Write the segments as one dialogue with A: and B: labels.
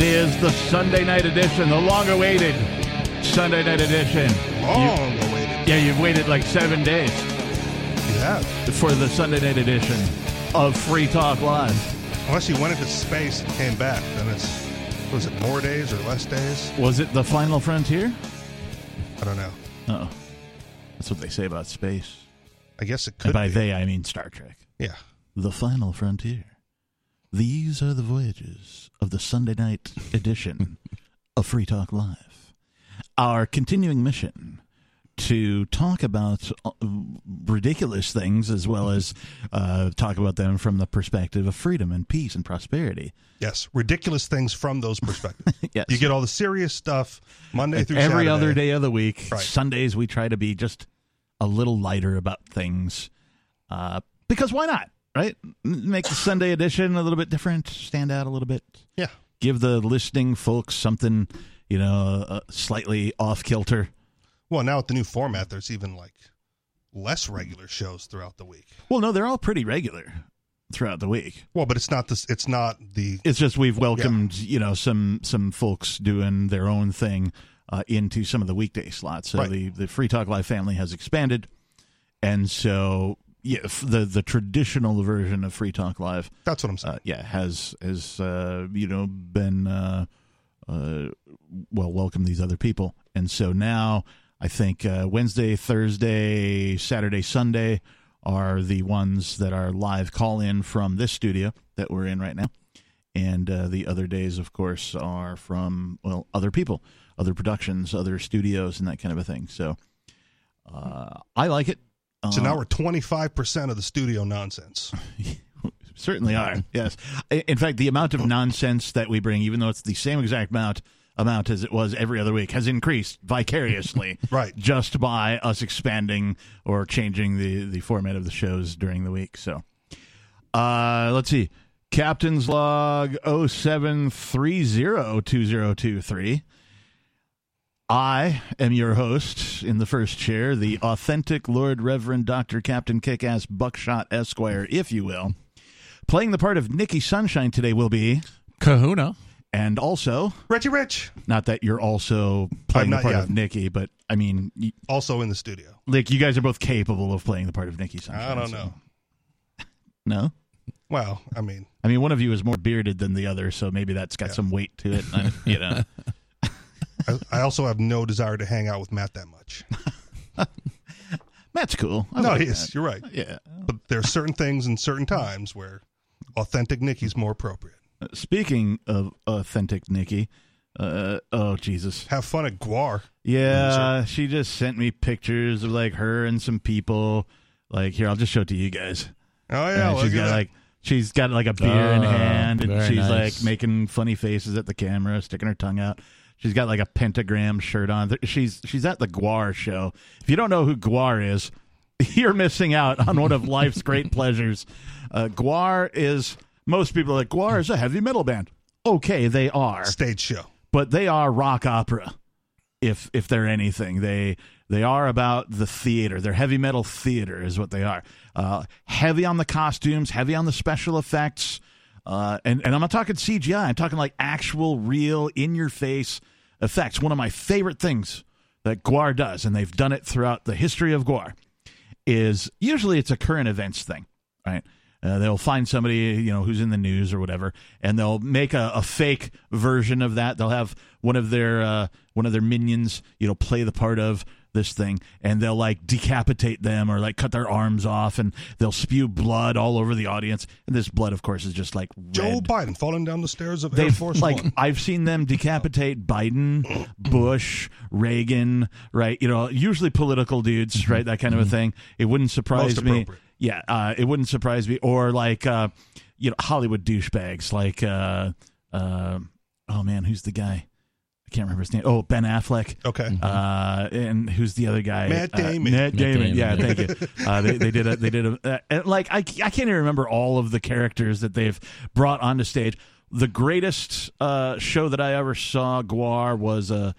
A: is the Sunday night edition, the long awaited Sunday night edition.
B: Long awaited.
A: Yeah, you've waited like seven days
B: Yeah.
A: for the Sunday night edition of Free Talk Live.
B: Unless you went into space and came back, then it's was it more days or less days?
A: Was it the final frontier?
B: I don't know.
A: Oh, that's what they say about space.
B: I guess it
A: And
B: could
A: by
B: be.
A: they, I mean Star Trek.
B: Yeah.
A: The Final Frontier. These are the voyages of the Sunday night edition of Free Talk Live. Our continuing mission to talk about uh, ridiculous things as well as uh, talk about them from the perspective of freedom and peace and prosperity.
B: Yes. Ridiculous things from those perspectives.
A: Yes.
B: You get all the serious stuff Monday through
A: every
B: Saturday.
A: other day of the week.
B: Right.
A: Sundays we try to be just a little lighter about things, uh, because why not? Right? M- Make the Sunday edition a little bit different, stand out a little bit,
B: Yeah.
A: give the listening folks something, you know, uh, slightly off kilter.
B: Well, now with the new format, there's even like less regular shows throughout the week.
A: Well, no, they're all pretty regular throughout the week.
B: Well, but it's not this. It's not the
A: It's just we've welcomed, you know, some some folks doing their own thing uh, into some of the weekday slots. So
B: Right.
A: the the Free Talk Live family has expanded, and so yeah, f- the the traditional version of Free Talk Live,
B: That's what I'm saying.
A: uh, yeah, has has uh, you know been uh, uh, well welcome these other people, and so now I think uh, Wednesday, Thursday, Saturday, Sunday are the ones that are live call in from this studio that we're in right now and uh, the other days, of course, are from well other people, other productions, other studios, and that kind of a thing. So uh, I like it.
B: so now we're 25% of the studio nonsense.
A: Certainly are. Yes. I- In fact, the amount of nonsense that we bring, even though it's the same exact amount amount as it was every other week, has increased vicariously.
B: Right.
A: Just by us expanding or changing the the format of the shows during the week. So, uh, let's see. Captain's log 07302023. I am your host in the first chair, the authentic Lord Reverend Dr. Captain Kickass Buckshot Esquire, if you will. Playing the part of Nikki Sunshine today will be,
C: Kahuna.
A: and also,
B: Reggie Rich,
A: not that you're also playing the
B: not
A: part
B: yet.
A: of Nikki, but I mean, y-
B: also in the studio.
A: like you guys are both capable of playing the part of Nikki Sunshine.
B: I don't
A: so-
B: know.
A: No,
B: Well, I mean,
A: I mean, one of you is more bearded than the other, so maybe that's got some weight to it. I- you know,
B: I, I also have no desire to hang out with Matt that much.
A: Matt's cool. I
B: No,
A: like
B: he is.
A: that.
B: You're right.
A: Yeah.
B: But there are certain things and certain times where authentic Nikki's more appropriate.
A: Speaking of authentic Nikki, uh, oh Jesus,
B: Have fun at Guar.
A: yeah, she just sent me pictures of like her and some people. Like here, I'll just show it to you guys.
B: Oh
A: And
B: yeah, look
A: she's
B: at
A: got
B: that. Oh,
A: like she's got like a beer in
C: Ah,
A: hand, and
C: very
A: she's
C: nice.
A: like making funny faces at the camera, sticking her tongue out. She's got like a pentagram shirt on. Th- She's she's at the Guar show. If you don't know who Guar is, you're missing out on one of life's great pleasures. Uh, Guar is most people are like Guar is a heavy metal band. Okay, they are
B: stage show.
A: but they are rock opera if if they're anything they they are about the theater they're heavy metal theater is what they are uh, heavy on the costumes heavy on the special effects uh, and and i'm not talking cgi i'm talking like actual real in your face effects one of my favorite things that guar does and they've done it throughout the history of guar is usually it's a current events thing, right? Uh, they'll find somebody you know who's in the news or whatever, and they'll make a, a fake version of that. They'll have one of their uh, one of their minions, you know, play the part of this thing, and they'll like decapitate them or like cut their arms off, and they'll spew blood all over the audience. And this blood, of course, is just like red.
B: Joe Biden falling down the stairs of Air
A: They've
B: Force
A: like
B: One.
A: I've seen them decapitate Biden, Bush, Reagan, right? You know, usually political dudes, right? That kind of a thing. It wouldn't surprise
B: Mm-hmm. Most
A: me.
B: appropriate.
A: Yeah, uh, it wouldn't surprise me. Or like uh, you know, Hollywood douchebags, like uh, uh, oh man, who's the guy? I can't remember his name. Oh, Ben Affleck.
B: Okay.
A: Uh, and who's the other guy?
B: Matt
A: Uh,
B: Damon.
A: Matt
C: Matt
A: Damon.
C: Damon,
A: Yeah,
C: yeah.
A: thank you. Uh, they, they did a they did a uh, and, like I I can't even remember all of the characters that they've brought onto stage. The greatest uh, show that I ever saw Guar was a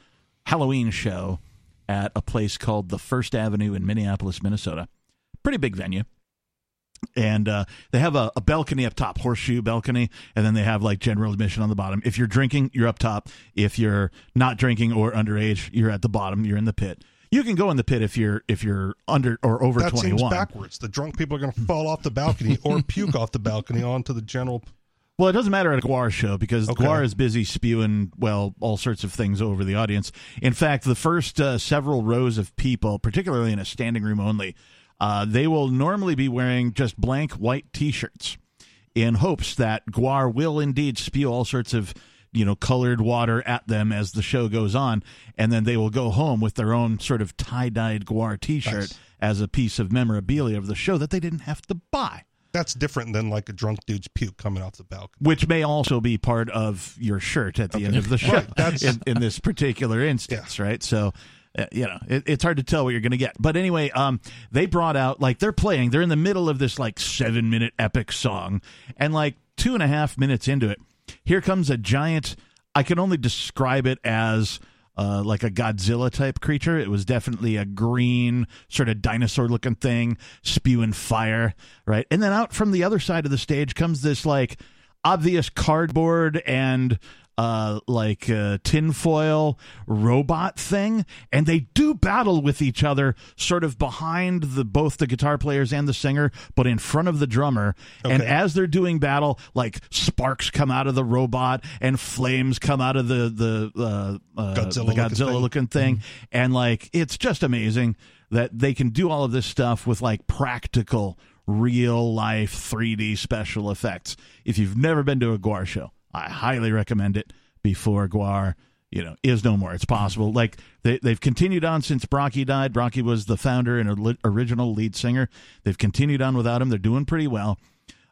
A: Halloween show at a place called the First Avenue in Minneapolis, Minnesota. Pretty big venue and uh, they have a, a balcony up top, horseshoe balcony, and then they have like general admission on the bottom. If you're drinking, you're up top. If you're not drinking or underage, you're at the bottom. You're in the pit. You can go in the pit if you're if you're under or over
B: That
A: twenty
B: seems
A: one.
B: backwards. The drunk people are going to fall off the balcony or puke off the balcony onto the general.
A: Well, it doesn't matter at a Guar show because
B: Okay.
A: Guar is busy spewing, well, all sorts of things over the audience. In fact, the first uh, several rows of people, particularly in a standing room only, uh, they will normally be wearing just blank white t shirts in hopes that Guar will indeed spew all sorts of. You know, colored water at them as the show goes on, and then they will go home with their own sort of tie-dyed Guar T-shirt
B: Nice.
A: as a piece of memorabilia of the show that they didn't have to buy.
B: That's different than like a drunk dude's puke coming off the balcony.
A: which may also be part of your shirt at the end of the show
B: Right, that's-
A: in, in this particular instance, right? So, uh, you know, it, it's hard to tell what you're going to get. But anyway, um, they brought out like they're playing. They're in the middle of this like seven minute epic song, and like two and a half minutes into it, here comes a giant. I can only describe it as. Uh, like a Godzilla type creature. It was definitely a green, sort of dinosaur looking thing, spewing fire, right? And then out from the other side of the stage comes this, like, obvious cardboard and uh like uh tinfoil robot thing and they do battle with each other sort of behind the both the guitar players and the singer but in front of the drummer and
B: Okay.
A: as they're doing battle like sparks come out of the robot and flames come out of the the uh, uh
B: Godzilla-looking Mm-hmm.
A: the Godzilla looking thing and like it's just amazing that they can do all of this stuff with like practical real life 3D special effects. If you've never been to a Guar show, I highly recommend it before Guar you know, is no more. It's possible. Like they, they've continued on since Brocky died. Brocky was the founder and ori- original lead singer. They've continued on without him. They're doing pretty well,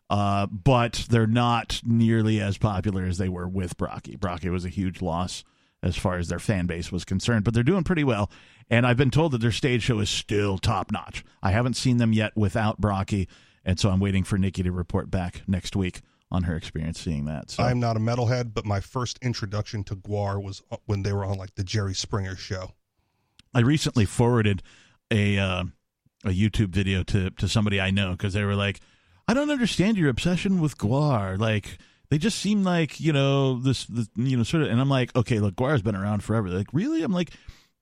A: uh, but they're not nearly as popular as they were with Brocky. Brocky was a huge loss as far as their fan base was concerned, but they're doing pretty well. And I've been told that their stage show is still top notch. I haven't seen them yet without Brocky, and so I'm waiting for Nikki to report back next week on her experience seeing that. So
B: I'm not a metalhead, but my first introduction to Guar was uh, when they were on like the Jerry Springer show.
A: I recently forwarded a uh, a YouTube video to to somebody I know because they were like, "I don't understand your obsession with Guar. Like, they just seem like you know this, this you know sort of." And I'm like, "Okay, look, Guar's been around forever. They're like, really? I'm like,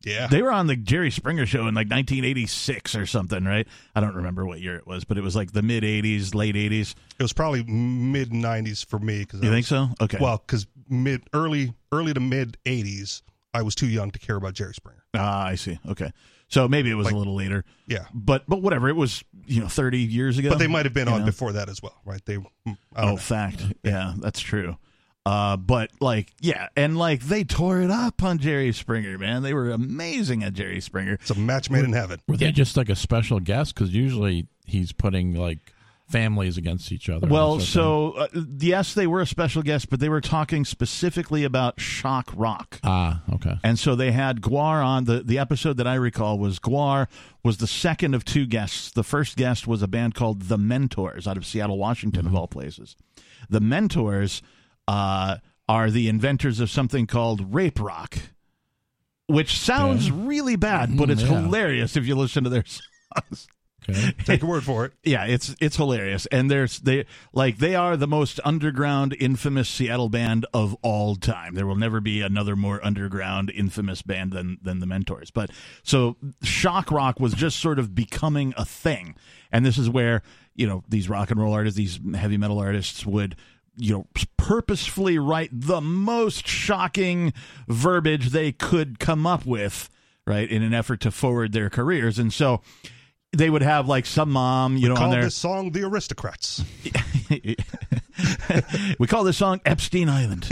B: Yeah.
A: they were on the Jerry Springer show in like 1986 or something, right? I don't remember what year it was, but it was like the mid 80s, late 80s.
B: It was probably mid '90s for me because
A: You think so? Okay,
B: Well, because mid early early to mid '80s, I was too young to care about Jerry Springer.
A: ah, I see. Okay, so maybe it was
B: Like-
A: a little later,
B: Yeah,
A: but but whatever. It was you know 30 years ago.
B: but they might have been
A: you
B: on
A: know?
B: before that as well, right? They, I don't
A: oh,
B: know.
A: fact. Yeah, that's true. Uh, but like, yeah, and like they tore it up on Jerry Springer, man. They were amazing at Jerry Springer.
B: it's a match made in heaven.
C: Were they just like a special guest? Because usually he's putting like families against each other.
A: Well,
C: and that sort
A: so uh, yes, they were a special guest, but they were talking specifically about shock rock.
C: of thing. ah, okay.
A: And so they had Guar on the the episode that I recall was Guar was the second of two guests. The first guest was a band called The Mentors out of Seattle, Washington,
C: Mm-hmm.
A: of all places. The Mentors uh, are the inventors of something called rape rock, which sounds really bad, but
C: Mm,
A: it's
C: yeah.
A: hilarious if you listen to their songs.
C: okay.
B: Take your word for it.
A: Yeah, it's it's hilarious, and there's they like they are the most underground, infamous Seattle band of all time. There will never be another more underground, infamous band than than the Mentors. But so shock rock was just sort of becoming a thing, and this is where you know these rock and roll artists, these heavy metal artists would you know purposefully write the most shocking verbiage they could come up with, right, in an effort to forward their careers, and so. They would have like some mom, you know, on
B: Call
A: there.
B: this song "The Aristocrats."
A: we call this song Epstein Island.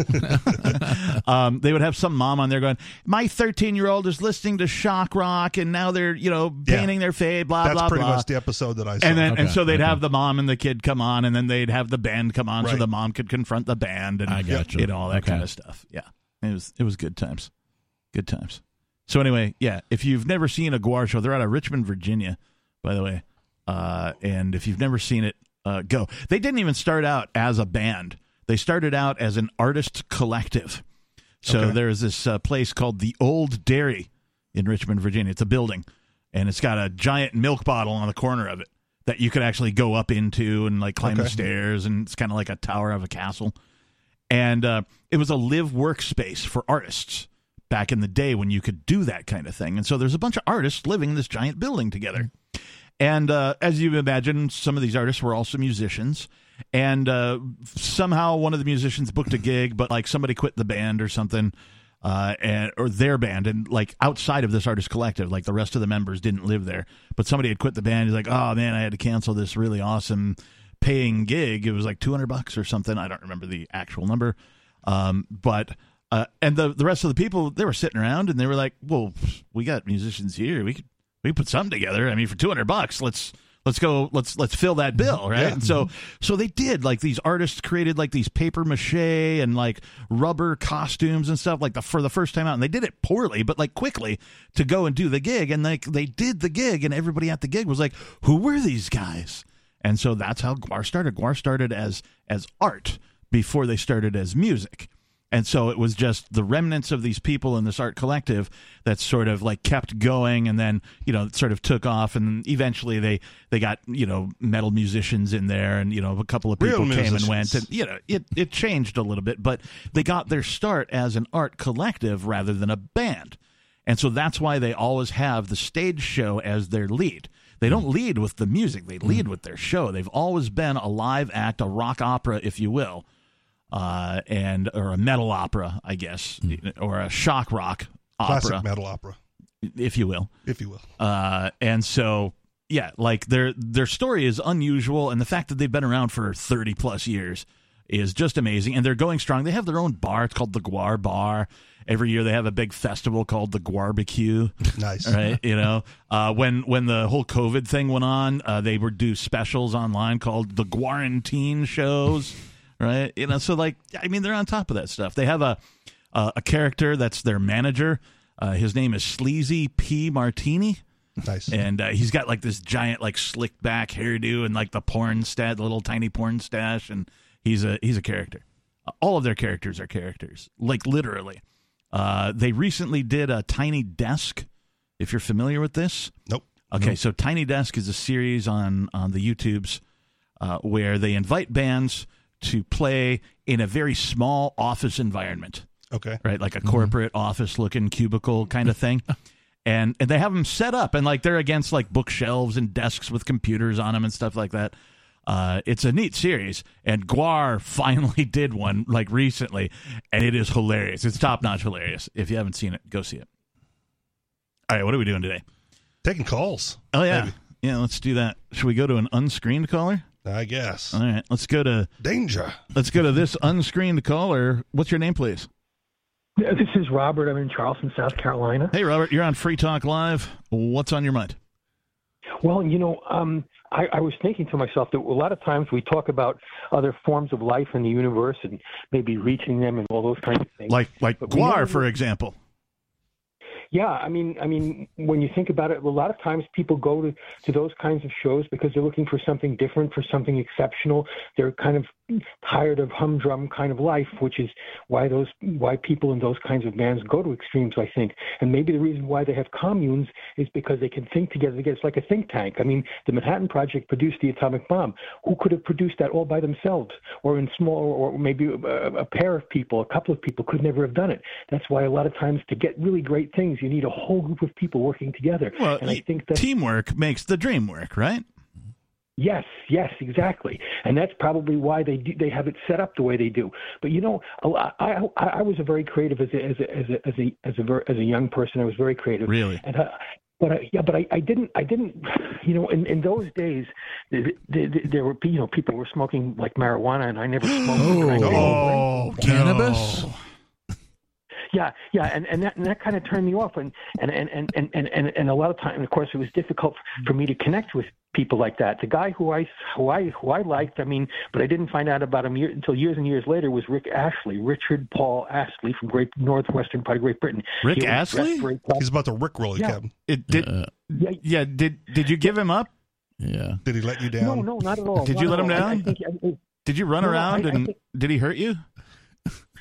A: um, they would have some mom on there going, "My 13 year old is listening to shock rock, and now they're you know
B: Yeah.
A: painting their fade, blah
B: That's
A: blah
B: pretty
A: blah."
B: much the episode that I saw.
A: and then and
C: Okay,
A: so they'd
C: okay.
A: have the mom and the kid come on, and then they'd have the band come on, so
B: Right.
A: the mom could confront the band and
C: I gotcha.
A: you know all that
C: Okay.
A: kind of stuff. Yeah, it was it was good times, good times. So anyway, yeah, if you've never seen a Guar show, they're out of Richmond, Virginia, by the way. Uh, and if you've never seen it, uh, go. They didn't even start out as a band. They started out as an artist collective. So
B: Okay.
A: there's this uh, place called the Old Dairy in Richmond, Virginia. It's a building, and it's got a giant milk bottle on the corner of it that you could actually go up into and like climb the
B: Okay.
A: stairs, and it's kind of like a tower of a castle. And uh, it was a live workspace for artists back in the day when you could do that kind of thing. And so there's a bunch of artists living in this giant building together. And uh, as you imagine, some of these artists were also musicians. And uh, somehow one of the musicians booked a gig, but like somebody quit the band or something, uh, and, or their band. And like outside of this artist collective, like the rest of the members didn't live there, but somebody had quit the band. He's like, oh man, I had to cancel this really awesome paying gig. It was like 200 bucks or something. I don't remember the actual number. Um, but uh, and the the rest of the people they were sitting around and they were like, "Well, we got musicians here. We could we could put something together. I mean, for two hundred bucks, let's let's go let's let's fill that bill, right?"
B: Yeah.
A: And so so they did. Like these artists created like these paper mache and like rubber costumes and stuff like the for the first time out, and they did it poorly, but like quickly to go and do the gig, and like they did the gig, and everybody at the gig was like, "Who were these guys?" And so that's how Guar started. Guar started as as art before they started as music. And so it was just the remnants of these people in this art collective that sort of like kept going and then, you know, sort of took off and eventually they they got, you know, metal musicians in there and, you know, a couple of
B: Real
A: people came and
B: musicians.
A: went and you know, it it changed a little bit, but they got their start as an art collective rather than a band. And so that's why they always have the stage show as their lead. They don't lead with the music, they
B: Mm.
A: lead with their show. They've always been a live act, a rock opera, if you will, uh, and or a metal opera, I guess, or a shock rock
B: Hmm. Classic
A: opera,
B: metal opera,
A: if you will.
B: if you will.
A: Uh, and so yeah, like their their story is unusual, and the fact that they've been around for thirty plus years is just amazing. And they're going strong. They have their own bar. It's called the Guar Bar. Every year they have a big festival called the Guarbecue.
B: Nice.
A: Right, you know, uh, when when the whole COVID thing went on, uh, they would do specials online called the quarantine shows, right? You know, so like, I mean, they're on top of that stuff. They have a uh, a character that's their manager. Uh, his name is Sleazy P Martini
B: Nice.
A: and uh, he's got like this giant like slicked back hairdo and like the porn stat the little tiny porn stash and he's a he's a character Uh, all of their characters are characters like literally uh, they recently did a tiny desk if you're familiar with this
B: Nope.
A: Okay, so Tiny Desk is a series on on the YouTubes uh, where they invite bands to play in a very small office environment,
B: Okay.
A: right? Like a corporate office looking cubicle kind of thing. And and they have them set up and like they're against like bookshelves and desks with computers on them and stuff like that. Uh, it's a neat series, and Guar finally did one like recently, and it is hilarious. It's top notch hilarious. If you haven't seen it, go see it. All right, what are we doing today?
B: Taking calls,
A: Oh yeah,
B: Maybe.
A: yeah. Let's do that. Should we go to an unscreened caller?
B: I guess.
A: All right, let's go to
B: Danger.
A: let's go to this unscreened caller. What's your name, please?
D: Yeah, This is Robert. I'm in Charleston, South Carolina.
A: Hey, Robert, you're on Free Talk Live. What's on your mind?
D: Well, you know, um, I, I was thinking to myself that a lot of times we talk about other forms of life in the universe and maybe reaching them and all those kinds of things.
A: Like like
D: But we never-
A: Guar, for example.
D: yeah, I mean, I mean, when you think about it, a lot of times people go to, to those kinds of shows because they're looking for something different, for something exceptional. They're kind of tired of humdrum kind of life, which is why those why people in those kinds of bands go to extremes, I think. And maybe the reason why they have communes is because they can think together. It's like a think tank. I mean, the Manhattan Project produced the atomic bomb. Who could have produced that all by themselves, or in small, or maybe a, a pair of people, a couple of people could never have done it. That's why a lot of times to get really great things, you need a whole group of people working together.
A: Well,
D: and I
A: y-
D: think that
A: teamwork makes the dream work, right?
D: Yes, yes, exactly, and that's probably why they do, they have it set up the way they do. But you know, a lo- I I, I was a very creative as a as a as a as a as a, ver, as a young person. I was very creative.
A: Really?
D: And I, but I, yeah, but I, I didn't I didn't you know in, in those days th th th there were you know people were smoking like marijuana and I never smoked. or drank
C: Oh.
D: anything.
C: Cannabis?
A: no.
D: Yeah, yeah, and and that, and that kind of turned me off, and and and and and and, and, and a lot of time, of course, it was difficult for me to connect with people like that. The guy who I who I who I liked, I mean, but I didn't find out about him year, until years and years later was Rick Ashley, Richard Paul Ashley from Great Northwestern part of Great Britain.
A: Rick
D: He always dressed
A: Astley?
D: very-
B: He's about to rickroll you,
D: Yeah.
B: Captain.
A: It did.
C: Uh,
D: Yeah,
A: yeah, did did you give him up?
C: yeah.
B: Did he let you down?
D: no, no, not at all.
A: Did
D: not
A: you
D: at
A: let him
D: all. I- I
A: down?
D: think- I-
A: Did you run
D: No,
A: around
D: I- I
A: and
D: think-
A: did he hurt you?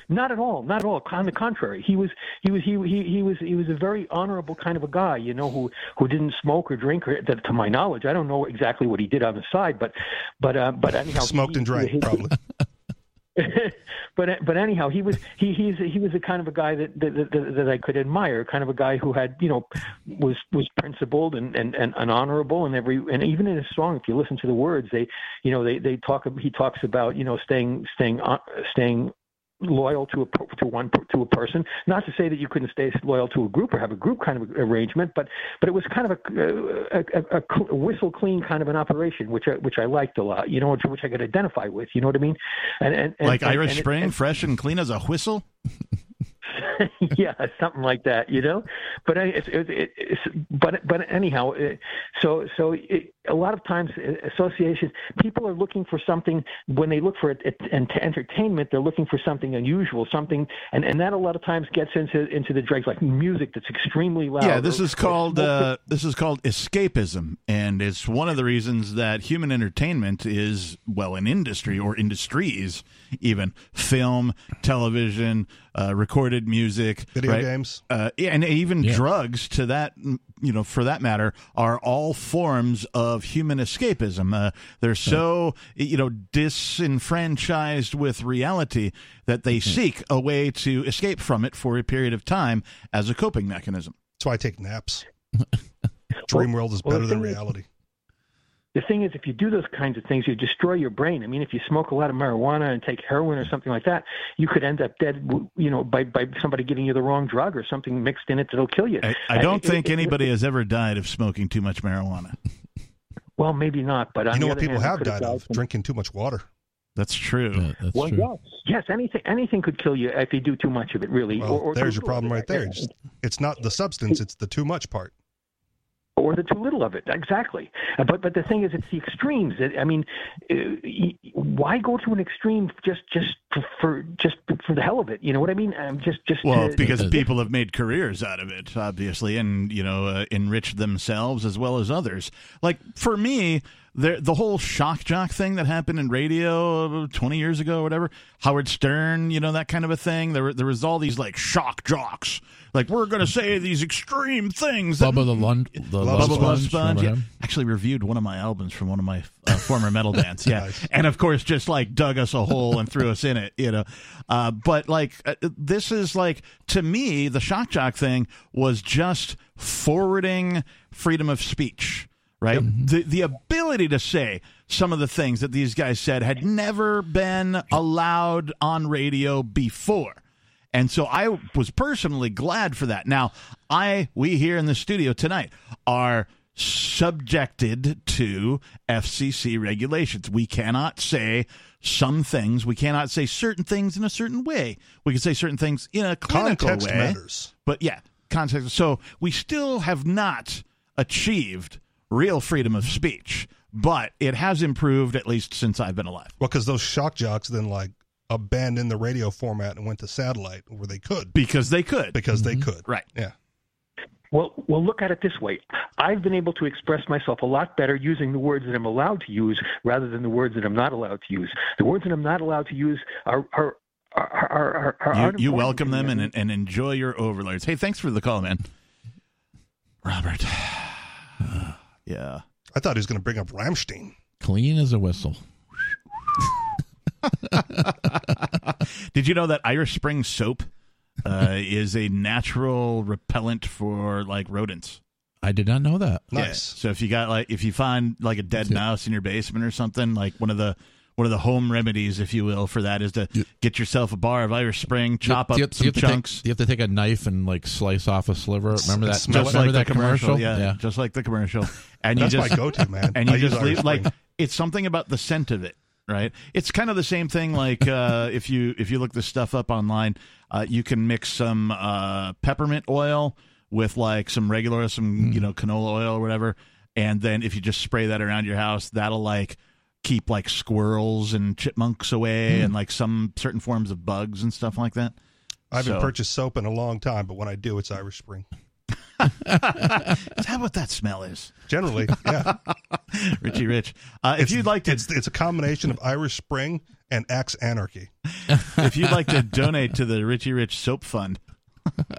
D: Not at all. Not at all. On the contrary, he was he was he he, he was he was a very honorable kind of a guy. You know, who who didn't smoke or drink, or that, to my knowledge. I don't know exactly what he did on the side, but but uh, but anyhow,
B: Smoked
D: he-
B: and drank,
D: he-
B: probably.
D: but but anyhow, he was he he's he was the kind of a guy that that, that that I could admire, kind of a guy who had you know was was principled and and and, and honorable and every and even in his song, if you listen to the words, they you know they they talk he talks about you know staying staying uh, staying loyal to a per- to one per- to a person not to say that you couldn't stay loyal to a group or have a group kind of arrangement but but it was kind of a a, a, a whistle clean kind of an operation which I, which I liked a lot you know which, which I could identify with you know what I mean and and, and
A: like
D: and-
A: Irish
D: and it-
A: Spring,
D: and-
A: fresh and clean as a whistle.
D: yeah, something like that, you know. But I, it's, it, it, it's, but but anyhow, it, so so it, a lot of times uh, associations, people are looking for something when they look for it, it and to entertainment, they're looking for something unusual, something, and and that a lot of times gets into into the dregs like music that's extremely loud.
A: Yeah, this
D: or-
A: is called
D: or-
A: uh, this is called escapism, and it's one of the reasons that human entertainment is well an industry or industries, even film, television, uh, recorded music,
B: Video
A: right?
B: games.
A: uh, yeah, and even
C: Yeah.
A: drugs to that you know for that matter are all forms of human escapism uh, they're so you know disenfranchised with reality that they seek a way to escape from it for a period of time as a coping mechanism
B: That's why I take naps. Dream world is
D: well,
B: better
D: the
B: than
D: thing is-
B: reality.
D: the thing is, if you do those kinds of things, you destroy your brain. I mean, if you smoke a lot of marijuana and take heroin or something like that, you could end up dead, w- you know, by, by somebody giving you the wrong drug or something mixed in it that'll kill you.
A: i, I don't
D: it-
A: think
D: it-
A: anybody
B: e-,
A: has ever died of smoking too much marijuana
D: Well, maybe not, but on
B: You know
D: the
B: what
D: other
B: people
D: hand, I
B: have
D: could
B: died of?
D: from-
B: Drinking too much water.
A: that's true
C: Yeah, that's
D: Well,
C: true.
D: yes, yes, anything, anything could kill you if you do too much of it, really.
B: Well,
D: or, or
B: there's
D: too
B: your problem
D: little
B: right
D: of it.
B: there. Just, it's not the substance, it's the too much part.
D: or the too little of it exactly Uh, but but the thing is it's the extremes It- i mean uh, y- why go to an extreme just just to- for just for the hell of it you know what i mean um, just just
A: Well,
D: to-
A: because
C: Uh,
A: people have made careers out of it, obviously, and you know, uh, enriched themselves as well as others. Like for me, the the whole shock jock thing that happened in radio uh, twenty years ago, or whatever, Howard Stern, you know, that kind of a thing. There were there was all these like shock jocks, like we're going to say these extreme things. that-
C: Bubba the Lund, the
B: Bubba
C: Love
A: Bubba Love
C: Sponge,
A: Sponge,
C: remember
A: yeah.
C: him?
A: actually reviewed one of my albums from one of my uh, former metal bands. Yeah,
B: Nice.
A: and of course, just like dug us a hole and threw us in it, you know. Uh, but like, uh, this is like to me, the shock jock thing was just forwarding freedom of speech. Right, the the ability to say some of the things that these guys said had never been allowed on radio before. And so I was personally glad for that. Now, I we here in the studio tonight are subjected to FCC regulations. We cannot say some things. We cannot say certain things in a certain way. We can say certain things in a clinical
B: Context
A: way.
B: matters.
A: But yeah, context. So we still have not achieved real freedom of speech, but it has improved at least since I've been alive.
B: Well, because those shock jocks then like abandoned the radio format and went to satellite where they could
A: Because they could.
B: because they could.
A: Right.
B: Yeah.
D: Well, well, look at it this way. I've been able to express myself a lot better using the words that I'm allowed to use rather than the words that I'm not allowed to use. The words that I'm not allowed to use are are are are, are,
A: you,
D: are
A: you welcome them
D: unimportant.
A: and, and enjoy your overlords. Hey, thanks for the call, man. Robert. yeah.
B: I thought he was going to bring up Ramstein.
C: Clean as a whistle.
A: Did you know that Irish Spring soap uh, is a natural repellent for like rodents?
C: I did not know that.
B: Nice.
A: So if you got like if you find like a dead mouse in your basement or something, like one of the one of the home remedies, if you will, for that is to
C: Yeah.
A: get yourself a bar of Irish Spring, chop up
C: you,
A: some
C: you have to take-
A: chunks,
C: you have to take a knife and like slice off a sliver. Remember that?
B: Just
C: Remember
A: just like
C: that
A: the commercial, Yeah, just like the commercial, and
B: That's
A: you just
B: my go-to man.
A: and you
B: I use
A: just
B: Irish
A: leave like
B: Spring.
A: it's something about the scent of it right it's kind of the same thing like uh, if you if you look this stuff up online uh, you can mix some uh, peppermint oil with like some regular
B: Hmm.
A: some you know canola oil or whatever and then if you just spray that around your house that'll like keep like squirrels and chipmunks
B: Hmm.
A: away and like some certain forms of bugs and stuff like that
B: I haven't
A: so-
B: purchased soap in a long time, but when I do, it's Irish Spring.
A: is that what that smell is
B: Generally, yeah.
A: richie rich uh, if
B: It's-
A: you'd like to
B: it's it's a combination of Irish Spring and Axe Anarchy.
A: If you'd like to donate to the Richie Rich Soap Fund,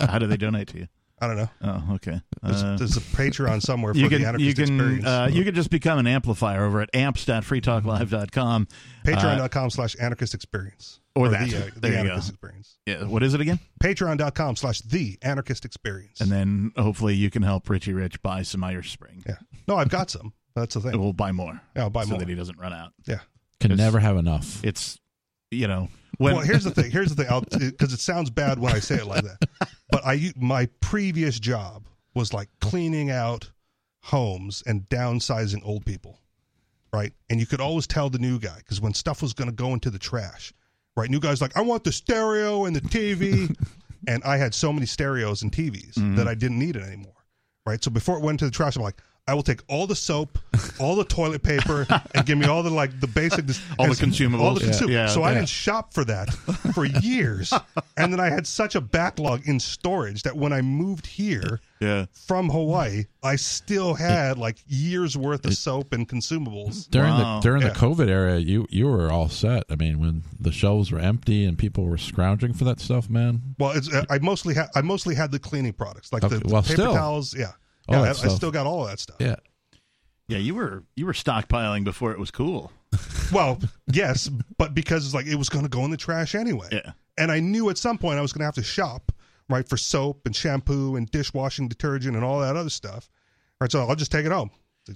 A: how do they donate to you?
B: I don't know.
A: Oh, okay.
B: There's,
A: Uh,
B: there's a Patreon somewhere for
A: you
B: the
A: can you
B: anarchist
A: can
B: experience.
A: uh, you can just become an amplifier over at amps.freetalklive.com. Uh,
B: Patreon.com slash anarchist experience.
A: or
B: the,
A: that.
B: uh,
A: There
B: The,
A: you go.
B: anarchist experience.
A: Yeah, what is it again?
B: Patreon.com slash the anarchist experience.
A: And then hopefully you can help Richie Rich buy some Irish Spring.
B: yeah. No, I've got some. That's the
A: And
B: thing.
A: We'll buy more
B: Yeah, I'll Oh, buy
A: so
B: more.
A: that he doesn't run out.
B: Yeah.
C: Can
A: It's-
C: never have enough.
A: It's you know when
B: well, here's the thing. Here's the thing. Because it sounds bad when I say it like that, but I u- my previous job was like cleaning out homes and downsizing old people, right? And you could always tell the new guy because when stuff was going to go into the trash, right? New guy's like, I want the stereo and the TV, and I had so many stereos and TVs
A: Mm-hmm.
B: that I didn't need it anymore, right? So before it went into the trash, I'm like. I will take all the soap, all the toilet paper, and give me all the like the basic,
A: All the
B: all the
A: consumables. Yeah.
B: consum-
A: Yeah,
B: so I
A: yeah.
B: didn't shop for that for years. and then I had such a backlog in storage that when I moved here
A: yeah
B: from Hawaii, I still had like years worth of soap and consumables.
C: During the
A: Wow.
C: during
B: Yeah.
C: the COVID era, you you were all set. I mean, when the shelves were empty and people were scrounging for that stuff, man.
B: Well, it's, uh, I mostly had I mostly had the cleaning products like the
C: Okay, well,
B: paper
C: still. Oh,
B: towels. Yeah,
C: All
B: yeah, I,
C: that
B: I
C: stuff.
B: still got all that stuff.
C: Yeah,
A: yeah you were you were stockpiling before it was cool.
B: Well, yes, but because it's like it was going to go in the trash anyway.
A: Yeah.
B: And I knew at some point I was going to have to shop, right, for soap and shampoo and dishwashing detergent and all that other stuff. Right, so I'll just take it home.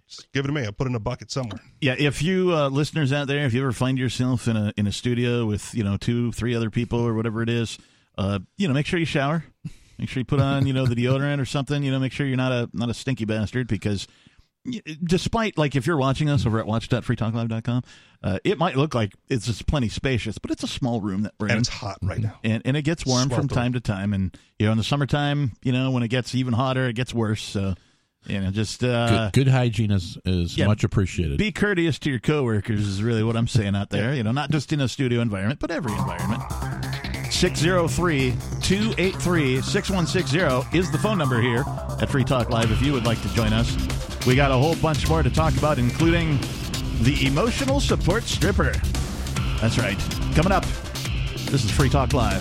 B: Just give it to me. I'll put it in a bucket somewhere.
A: Yeah, if you uh, listeners out there, if you ever find yourself in a in a studio with you know two, three other people or whatever it is, uh, you know, make sure you shower, make sure you put on you know the deodorant or something. You know, make sure you're not a not a stinky bastard because y- despite like if you're watching us over at watch.freetalklive.com, uh, it might look like it's just plenty spacious, but it's a small room that we're
B: And
A: in Mm-hmm.
B: it's hot right now.
A: and and it gets warm from
B: Sweltering.
A: time to time. And you know, in the summertime, you know, when it gets even hotter, it gets worse. So you know, just
C: good,
A: uh,
C: good hygiene is is
A: yeah.
C: much appreciated.
A: be courteous to your coworkers is really what I'm saying out there. You know, not just in a studio environment, but every environment. 603-283-6160 is the phone number here at Free Talk Live if you would like to join us. We got a whole bunch more to talk about, including the emotional support stripper. That's right. Coming up, this is Free Talk Live.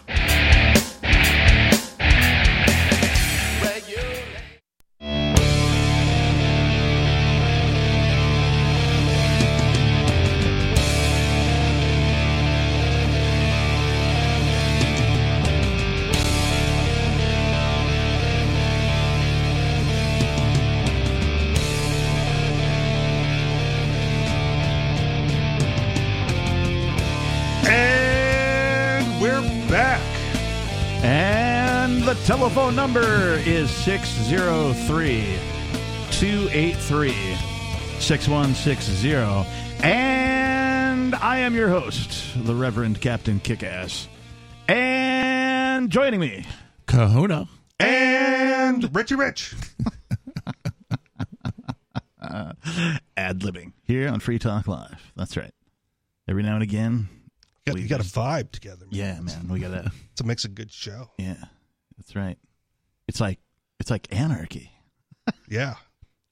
B: And we're back.
A: And the telephone number is 603 283 6160. And I am your host, the Reverend Captain Kickass. And joining me,
C: Kahuna.
B: And Richie Rich.
A: ad libbing here on Free Talk Live. That's right. Every now and again.
B: You got,
A: We
B: you got a
A: just-
B: vibe together, man.
A: Yeah, man. We got to.
B: It's what makes a good show.
A: Yeah. That's right. It's like it's like anarchy.
B: Yeah.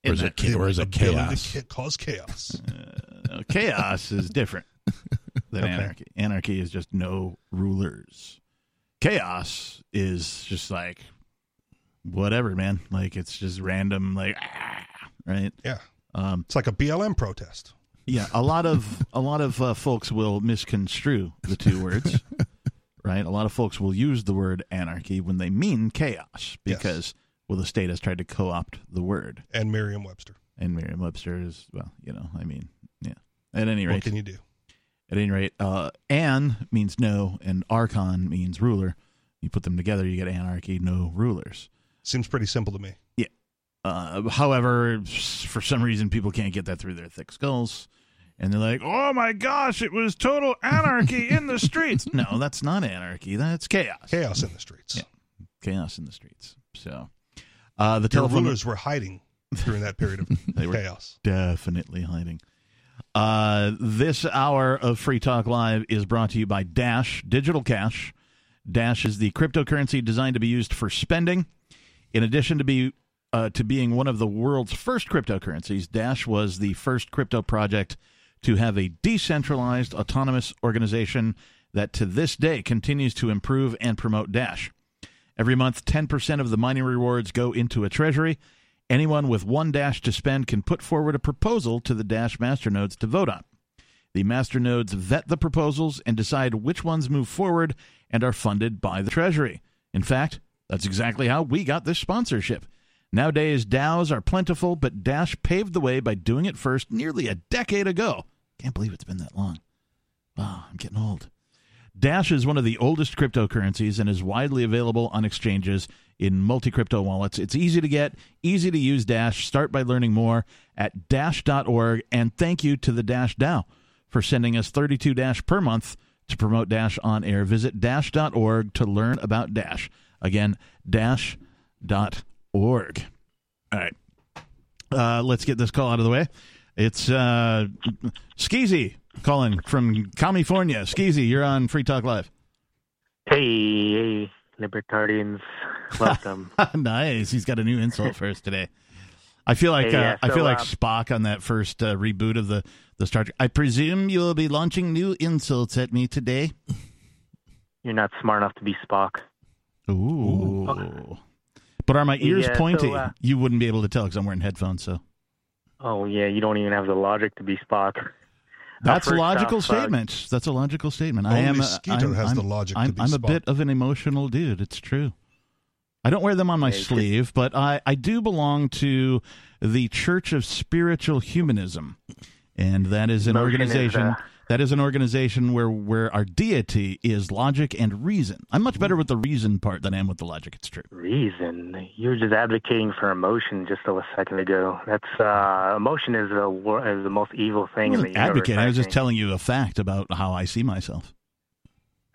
C: Or is
A: Isn't
C: it ca- or is it
B: Ability to
C: chaos?
B: ca- cause chaos.
A: No, Uh, chaos is different than anarchy. Anarchy is just no rulers. Chaos is just like whatever, man. Like it's just random, like ah, right.
B: yeah.
A: Um,
B: It's like a BLM protest.
A: yeah, a lot of a lot of uh, folks will misconstrue the two words, right? A lot of folks will use the word anarchy when they mean chaos because well, the state has tried to co-opt the word,
B: And Merriam Webster.
A: and Merriam-Webster is well, you know, I mean, yeah. At any
B: What
A: rate,
B: can you do?
A: At any rate, uh, an means no, and archon means ruler. You put them together, you get anarchy, no rulers.
B: Seems pretty simple to me.
A: Uh, however, s- for some reason, people can't get that through their thick skulls. And they're like, oh my gosh, it was total anarchy in the streets. No, that's not anarchy. That's chaos.
B: Chaos in the streets.
A: Yeah. Chaos in the streets. So uh,
B: Their
A: the telephone
B: rulers were hiding during that period of
A: They were-
B: chaos.
A: definitely hiding. Uh, this hour of Free Talk Live is brought to you by Dash Digital Cash. Dash is the cryptocurrency designed to be used for spending. In addition to be uh, to being one of the world's first cryptocurrencies, Dash was the first crypto project to have a decentralized autonomous organization that to this day continues to improve and promote Dash. Every month, 10% of the mining rewards go into a treasury. Anyone with one Dash to spend can put forward a proposal to the Dash masternodes to vote on. The masternodes vet the proposals and decide which ones move forward and are funded by the treasury. In fact, that's exactly how we got this sponsorship. Nowadays, DAOs are plentiful, but Dash paved the way by doing it first nearly a decade ago. Can't believe it's been that long. Wow, I'm getting old. Dash is one of the oldest cryptocurrencies and is widely available on exchanges in multi crypto wallets. It's easy to get, easy to use Dash. Start by learning more at dash.org. And thank you to the Dash DAO for sending us 32 Dash per month to promote Dash on air. Visit dash.org to learn about Dash. Again, dash.org. All right. Uh, let's get this call out of the way. It's uh, Skeezy calling from California. Skeezy, you're on Free Talk Live.
E: Hey, hey, libertarians, welcome.
A: nice. He's got a new insult for us today. I feel like
E: Yeah,
A: uh, I
E: so,
A: feel like
E: uh,
A: Spock on that first uh, reboot of the the Star Trek. I presume you will be launching new insults at me today.
E: You're not smart enough to be Spock.
A: Ooh. But are my ears
E: Oh. Yeah, so,
A: pointy?
E: uh,
A: you wouldn't be able to tell because I'm wearing headphones. So
E: Oh yeah, you don't even have the logic to be Spock.
A: that's a
E: first
A: logical
E: off, uh,
A: statement. that's a logical statement. I
B: Only
A: am. a-
B: Skeeter
A: I'm,
B: has
A: I'm-
B: the logic to
A: I'm,
B: be
A: I'm a
B: Spock.
A: bit of an emotional dude. It's true. I don't wear them on my
E: Yeah, you should.
A: sleeve, but I, I do belong to the Church of Spiritual Humanism, and that is an
E: Motion is,
A: organization
E: uh,
A: that is an organization where where our deity is logic and reason. I'm much better with the reason part than I am with the logic. It's true.
E: Reason. You were just advocating for emotion just a second ago. That's uh, emotion is the wor- is the most evil
A: I
E: thing in the
A: wasn't
E: universe.
A: advocating. I was just
E: think.
A: telling you a fact about how I see myself.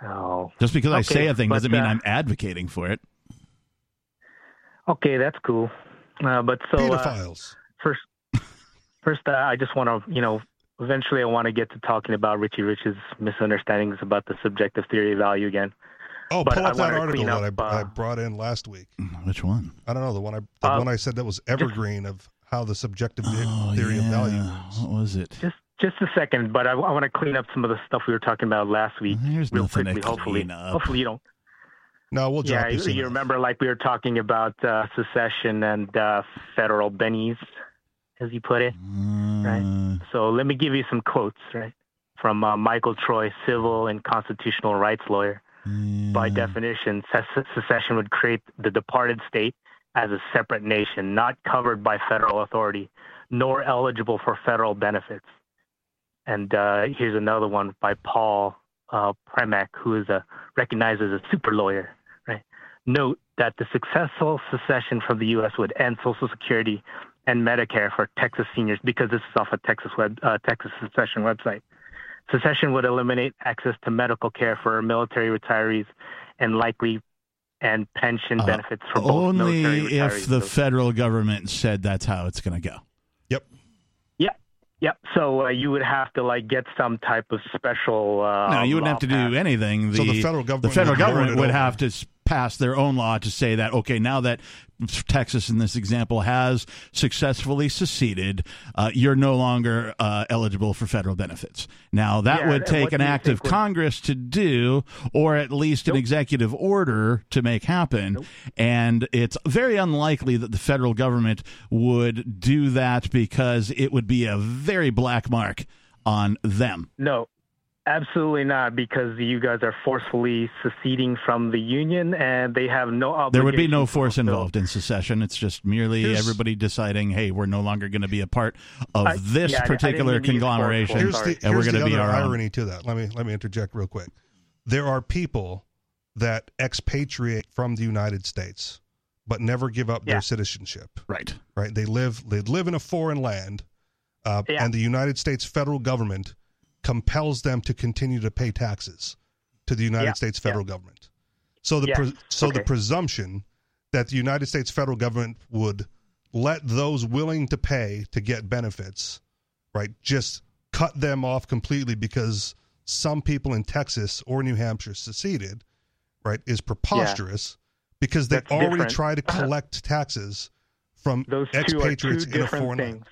E: Oh,
A: Just because I
E: Okay,
A: say a thing
E: but,
A: doesn't mean
E: uh,
A: I'm advocating for it.
E: okay, that's cool. Uh, but so uh,
B: Pedophiles.
E: first, first, uh, I just want to you know. Eventually, I want to get to talking about Richie Rich's misunderstandings about the subjective theory of value again.
B: oh,
E: but
B: pull
E: I
B: up that
E: wanted to
B: article
E: clean up,
B: that I, I
E: uh,
B: brought in last week.
A: Mm, Which one?
B: I don't know the one I the
E: Uh,
B: one I said that was evergreen of how the subjective the-
A: Oh,
B: theory of
A: yeah.
B: value.
A: What was it?
E: Just just a second, but I, want to clean up some of the stuff we were talking about last week.
A: Mm-hmm, There's
E: real
A: nothing to
E: quickly, hopefully.
A: clean up.
E: Hopefully you don't.
B: No, we'll drop
E: yeah,
B: this.
E: you,
B: in.
E: you remember like we were talking about uh, secession and uh, federal bennies, as you put it. Right. So let me give you some quotes, right? From uh, Michael Troy, civil and constitutional rights lawyer. By definition, se- secession would create the departed state as a separate nation, not covered by federal authority, nor eligible for federal benefits. And uh, here's another one by Paul uh, Premack, who is a, recognized as a super lawyer. Right? Note that the successful secession from the U.S. would end Social Security and Medicare for Texas seniors because this is off a Texas web, uh, Texas secession website. Secession would eliminate access to medical care for military retirees and likely and pension
A: Uh,
E: benefits for both military
A: Only
E: retirees.
A: if the
E: So-
A: federal government said that's how it's going to go.
E: Yep. So uh, you would have to like get some type of special. Uh,
A: no, you wouldn't
E: law
A: have to
E: passed.
A: do anything. The,
B: so the federal government,
A: the federal
B: would
A: government
B: lord it
A: would
B: over.
A: have to s- pass their own law to say that okay, now that Texas in this example has successfully seceded, uh, you're no longer uh, eligible for federal benefits. Now that
E: Yeah,
A: would
E: and
A: take
E: what
A: an
E: do you
A: act
E: think
A: of
E: would-
A: Congress to do, or at least an
E: Nope.
A: executive order to make happen.
E: Nope.
A: And it's very unlikely that the federal government would do that because it would be a very black mark on them.
E: No, absolutely not, because you guys are forcefully seceding from the union, and they have no obligation.
A: There would be no
E: to
A: force
E: fulfill.
A: involved in secession. It's just merely
B: Here's-
A: everybody deciding, hey, we're no longer going to be a part of
E: I-
A: this
E: yeah, I- I didn't
A: particular
E: mean to use forceful,
A: conglomeration,
B: Here's
E: sorry.
B: the,
A: and we're
B: here's
A: going to
B: the
A: be
B: other
A: our own.
B: irony to that. Let me let me interject real quick. There are people that expatriate from the United States but never give up
E: Yeah.
B: their citizenship.
A: Right.
B: Right? They live they live in a foreign land, uh,
E: Yeah.
B: and the United States federal government compels them to continue to pay taxes to the United
E: Yeah.
B: States federal government. So the
E: Yeah.
B: pre- so the
E: Okay.
B: presumption that the United States federal government would let those willing to pay to get benefits, right, just cut them off completely because some people in Texas or New Hampshire seceded, right, is preposterous because they
E: That's
B: already
E: different. Uh-huh.
B: try to collect taxes from
E: Those two are two
B: expatriates in a
E: different
B: foreign land.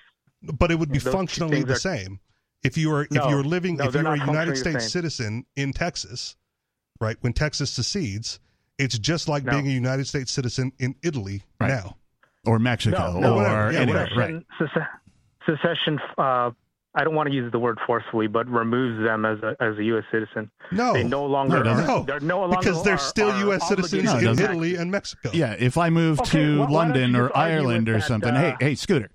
E: things.
B: But it would be
E: Those two
B: functionally
E: things
B: the
E: are-
B: same. If you are if
E: No,
B: you're living
E: no,
B: if
E: they're
B: you're a
E: not
B: United
E: functionally the
B: States
E: same.
B: citizen in Texas, right, when Texas secedes, it's just like
E: No.
B: being a United States citizen in Italy
A: Right.
B: now.
A: Or Mexico.
E: No, no,
A: or
B: whatever. Yeah,
A: anywhere.
B: whatever.
A: Right.
E: Secession, secession uh, I don't want to use the word forcefully, but removes them as a, as a U.S. citizen.
B: No.
E: They no longer
A: no,
E: are,
B: no.
E: they're no longer
B: because they're
E: are-
B: still
E: are
B: U.S. citizens
E: obligated
A: No,
B: in
A: doesn't-
B: Italy and Mexico.
A: Yeah. If I move
E: Okay, why-
A: to
E: why don't
A: London
E: you
A: or
E: just argue with
A: Ireland or
E: that,
A: something,
E: uh,
A: hey, hey, Scooter.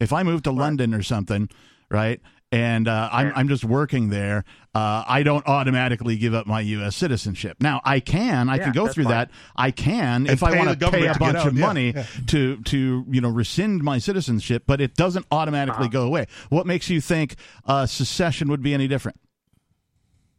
A: If I move to London or something, right, and uh, I'm
E: Yeah.
A: I'm just working there, uh, I don't automatically give up my U.S. citizenship. Now I can, I
E: Yeah,
A: can go
E: that's
A: through
E: fine.
A: that. I can if I
B: pay
A: want
B: the
A: to pay
B: government to
A: a
B: get
A: bunch of
B: out, yeah,
A: money
B: yeah.
A: to to you know rescind my citizenship, but it doesn't automatically
E: Uh-huh.
A: go away. What makes you think uh, secession would be any different?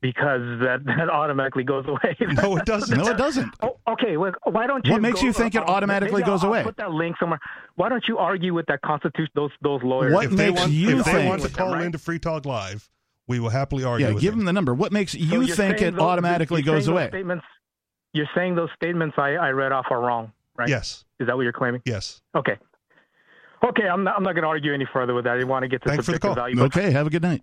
E: Because that, that automatically goes away.
B: No, it doesn't.
A: No, it doesn't.
E: Oh, okay. Well, why don't you?
A: What makes you think it
E: I'll-
A: automatically
E: maybe
A: goes
E: I'll,
A: away?
E: I'll put that link somewhere. Why don't you argue with that constitution? Those those lawyers.
A: What
B: if they
A: makes
B: want,
A: you
B: if they
A: think-
B: want to
E: With them,
B: call
E: right?
B: into Free Talk Live, we will happily argue
A: Yeah,
B: with
A: give them
B: them.
A: the number. What makes
E: So
A: you
E: you're
A: think
E: saying
A: it
E: those-
A: automatically
E: you're saying
A: goes
E: those
A: away?
E: Statements, you're saying those statements I, I read off are wrong, right?
B: Yes,
E: Is that what you're claiming?
B: yes.
E: Okay. Okay, I'm not, I'm not going to argue any further with that. I want to get to
B: Thanks for the
E: subjective
B: call.
E: value. but-
A: Okay, have a good night.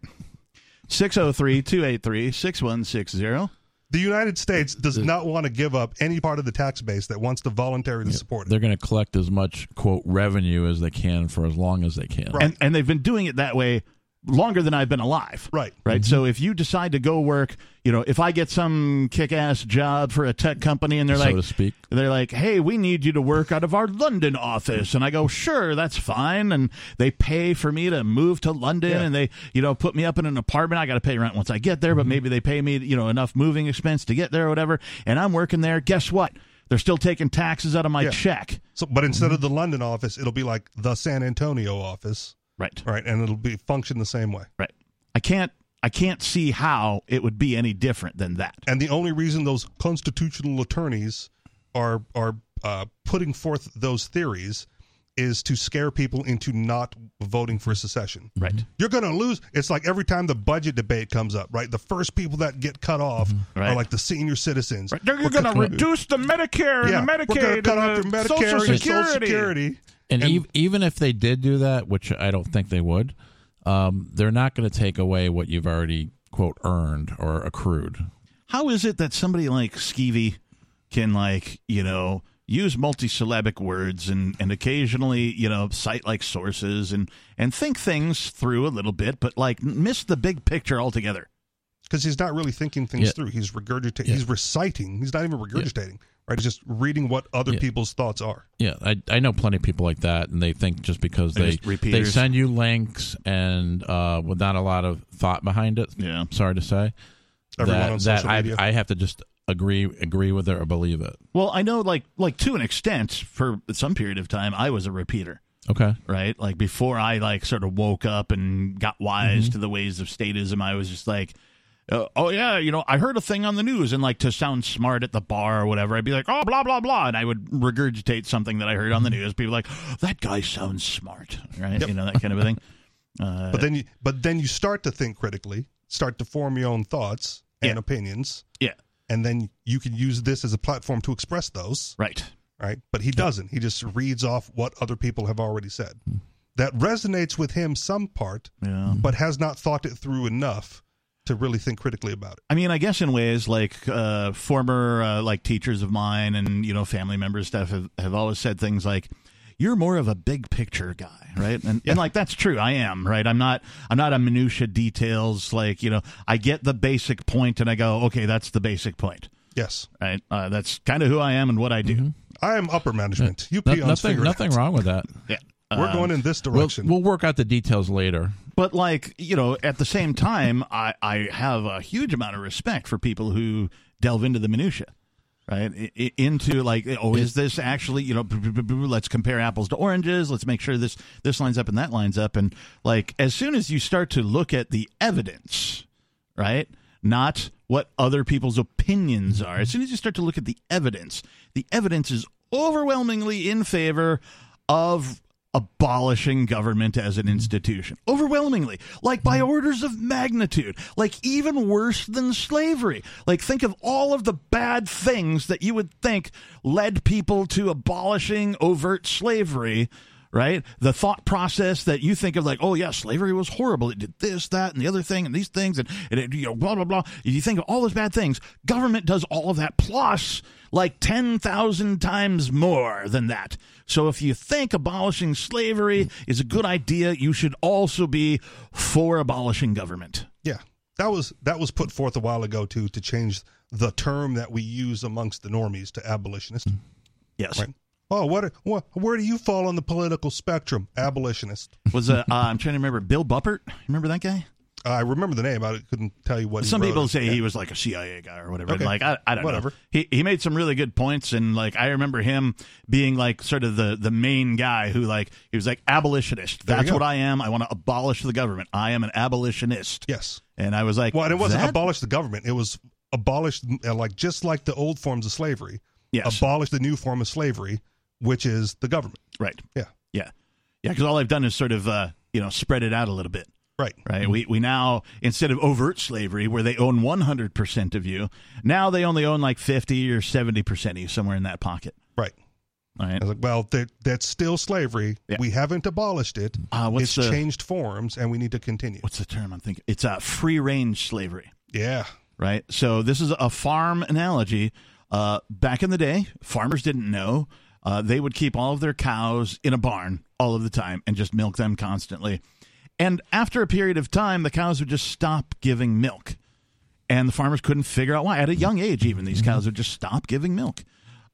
A: 603 283 6160.
B: The United States does not want to give up any part of the tax base that wants to voluntarily support it.
C: They're going to collect as much quote revenue as they can for as long as they can.
B: Right.
A: And, and they've been doing it that way longer than I've been alive.
B: Right. Mm-hmm.
A: Right. So if you decide to go work, you know, if I get some kick ass job for a tech company and they're
C: So
A: like,
C: to speak.
A: they're like, hey, we need you to work out of our London office. And I go, sure, that's fine. And they pay for me to move to London
B: Yeah.
A: and they, you know, put me up in an apartment. I got to pay rent once I get there, but
B: Mm-hmm.
A: maybe they pay me, you know, enough moving expense to get there or whatever. And I'm working there. Guess what? They're still taking taxes out of my
B: Yeah.
A: check.
B: So, but instead
A: Mm-hmm.
B: of the London office, it'll be like the San Antonio office,
A: Right.
B: right? And it'll be function the same way.
A: Right. I can't I can't see how it would be any different than that.
B: And the only reason those constitutional attorneys are are uh, putting forth those theories is to scare people into not voting for secession. Mm-hmm.
A: Right.
B: You're going to lose. It's like every time the budget debate comes up, right? The first people that get cut off
A: Mm-hmm. Right.
B: are like the senior citizens.
A: You're going to reduce the Medicare and
B: Yeah,
A: the
B: we're gonna
A: Medicaid
B: cut off
A: and
B: your
A: the
B: Medicare
A: Social
B: and your
A: Security.
B: Social Security.
C: And,
B: And-
C: ev- even if they did do that, which I don't think they would, um, they're not going to take away what you've already quote earned or accrued.
A: How is it that somebody like Skeevy can like, you know, use multisyllabic words and and occasionally, you know, cite like sources and and think things through a little bit but like miss the big picture altogether?
B: because he's not really thinking things
C: Yeah.
B: through. He's regurgitating.
C: Yeah.
B: He's reciting. He's not even regurgitating. Right. He's just reading what other
C: Yeah.
B: people's thoughts are.
C: Yeah, I, I know plenty of people like that, and they think just because
A: They're
C: they
A: just
C: they
A: repeaters.
C: send you links and uh, with not a lot of thought behind it.
A: Yeah.
C: I'm sorry to say
B: Everyone
C: that,
B: on
C: that
B: social
C: I,
B: media.
C: I have to just agree agree with it or believe it.
A: Well, I know like like to an extent for some period of time I was a repeater.
C: Okay,
A: right? Like before I like sort of woke up and got wise to the ways of statism, I was just like, uh, oh yeah, you know, I heard a thing on the news, and like to sound smart at the bar or whatever, I'd be like, oh blah blah blah, and I would regurgitate something that I heard on the news. People like "Oh, that guy sounds smart, right? You know that kind of a thing. Uh,
B: but then you but then you start to think critically, start to form your own thoughts and
A: Yeah.
B: opinions,
A: yeah,
B: and then you can use this as a platform to express those.
A: right.
B: Right. But he doesn't. He just reads off what other people have already said. That resonates with him some part,
A: Yeah.
B: but has not thought it through enough to really think critically about it.
A: I mean, I guess in ways like uh, former uh, like teachers of mine and you know family members stuff have, have always said things like you're more of a big picture guy, right? And, and like that's true. I am, right? I'm not I'm not a minutia details like, you know, I get the basic point and I go, "Okay, that's the basic point."
B: Yes.
A: Right? Uh, that's kind of who I am and what I do.
B: I am upper management. You
C: Mm-hmm. No-
B: peons
C: nothing
B: figure it
C: nothing
B: out.
C: wrong with that.
A: Yeah.
B: We're going in this
C: We'll,
B: direction.
C: we'll work out the details later.
A: But like you know, at the same time, I I have a huge amount of respect for people who delve into the minutia. right I- I- into like oh is
C: Is-
A: this actually you know b- b- b- b- let's compare apples to oranges let's make sure this this lines up and that lines up and like as soon as you start to look at the evidence right not what other people's opinions are as soon as you start to look at the evidence the evidence is overwhelmingly in favor of abolishing government as an institution overwhelmingly like by orders of magnitude like even worse than slavery like think of all of the bad things that you would think led people to abolishing overt slavery right the thought process that you think of like oh yeah slavery was horrible it did this that and the other thing and these things and, and it, you know blah blah blah you think of all those bad things government does all of that plus like 10,000 times more than that so if you think abolishing slavery is a good idea you should also be for abolishing government
B: Yeah, that was that was put forth a while ago too to change the term that we use amongst the normies to abolitionist.
A: Mm. yes
B: Right. Oh, what, what? Where do you fall on the political spectrum? Abolitionist.
A: was uh, uh, i'm trying to remember bill buppert remember that guy
B: I remember the name. I couldn't tell you what. he
A: Some
B: wrote.
A: people say
B: Yeah.
A: he was like a CIA guy or whatever.
B: Okay.
A: Like I, I don't
B: Whatever.
A: know. He he made some really good points, and like I remember him being like sort of the the main guy who like he was like abolitionist.
B: There you
A: That's
B: go.
A: what I am. I want to abolish the government. I am an abolitionist.
B: Yes.
A: And I was like,
B: Well, and it wasn't
A: that-
B: abolish the government. It was abolish uh, like just like the old forms of slavery.
A: Yes.
B: Abolish the new form of slavery, which is the government.
A: right.
B: Yeah.
A: Yeah. Yeah. Because all I've done is sort of uh, you know spread it out a little bit.
B: Right.
A: Right. We we now instead of overt slavery where they own one hundred percent of you, now they only own like fifty or seventy percent of you somewhere in that pocket.
B: Right.
A: Right.
B: I was like, well, that that's still slavery.
A: Yeah.
B: We haven't abolished it.
A: Uh, what's
B: it's
A: the-
B: changed forms, and we need to continue.
A: What's the term I'm thinking? It's uh, free range slavery.
B: Yeah.
A: right? So this is a farm analogy. Uh, back in the day, farmers didn't know. Uh, they would keep all of their cows in a barn all of the time and just milk them constantly. And after a period of time, the cows would just stop giving milk. And the farmers couldn't figure out why. At a young age, even, these
B: Mm-hmm.
A: cows would just stop giving milk.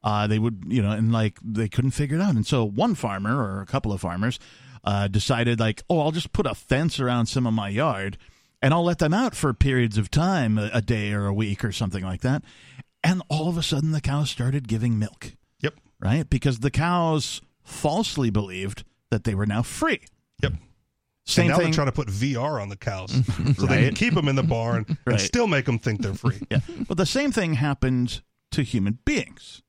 A: Uh, they would, you know, and like they couldn't figure it out. And so one farmer or a couple of farmers uh, decided, like, oh, I'll just put a fence around some of my yard and I'll let them out for periods of time, a, a day or a week or something like that. And all of a sudden, the cows started giving milk,
B: Yep.
A: right? Because the cows falsely believed that they were now free.
B: Yep.
A: Same
B: and now
A: thing.
B: they're trying to put VR on the cows so they can
A: Right.
B: keep them in the barn
A: Right.
B: and still make them think they're free.
A: Yeah. But the same thing happened to human beings,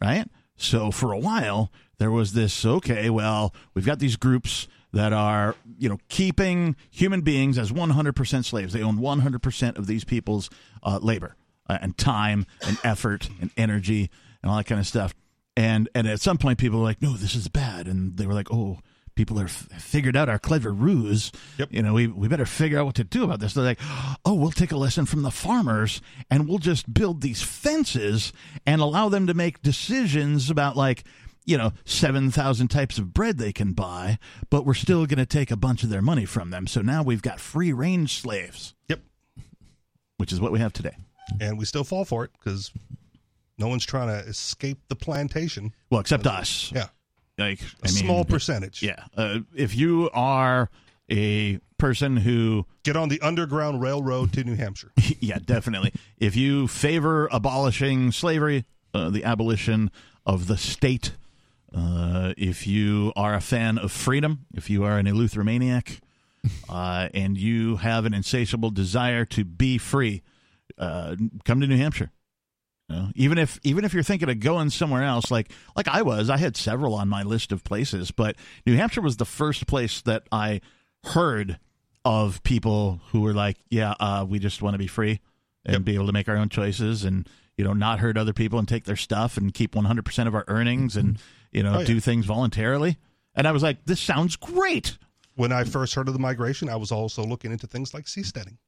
A: right? So for a while, there was this okay, well, we've got these groups that are, you know, keeping human beings as 100% slaves. They own 100% of these people's uh, labor uh, and time and effort and energy and all that kind of stuff. And and at some point, people were like, no, this is bad. And they were like, oh, people are f- figured out our clever ruse.
B: Yep.
A: You know, we, we better figure out what to do about this. They're like, oh, we'll take a lesson from the farmers and we'll just build these fences and allow them to make decisions about like, you know, 7,000 types of bread they can buy, but we're still going to take a bunch of their money from them. So now we've got free range slaves,
B: Yep.
A: which is what we have today.
B: And we still fall for it because no one's trying to escape the plantation.
A: Well, except us.
B: Yeah.
A: Like,
B: A
A: I mean,
B: small percentage.
A: Yeah. Uh, if you are a person who
B: Get on the Underground Railroad to New Hampshire.
A: yeah, definitely. If you favor abolishing slavery, uh, the abolition of the state, uh, if you are a fan of freedom, if you are an eleutheromaniac, uh, and you have an insatiable desire to be free, uh, come to New Hampshire. You know, even if even if you're thinking of going somewhere else, like like I was, I had several on my list of places, but New Hampshire was the first place that I heard of people who were like, "Yeah, uh, we just want to be free and be able to make our own choices, and you know, not hurt other people and take their stuff and keep 100 percent of our earnings and you know,
B: Oh, yeah.
A: do things voluntarily." And I was like, "This sounds great."
B: When I first heard of the migration, I was also looking into things like seasteading.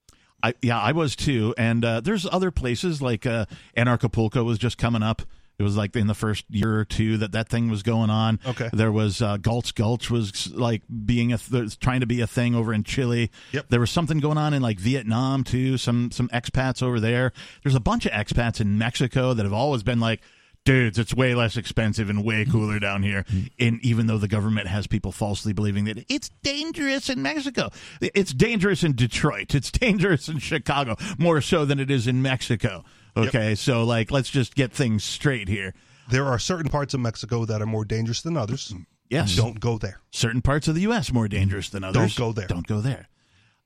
A: I, yeah, I was too. And uh, there's other places like uh, Anarchapulco was just coming up. It was like in the first year or two that that thing was going on.
B: Okay.
A: There was uh, Gulch Gulch was like being a th- trying to be a thing over in Chile.
B: Yep.
A: There was something going on in like Vietnam too. Some some expats over there. There's a bunch of expats in Mexico that have always been like. Dudes, it's way less expensive and way cooler down here.
B: Mm-hmm.
A: And even though the government has people falsely believing that it's dangerous in Mexico, it's dangerous in Detroit, it's dangerous in Chicago, more so than it is in Mexico. Okay, so like let's just get things straight here.
B: There are certain parts of Mexico that are more dangerous than others.
A: Yes,
B: Don't go there.
A: certain parts of the U.S. more dangerous than others.
B: go there.
A: Don't go there.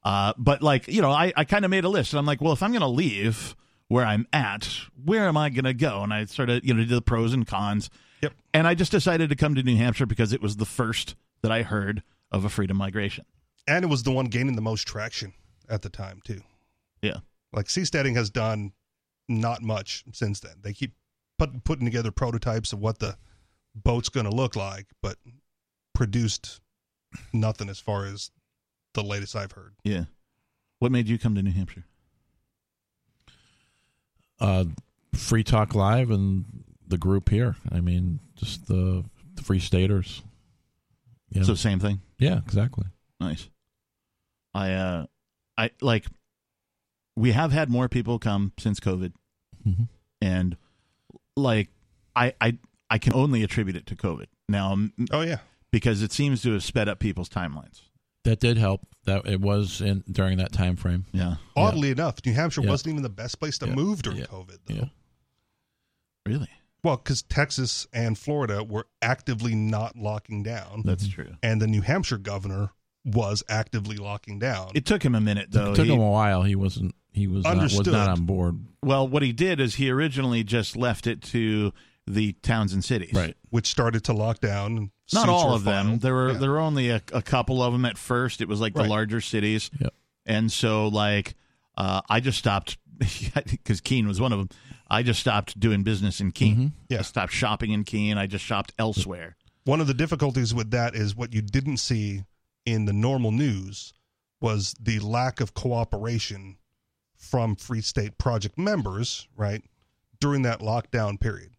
A: Uh, but like you know, I, I kind of made a list, and I'm like, well, if I'm going to leave where I'm at, where am I going to go? And I sort of you know did the pros and cons.
B: Yep.
A: And I just decided to come to New Hampshire because it was the first that I heard of a freedom migration.
B: And it was the one gaining the most traction at the time, too.
A: Yeah.
B: Like seasteading has done not much since then. They keep put, putting together prototypes of what the boat's going to look like, but produced nothing as far as the latest I've heard.
A: Yeah. What made you come to New Hampshire?
C: uh, Free Talk Live and the group here. I mean, just the, the Free Staters. Yeah.
A: So same thing.
C: yeah, exactly.
A: Nice. I uh I like we have had more people come since COVID.
C: Mhm.
A: And like I I I can only attribute it to COVID. Now m-
B: Oh, yeah.
A: because it seems to have sped up people's timelines.
C: That did help. That it was in during that time frame.
A: Yeah.
B: Oddly enough, New Hampshire
C: Yeah.
B: wasn't even the best place to
C: Yeah.
B: move during
C: Yeah.
B: COVID, though.
C: Yeah.
A: Really?
B: Well, because Texas and Florida were actively not locking down,
A: That's true.
B: and the New Hampshire governor was actively locking down.
A: It took him a minute though.
C: it took
A: He-
C: him a while. He wasn't. He was not, was
B: Understood.
C: not on board.
A: well, what he did is he originally just left it to the towns and cities.
B: which started to lock down. and
A: Not
B: suits
A: all
B: were
A: of them.
B: filed.
A: There were
B: Yeah.
A: there were only a, a couple of them at first. It was like the
B: Right.
A: larger cities.
C: Yep.
A: And so like uh, I just stopped because Keene was one of them. I just stopped doing business in Keene.
B: Mm-hmm. Yeah.
A: I stopped shopping in Keene. I just shopped elsewhere.
B: One of the difficulties with that is what you didn't see in the normal news was the lack of cooperation from Free State Project members, right, during that lockdown period.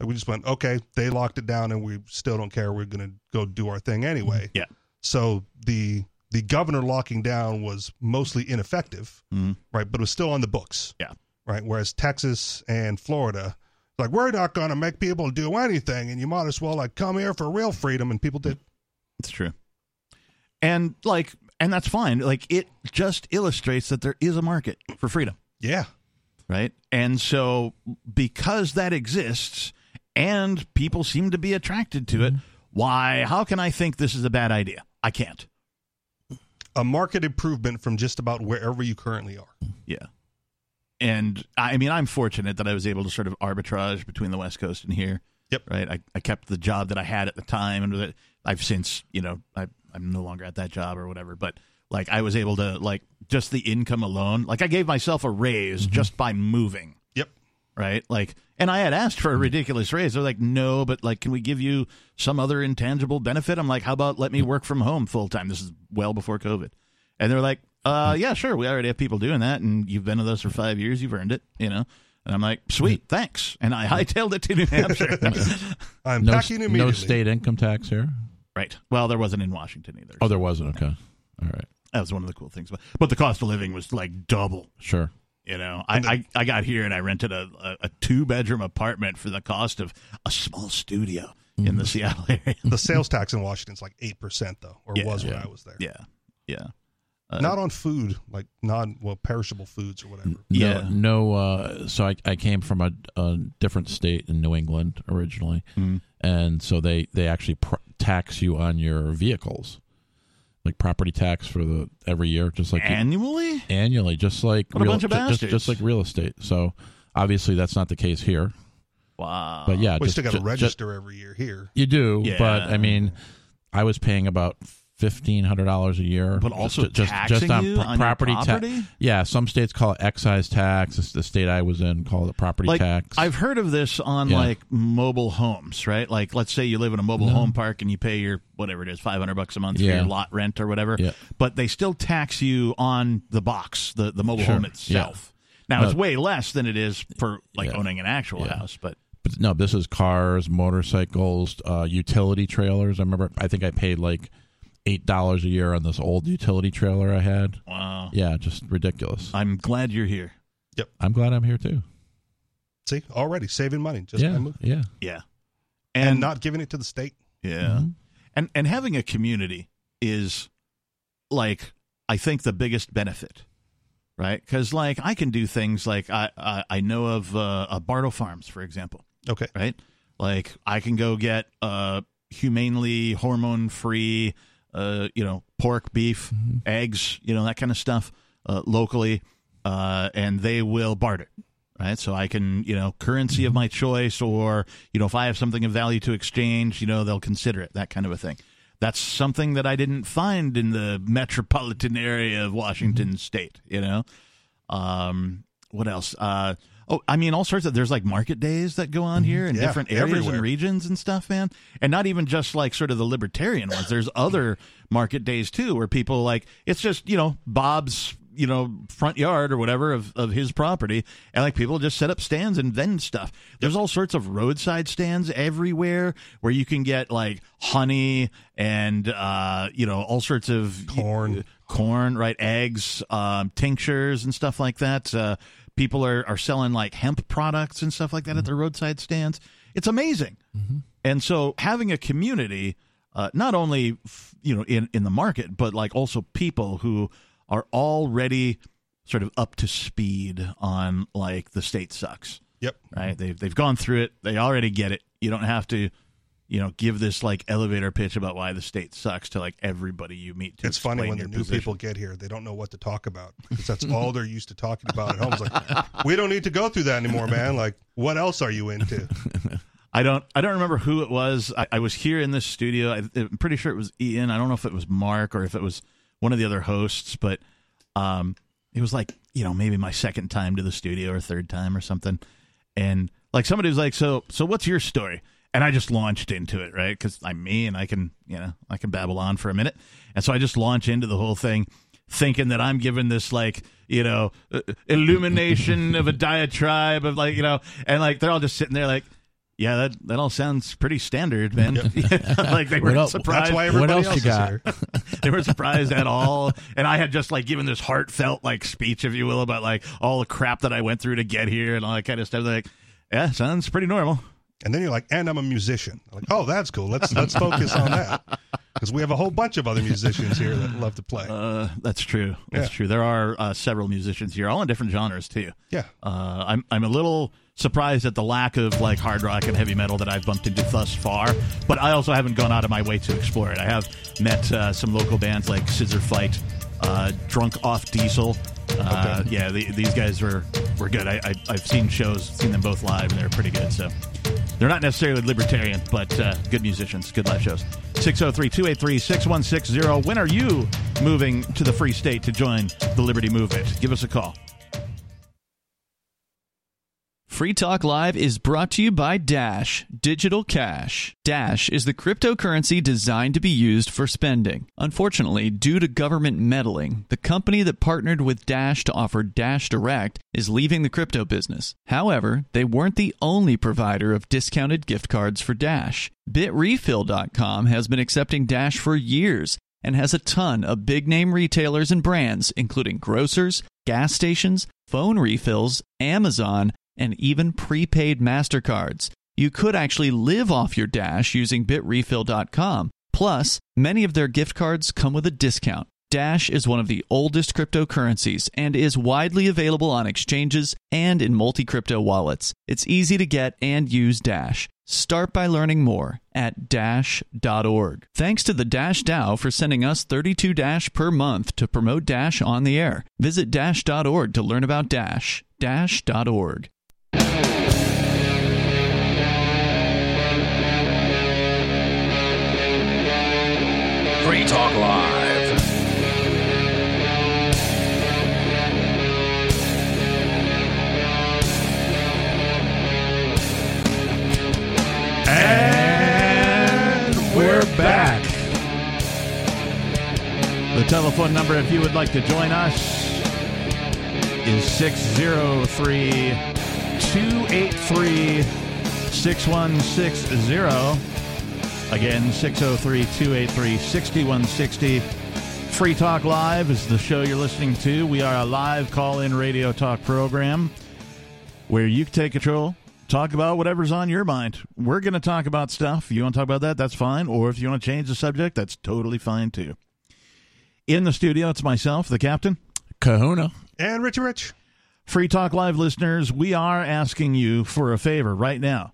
B: Like, we just went, okay, they locked it down, and we still don't care. We're going to go do our thing anyway.
A: Yeah.
B: So the the governor locking down was mostly ineffective,
A: Mhm.
B: right? But it was still on the books.
A: Yeah.
B: Right. Whereas Texas and Florida, like we're not going to make people do anything, and you might as well like come here for real freedom, and people did.
A: It's true. And like and that's fine. Like it just illustrates that there is a market for freedom.
B: Yeah.
A: right? And so, because that exists and people seem to be attracted to it, why, how can I think this is a bad idea? I can't.
B: A market improvement from just about wherever you currently are.
A: Yeah. And I I mean, I'm fortunate that I was able to sort of arbitrage between the West Coast and here.
B: Yep.
A: Right. I, I kept the job that I had at the time, and that I've since, you know, I, I'm no longer at that job or whatever. But like, I was able to like just the income alone. Like, I gave myself a raise just by moving.
B: Mm-hmm. Yep.
A: right? Like, and I had asked for a ridiculous raise. They're like, no, but like, can we give you some other intangible benefit? I'm like, how about let me work from home full time? This is well before COVID. And they're like, uh, yeah, sure. We already have people doing that. And you've been with us for five years. You've earned it, you know? And I'm like, sweet, thanks. And I hightailed it to New Hampshire.
B: I'm
C: No,
B: packing immediately.
C: no state income tax here.
A: right. Well, there wasn't in Washington either.
C: Oh, there wasn't. Okay. All right.
A: That was one of the cool things. But, but the cost of living was like double.
C: Sure.
A: You know, I, I, I got here and I rented a, a, a two bedroom apartment for the cost of a small studio in
C: Mm-hmm.
A: the Seattle area.
B: The sales tax in Washington's like eight percent though, or
A: Yeah,
B: was when
C: yeah.
B: I was there.
A: Yeah, Uh, yeah,
B: not on food, like non well perishable foods or whatever.
C: No-
A: Yeah.
C: No. Uh, so I, I came from a, a different state in New England originally,
A: Mm-hmm.
C: and so they they actually pr- tax you on your vehicles, like property tax for the every year, just like you-
A: annually.
C: annually, just like
A: What a bunch of
C: ju- just,
A: bastards.
C: just like real estate. So obviously that's not the case here,
A: Wow.
C: but yeah,
B: we
C: just-
B: still got to
C: ju- ju-
B: register every year here.
C: you do,
A: Yeah.
C: but I mean, I was paying about fifteen hundred dollars a year,
A: But also taxing you
C: pro-
A: on your
C: ta-
A: property?
C: yeah, some states call it excise tax. It's the state I was in called it property
A: like
C: tax.
A: I've heard of this on
C: Yeah.
A: like mobile homes, right? Like, let's say you live in a mobile home park and you pay your whatever it is, five hundred bucks a month for
C: Yeah.
A: your lot rent or whatever.
C: Yeah.
A: But they still tax you on the box, the the mobile
C: Sure.
A: home
C: Yeah.
A: itself. Now it's
C: No.
A: way less than it is for like
C: Yeah.
A: owning an actual
C: Yeah.
A: house, but
C: but no, this is cars, motorcycles, uh, utility trailers. I remember I think I paid like eight dollars a year on this old utility trailer I had.
A: wow.
C: Yeah, just ridiculous.
A: I'm glad you're here.
C: I'm glad I'm here too.
B: See, already saving money just by
C: yeah,
B: moving.
C: yeah.
A: Yeah.
B: And, not giving it to the state. Mm-hmm.
A: Yeah. And and having a community is like I think the biggest benefit right? Because like I can do things like I I, I know of uh, uh, Bartle Farms, for example,
B: Okay.
A: right? Like I can go get uh humanely hormone free, uh you know pork, beef, eggs, you know that kind of stuff uh, locally, uh, and they will barter. Right, so I can, you know, currency of my choice, or you know, if I have something of value to exchange, you know, they'll consider it. That kind of a thing. That's something that I didn't find in the metropolitan area of Washington
B: Mm-hmm.
A: State. You know, um what else uh oh i mean all sorts of there's like market days that go on here in
B: Mm-hmm. Yeah,
A: different areas
B: everywhere.
A: and regions and stuff man and not even just like sort of the libertarian ones there's other market days too where people like it's just you know bob's you know front yard or whatever of, of his property and like people just set up stands and vend stuff there's all sorts of roadside stands everywhere where you can get like honey and uh you know all sorts of
B: Corn.
A: corn, right? Eggs, um, tinctures, and stuff like that. Uh, people are, are selling like hemp products and stuff like that at their roadside stands. It's amazing.
B: Mm-hmm.
A: And so having a community, uh, not only f- you know in in the market, but like also people who are already sort of up to speed on like the state sucks
B: Yep.
A: right? They've they've gone through it. They already get it. You don't have to, you know, give this like elevator pitch about why the state sucks to like everybody you meet. To
B: it's funny
A: explain
B: when the
A: your
B: new
A: position.
B: people get here; they don't know what to talk about because that's all they're used to talking about at home. It's like, we don't need to go through that anymore, man. Like, what else are you into?
A: I don't I don't remember who it was. I, I was here in this studio. I, I'm pretty sure it was Ian. I don't know if it was Mark or if it was one of the other hosts, but um, it was like you know maybe my second time to the studio or third time or something, and like somebody was like, so so what's your story? And I just launched into it, right? Because I'm me and I can you know I can babble on for a minute, and so I just launch into the whole thing. Thinking that I'm given this like you know uh, illumination of a diatribe of like you know and like they're all just sitting there like yeah, that, that all sounds pretty standard, man. like they
C: What
A: weren't
C: else-
A: surprised.
B: That's why
C: What
B: everybody
C: else
B: else
C: you
B: is
C: got?
B: here.
A: they weren't surprised at all. And I had just like given this heartfelt like speech, if you will, about like all the crap that I went through to get here and all that kind of stuff. They're like, yeah, sounds pretty normal.
B: And then you're like, and I'm a musician. I'm like, oh, that's cool. Let's let's focus on that because we have a whole bunch of other musicians here that love to play.
A: Uh, that's true. That's
B: Yeah.
A: true. There are uh, several musicians here, all in different genres too.
B: Yeah.
A: Uh, I'm I'm a little surprised at the lack of like hard rock and heavy metal that I've bumped into thus far, but I also haven't gone out of my way to explore it. I have met uh, some local bands like Scissor Fight, uh, Drunk Off Diesel. Uh, Yeah, the, these guys were were good. I, I I've seen shows, seen them both live, and they're pretty good. So. They're not necessarily libertarian, but uh, good musicians, good live shows. 603 283 6160. When are you moving to the free state to join the Liberty Movement? Give us a call.
F: Free Talk Live is brought to you by Dash Digital Cash. Dash is the cryptocurrency designed to be used for spending. Unfortunately, due to government meddling, the company that partnered with Dash to offer Dash Direct is leaving the crypto business. However, they weren't the only provider of discounted gift cards for Dash. BitRefill.com has been accepting Dash for years and has a ton of big name retailers and brands, including grocers, gas stations, phone refills, Amazon, and even prepaid MasterCards. You could actually live off your Dash using bitrefill.com. Plus, many of their gift cards come with a discount. Dash is one of the oldest cryptocurrencies and is widely available on exchanges and in multi crypto wallets. It's easy to get and use Dash. Start by learning more at dash.org. Thanks to the Dash DAO for sending us 32 Dash per month to promote Dash on the air. Visit dash.org to learn about Dash. Dash.org.
G: Free Talk Live.
C: We're back.
A: The telephone number, if you would like to join us, is 603 283 6160. Again, 603 283 6160. Free Talk Live is the show you're listening to. We are a live call in radio talk program where you can take control, talk about whatever's on your mind. We're going to talk about stuff. You want to talk about that? That's fine. Or if you want to change the subject, that's totally fine too. In the studio, it's myself, the captain,
C: Kahuna.
B: And Richie Rich.
A: Free Talk Live listeners, we are asking you for a favor right now.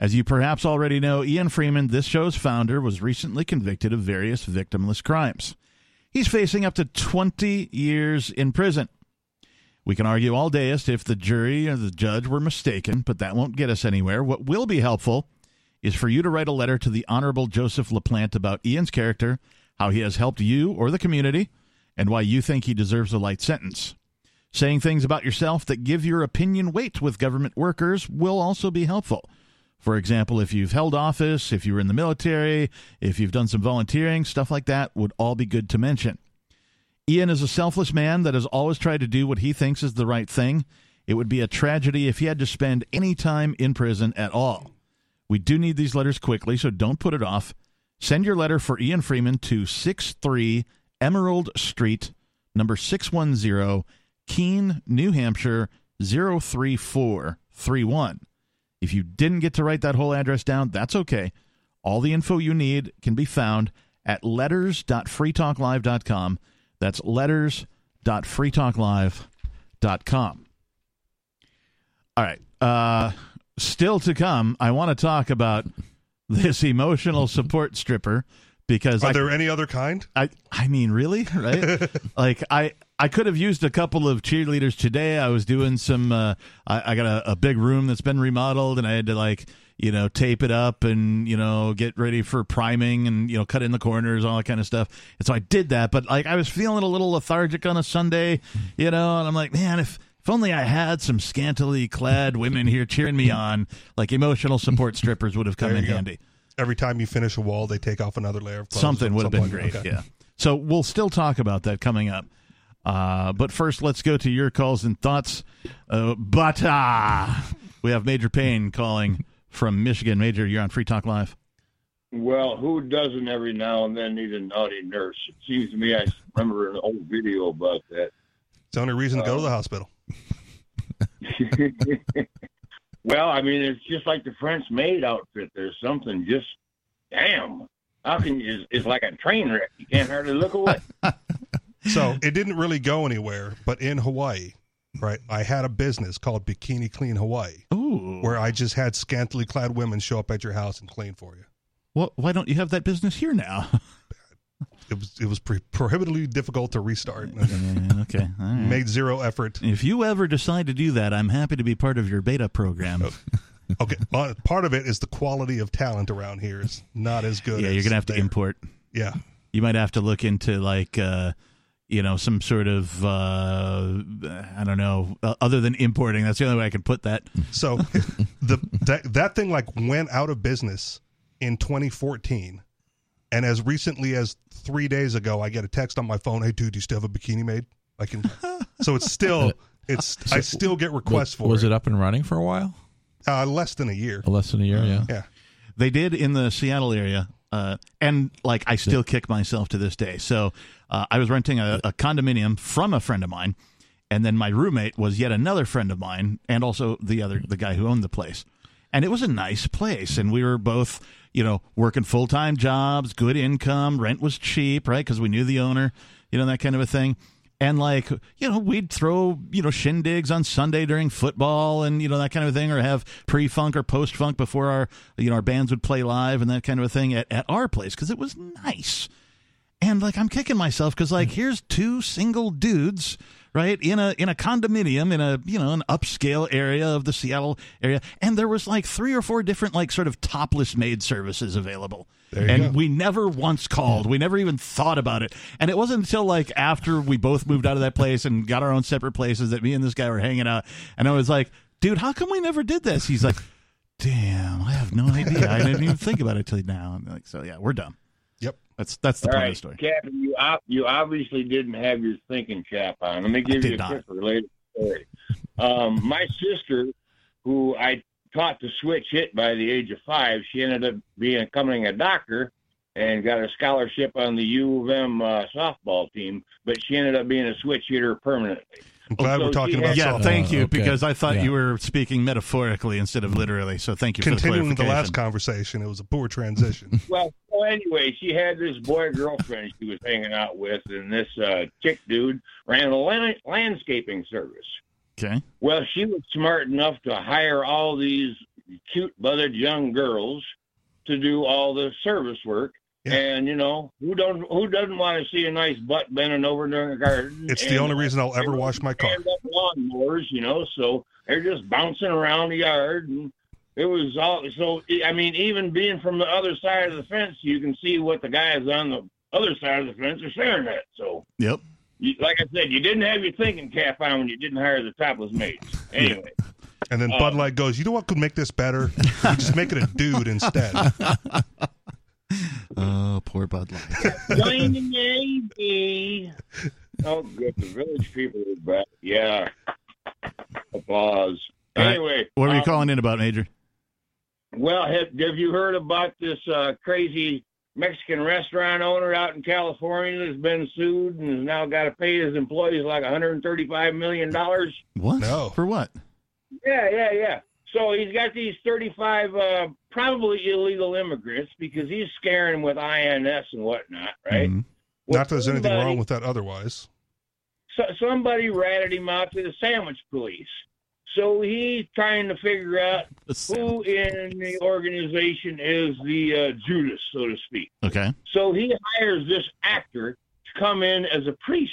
A: As you perhaps already know, Ian Freeman, this show's founder, was recently convicted of various victimless crimes. He's facing up to 20 years in prison. We can argue all day as to if the jury or the judge were mistaken, but that won't get us anywhere. What will be helpful is for you to write a letter to the Honorable Joseph LaPlante about Ian's character, how he has helped you or the community, and why you think he deserves a light sentence. Saying things about yourself that give your opinion weight with government workers will also be helpful. For example, if you've held office, if you were in the military, if you've done some volunteering, stuff like that would all be good to mention. Ian is a selfless man that has always tried to do what he thinks is the right thing. It would be a tragedy if he had to spend any time in prison at all. We do need these letters quickly, so don't put it off. Send your letter for Ian Freeman to 63 Emerald Street, number 610, Keene, New Hampshire 03431. If you didn't get to write that whole address down, that's okay. All the info you need can be found at letters.freetalklive.com. That's letters.freetalklive.com. All right. Uh, still to come, I want to talk about this emotional support stripper because
B: Are
A: I,
B: there any other kind?
A: I I mean, really, right? like I I could have used a couple of cheerleaders today. I was doing some. Uh, I, I got a, a big room that's been remodeled, and I had to like you know tape it up and you know get ready for priming and you know cut in the corners all that kind of stuff and so i did that but like i was feeling a little lethargic on a sunday you know and i'm like man if if only i had some scantily clad women here cheering me on like emotional support strippers would have come
B: There
A: in
B: you go.
A: handy
B: Every time you finish a wall, they take off another layer of clothes.
A: something would have been
B: like
A: great.
B: that. Okay.
A: Yeah. So we'll still talk about that coming up. Uh, but first, let's go to your calls and thoughts. Uh, but uh, we have Major Payne calling from Michigan. Major, you're on Free Talk Live.
H: Well, who doesn't every now and then need a naughty nurse? It seems to me I remember an old video about that.
B: It's the only reason to go to the hospital.
H: well, I mean, it's just like the French maid outfit. There's something just, damn. How can you, it's like a train wreck. You can't hardly look away.
B: So it didn't really go anywhere, but in Hawaii, right? I had a business called Bikini Clean Hawaii,
A: Ooh.
B: where I just had scantily clad women show up at your house and clean for you.
A: Well, why don't you have that business here now?
B: It was it was pre- prohibitively difficult to restart.
A: Yeah, okay. All right.
B: Made zero effort.
A: if you ever decide to do that, I'm happy to be part of your beta program.
B: Okay, uh, part of it is the quality of talent around here is not as good.
A: yeah, you're
B: as
A: gonna have to
B: there.
A: import.
B: Yeah,
A: You might have to look into like uh, you know some sort of uh, I don't know uh, other than importing. That's the only way I can put that.
B: so the that, that thing like went out of business in 2014, and as recently as three days ago, I get a text on my phone, "Hey, dude, do you still have a bikini made?" I can. so it's still it's I still get requests for
C: was
B: it.
C: it up and running for a while?
B: Uh, less than a year.
C: Oh, Less than a year, yeah.
B: Yeah,
A: They did in the Seattle area. Uh, and like I still kick myself to this day. So uh, I was renting a, a condominium from a friend of mine, and then my roommate was yet another friend of mine, and also the other the guy who owned the place. And it was a nice place, and we were both you know working full time jobs, good income, rent was cheap, right? Because we knew the owner, you know that kind of a thing. And like you know, we'd throw you know shindigs on Sunday during football, and you know that kind of a thing, or have pre funk or post funk before our you know our bands would play live and that kind of a thing at, at our place because it was nice and like I'm kicking myself because like here's two single dudes right in a in a condominium in a you know an upscale area of the Seattle area and there was like three or four different like sort of topless maid services available and we never once called we never even thought about it and it wasn't until like after we both moved out of that place and got our own separate places that me and this guy were hanging out and I was like dude how come we never did this he's like damn I have no idea I didn't even think about it till now and like so yeah we're dumb
B: Yep.
A: that's that's the
H: All
A: point
H: right,
A: of the story
H: Captain, you, ob- you obviously didn't have your thinking cap on. Let me give
A: did
H: you a
A: not.
H: quick related story. Um, my sister, who I taught to switch hit by the age of five, she ended up being becoming a doctor and got a scholarship on the U of M uh, softball team, but she ended up being a switch hitter permanently.
B: I'm glad
H: so
B: we're talking
H: she
B: about
H: had-
A: Yeah,
B: softball.
A: thank you,
C: Uh, okay.
A: because I thought
C: Yeah.
A: you were speaking metaphorically instead of literally. So thank you for the
B: Continuing the
A: clarification.
B: last conversation, it was a poor transition.
H: Well, so Well, anyway, she had this boy girlfriend she was hanging out with, and this uh, chick dude ran a lan- landscaping service.
A: Okay.
H: Well, she was smart enough to hire all these cute buzzed young girls to do all the service work.
B: Yeah.
H: And you know who don't who doesn't want to see a nice butt bending over during a garden?
B: It's the
H: And-
B: only reason I'll ever wash my car.
H: stand up lawnmowers, you know, so they're just bouncing around the yard and it was all so I mean, even being from the other side of the fence, you can see what the guys on the other side of the fence are staring at. So
A: Yep.
H: you, like I said, you didn't have your thinking cap on when you didn't hire the topless maids. Anyway.
B: And then
H: Um,
B: Bud Light goes, you know what could make this better? We just make it a dude instead.
A: Oh, poor Bud Light.
H: Dining AB. Oh good, the village people are back. Yeah. Applause.
A: All right.
H: Anyway,
A: What were you
H: um,
A: calling in about, Major?
H: Well, have, have you heard about this uh, crazy Mexican restaurant owner out in California that's been sued and has now got to pay his employees like 135 million dollars?
A: What?
B: No.
A: For what?
H: Yeah, yeah, yeah. So he's got these 35 uh, probably illegal immigrants because he's scaring with INS and whatnot, right?
A: Mhm.
H: Well,
B: Not that there's anything
H: somebody-
B: wrong with that otherwise.
H: so, somebody ratted him out to the sandwich police. So he's trying to figure out who in the organization is the uh, Judas, so to speak.
A: Okay.
H: So he hires this actor to come in as a priest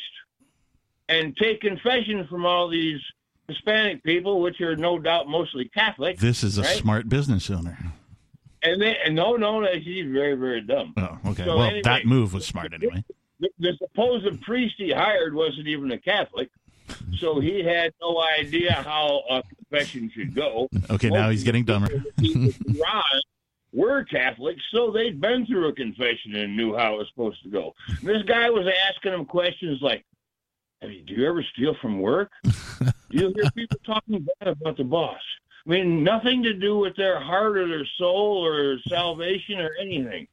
H: and take confession from all these Hispanic people, which are no doubt mostly Catholic.
A: This is a
H: Right.
A: smart business owner.
H: And they, and no, no, no, he's very, very dumb.
A: Oh, okay.
H: So
A: well,
H: anyway-
A: that move was smart anyway.
H: The, the supposed priest he hired wasn't even a Catholic, so he had no idea how a confession should go.
A: Okay, now
H: Most
A: he's getting dumber.
H: people who arrived were Catholics, so they'd been through a confession and knew how it was supposed to go. This guy was asking him questions like, I mean, "Do you ever steal from work? Do you hear people talking bad about the boss? I mean, nothing to do with their heart or their soul or salvation or anything."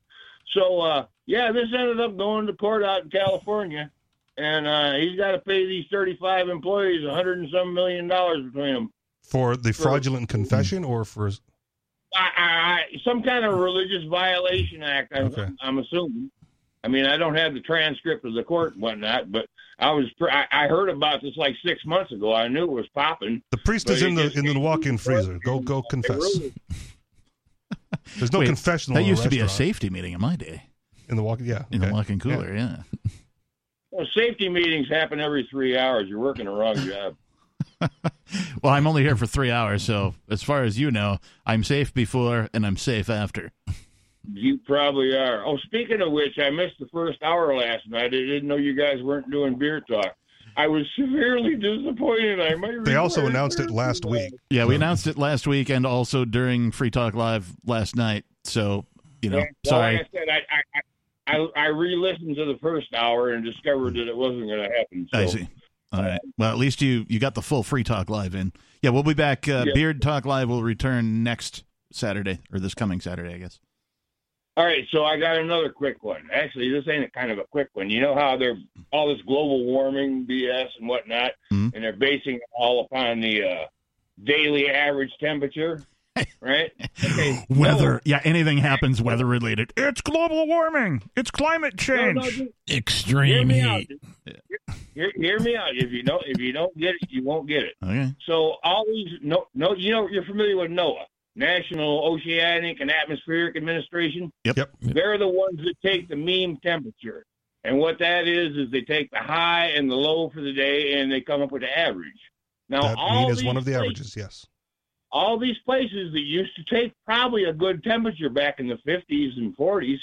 H: So, uh, yeah, this ended up going to court out in California, and uh, he's got to pay these thirty-five employees a hundred and some million dollars between them.
B: For the fraudulent confession or for.
H: I, I, I- some kind of religious violation act. I,
B: Okay.
H: I'm assuming. I mean, I don't have the transcript of the court and whatnot, but I was pr- I, I heard about this like six months ago. I knew it was popping.
B: The priest is
H: But
B: in
H: he
B: the
H: just-
B: in the walk-in freezer. Go go confess. There's no
A: Wait,
B: confessional.
A: That
B: in a
A: used to be a
B: restaurant.
A: safety meeting in my day.
B: in the walk-in. Yeah,
A: In
B: okay.
A: the walk-in cooler, yeah.
H: Well, safety meetings happen every three hours. You're working the wrong job.
A: Well, I'm only here for three hours, so as far as you know, I'm safe before and I'm safe after.
H: You probably are. Oh, speaking of which, I missed the first hour last night. I didn't know you guys weren't doing beer talk. I was severely disappointed. I might.
B: They also
H: regret
B: announced it
H: beer
B: last
H: talk.
B: week.
A: Yeah, we announced it last week and also during Free Talk Live last night. So, you know,
H: Yeah, well,
A: sorry.
H: Like I said, I, I- I, I, I re-listened to the first hour and discovered that it wasn't going to happen. So.
A: I see. All right. Well, at least you you got the full Free Talk Live in. Yeah, we'll be back. Uh,
H: Yeah.
A: Beard Talk Live will return next Saturday or this coming Saturday, I guess.
H: All right, so I got another quick one. Actually, this ain't a kind of a quick one. You know how they're all this global warming BS and whatnot,
A: Mhm.
H: and they're basing it all upon the uh, daily average temperature, right? Okay, no.
A: Weather. Yeah, anything happens weather related. It's global warming. It's climate
H: No, no,
A: change.
H: just- hear
C: Extreme
H: me out.
C: heat.
H: Hear, hear me out. If you don't, if you don't get it, you won't get it.
A: Okay.
H: So all these no no you know you're familiar with NOAA, National Oceanic and Atmospheric Administration.
A: Yep.
B: Yep.
H: They're the ones that take the mean temperature. And what that is is they take the high and the low for the day and they come up with the average. Now
B: That
H: all
B: mean is
H: these
B: one of the
H: places-
B: averages. Yes.
H: all these places that used to take probably a good temperature back in the 50s and 40s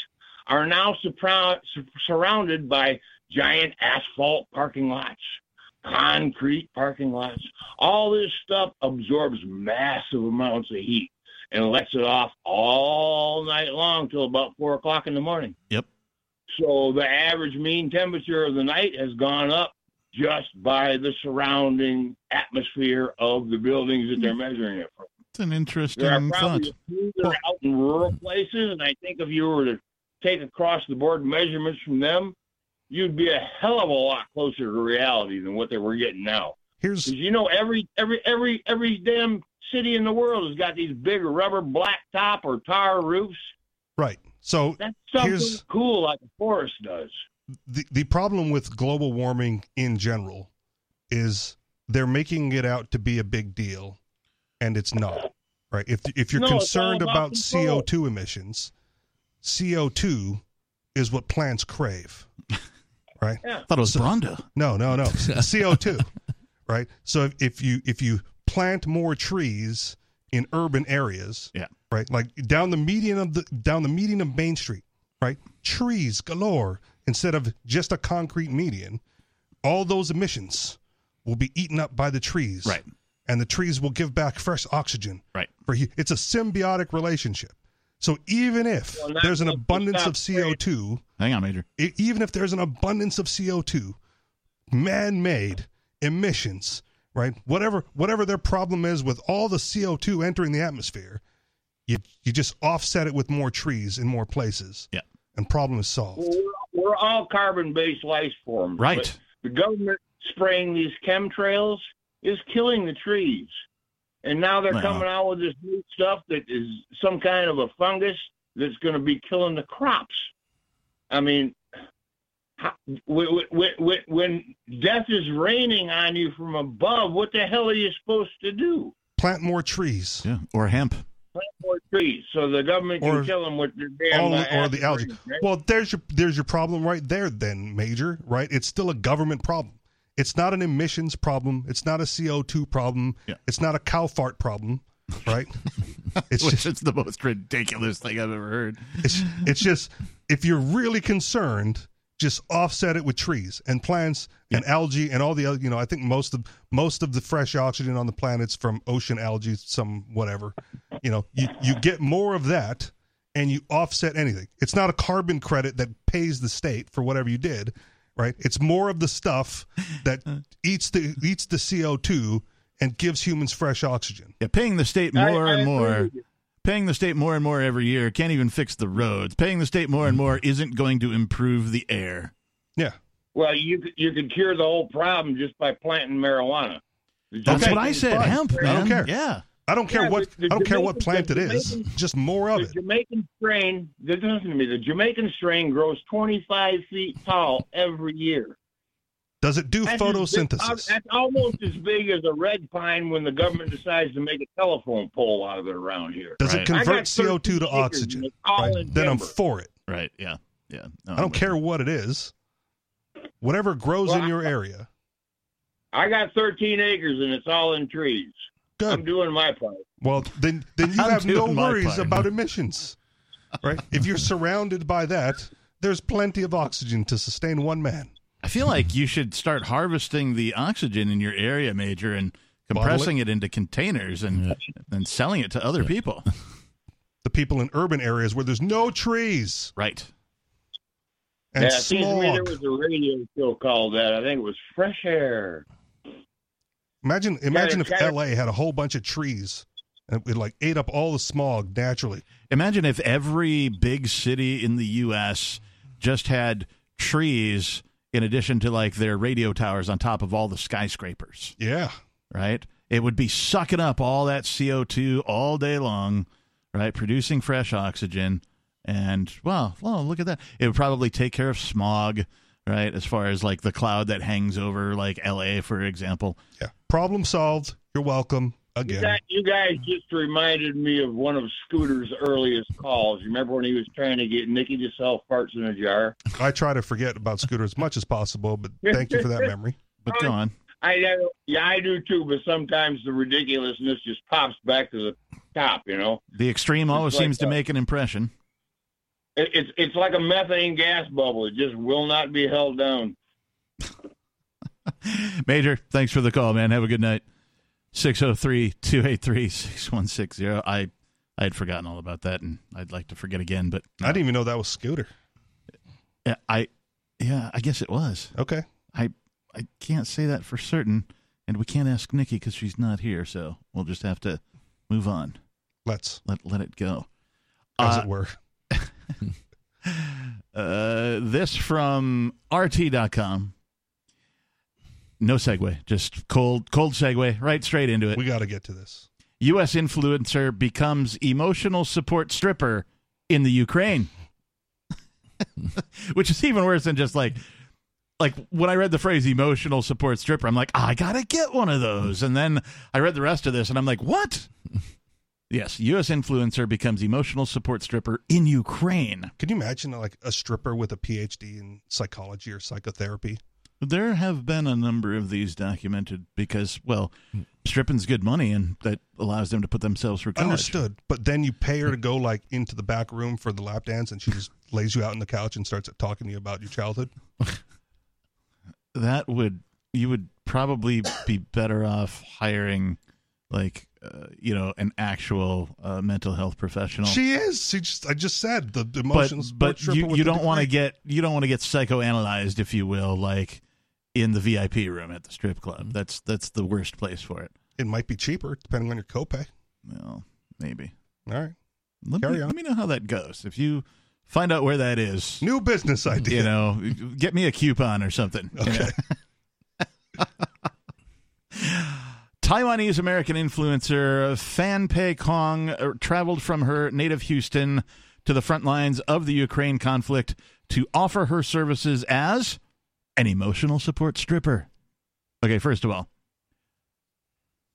H: are now surpro- sur- surrounded by giant asphalt parking lots, concrete parking lots. All this stuff absorbs massive amounts of heat and lets it off all night long till about four o'clock in the morning.
A: Yep.
H: So the average mean temperature of the night has gone up just by the surrounding atmosphere of the buildings that they're measuring it from.
A: It's an interesting
H: There are
A: thought.
H: probably a few that are out in rural places, and I think if you were to take across the board measurements from them, you'd be a hell of a lot closer to reality than what they were getting now.
B: Here's
H: Because you know, every every every every damn city in the world has got these big rubber blacktop or tar roofs
B: Right. So
H: That's something
B: Here's-
H: cool like a forest does.
B: the the problem with global warming in general is they're making it out to be a big deal, and it's not. Right. If if you're
H: No, it's all
B: concerned
H: about
B: about
H: control.
B: CO two emissions, CO two is what plants crave. Right.
A: I thought it was
B: So-
A: Brando.
B: No, no, no. CO two, right? So if, if you if you plant more trees in urban areas,
A: Yeah.
B: right, like down the median of the down the median of Main Street, right, trees galore instead of just a concrete median, all those emissions will be eaten up by the trees,
A: Right.
B: and the trees will give back fresh oxygen,
A: Right.
B: For hu- it's a symbiotic relationship. So even if
H: Well, now
B: there's an
H: you have to
B: abundance
H: stop
B: of CO two
A: Hang on, Major.
B: e- even if there's an abundance of CO2, man-made emissions, right? Whatever whatever their problem is with all the CO2 entering the atmosphere, you you just offset it with more trees in more places.
A: Yeah.
B: And problem is solved.
H: We're, we're all carbon-based life forms.
A: Right.
H: but The government spraying these chemtrails is killing the trees, and now they're
A: Well.
H: coming out with this new stuff that is some kind of a fungus that's going to be killing the crops. I mean, how, when, when, when death is raining on you from above, what the hell are you supposed to do?
B: Plant more trees.
A: Yeah. Or hemp.
H: Plant more trees so the government can
B: Or-
H: kill them with their damn
B: All-
H: uh,
B: or the algae.
H: aspirin, right?
B: Well, there's your there's your problem right there then, Major, right? It's still a government problem. It's not an emissions problem. It's not a CO2 problem.
A: Yeah.
B: It's not a cow fart problem, right? it's
A: Which is the most ridiculous thing I've ever heard.
B: It's, it's just if you're really concerned, just offset it with trees and plants and algae and all the other. You know, I think most of most of the fresh oxygen on the planet's from ocean algae, some whatever. You know, you you get more of that, and you offset anything. It's not a carbon credit that pays the state for whatever you did, right? It's more of the stuff that eats the eats the CO two and gives humans fresh oxygen.
A: Yeah, paying the state more
H: I- I
A: and
H: agree
A: more.
H: with you.
A: Paying the state more and more every year can't even fix the roads. Paying the state more and more isn't going to improve the air.
B: Yeah.
H: Well, you could- you could cure the whole problem just by planting marijuana. The
A: That's
H: Jamaicans-
A: what I said.
B: fine.
A: Hemp,
B: I
A: man.
B: don't care.
A: Yeah.
B: I don't care
H: Yeah,
B: what
H: the- the
B: I don't care
H: Jamaican-
B: what plant
H: the
B: it is.
H: Jamaican-
B: Just more of
H: The
B: it.
H: Jamaican strain. the- Listen to me. The Jamaican strain grows 25 feet tall every year.
B: Does it do
H: That's as big-
B: photosynthesis?
H: that's almost as big as a red pine when the government decides to make a telephone pole out of it around here.
B: Does it
A: Right.
H: I
B: convert
H: got 13
B: CO2
H: acres
B: to
H: and
B: oxygen?
H: it's all
B: Right.
H: in
B: Then I'm
H: Denver.
B: for it.
A: Right. Yeah. Yeah. No,
B: I
A: I'm
B: don't
A: with
B: care
A: you.
B: what it is. Whatever grows
H: Well,
B: in
H: I-
B: your area.
H: I got 13 acres and it's all in trees. I'm
B: Good.
H: doing my part.
B: Well, then then you
A: I'm
B: have no
A: doing my
B: worries
A: part.
B: about emissions. Right? if you're surrounded by that, there's plenty of oxygen to sustain one man.
A: I feel like you should start harvesting the oxygen in your area, Major, and
B: Bottle it.
A: compressing it. into containers and and selling it to other people.
B: The people in urban areas where there's no trees
A: Right.
B: and
H: yeah, it seems to me there
B: smog.
H: was a radio show called that. I think it was Fresh Air.
B: imagine imagine if
H: gotta-
B: LA had a whole bunch of trees and it like ate up all the smog naturally.
A: Imagine if every big city in the U.S. just had trees in addition to like their radio towers on top of all the skyscrapers,
B: Yeah.
A: right? It would be sucking up all that CO2 all day long, right? Producing fresh oxygen. And, well, well, look at that. It would probably take care of smog, right? As far as like the cloud that hangs over like LA, for example.
B: Yeah. Problem solved. You're welcome
H: You
B: again.
H: guys- you guys just reminded me of one of Scooter's earliest calls. You remember when he was trying to get Nikki to sell farts in a jar?
B: I try to forget about Scooter as much as possible, but thank you for that memory.
A: But go on.
H: I know, yeah, I do too, but sometimes the ridiculousness just pops back to the top. You know,
A: The extreme always
H: like
A: seems to
H: that.
A: make an impression.
H: it, it's it's like a methane gas bubble. It just will not be held down.
A: Major, thanks for the call, man. Have a good night. 603-283-6160. I I had forgotten all about that and I'd like to forget again, but
B: I didn't even know that was Scooter.
A: Yeah, Uh, I yeah, I guess it was.
B: Okay.
A: I I can't say that for certain and we can't ask Nikki cuz she's not here, so we'll just have to move on.
B: Let's,
A: Let let it go.
B: as
A: Uh,
B: it were.
A: Uh, this from rt.com. No segue, just cold cold segue, right straight into it.
B: We got to get to this.
A: U.S. influencer becomes emotional support stripper in the Ukraine, which is even worse than just like like when I read the phrase emotional support stripper, I'm like, I gotta get one of those. And then I read the rest of this, and I'm like, what? yes, U.S. influencer becomes emotional support stripper in Ukraine.
B: Can you imagine like a stripper with a PhD in psychology or psychotherapy?
A: There have been a number of these documented because, well, stripping's good money, and that allows them to put themselves
B: Oh,
A: through college.
B: Understood. But then you pay her to go like into the back room for the lap dance, and she just lays you out on the couch and starts talking to you about your childhood.
A: That would you would probably be better off hiring, like, uh, you know, an actual uh, mental health professional.
B: She is. She just. I just said the the
A: but
B: emotions.
A: but you, you don't want to get you don't want to get psychoanalyzed, if you will, like in the VIP room at the strip club. That's that's the worst place for it.
B: It might be cheaper depending on your copay.
A: Well, maybe.
B: All right.
A: Let
B: Carry
A: me,
B: on.
A: let me know how that goes. If you find out where that is,
B: New business idea.
A: you know, get me a coupon or something. you know.
B: Okay.
A: Taiwanese American influencer Fan Pei Kong uh, traveled from her native Houston to the front lines of the Ukraine conflict to offer her services as an emotional support stripper. Okay, first of all,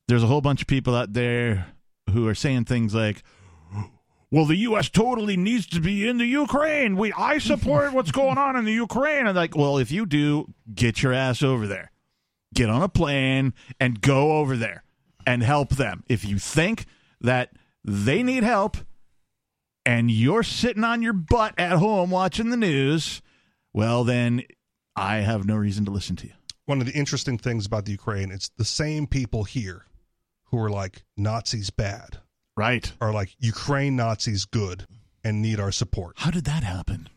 A: there's a whole bunch of people out there who are saying things like, well, the U.S. totally needs to be in the Ukraine. We, I support what's going on in the Ukraine. And like, well, if you do, get your ass over there get on a plane and go over there and help them. If you think that they need help and you're sitting on your butt at home watching the news, well, then I have no reason to listen to you.
B: One of the interesting things about the Ukraine, it's the same people here who are like Nazis bad
A: Right.
B: are like Ukraine Nazis good and need our support.
A: How did that happen?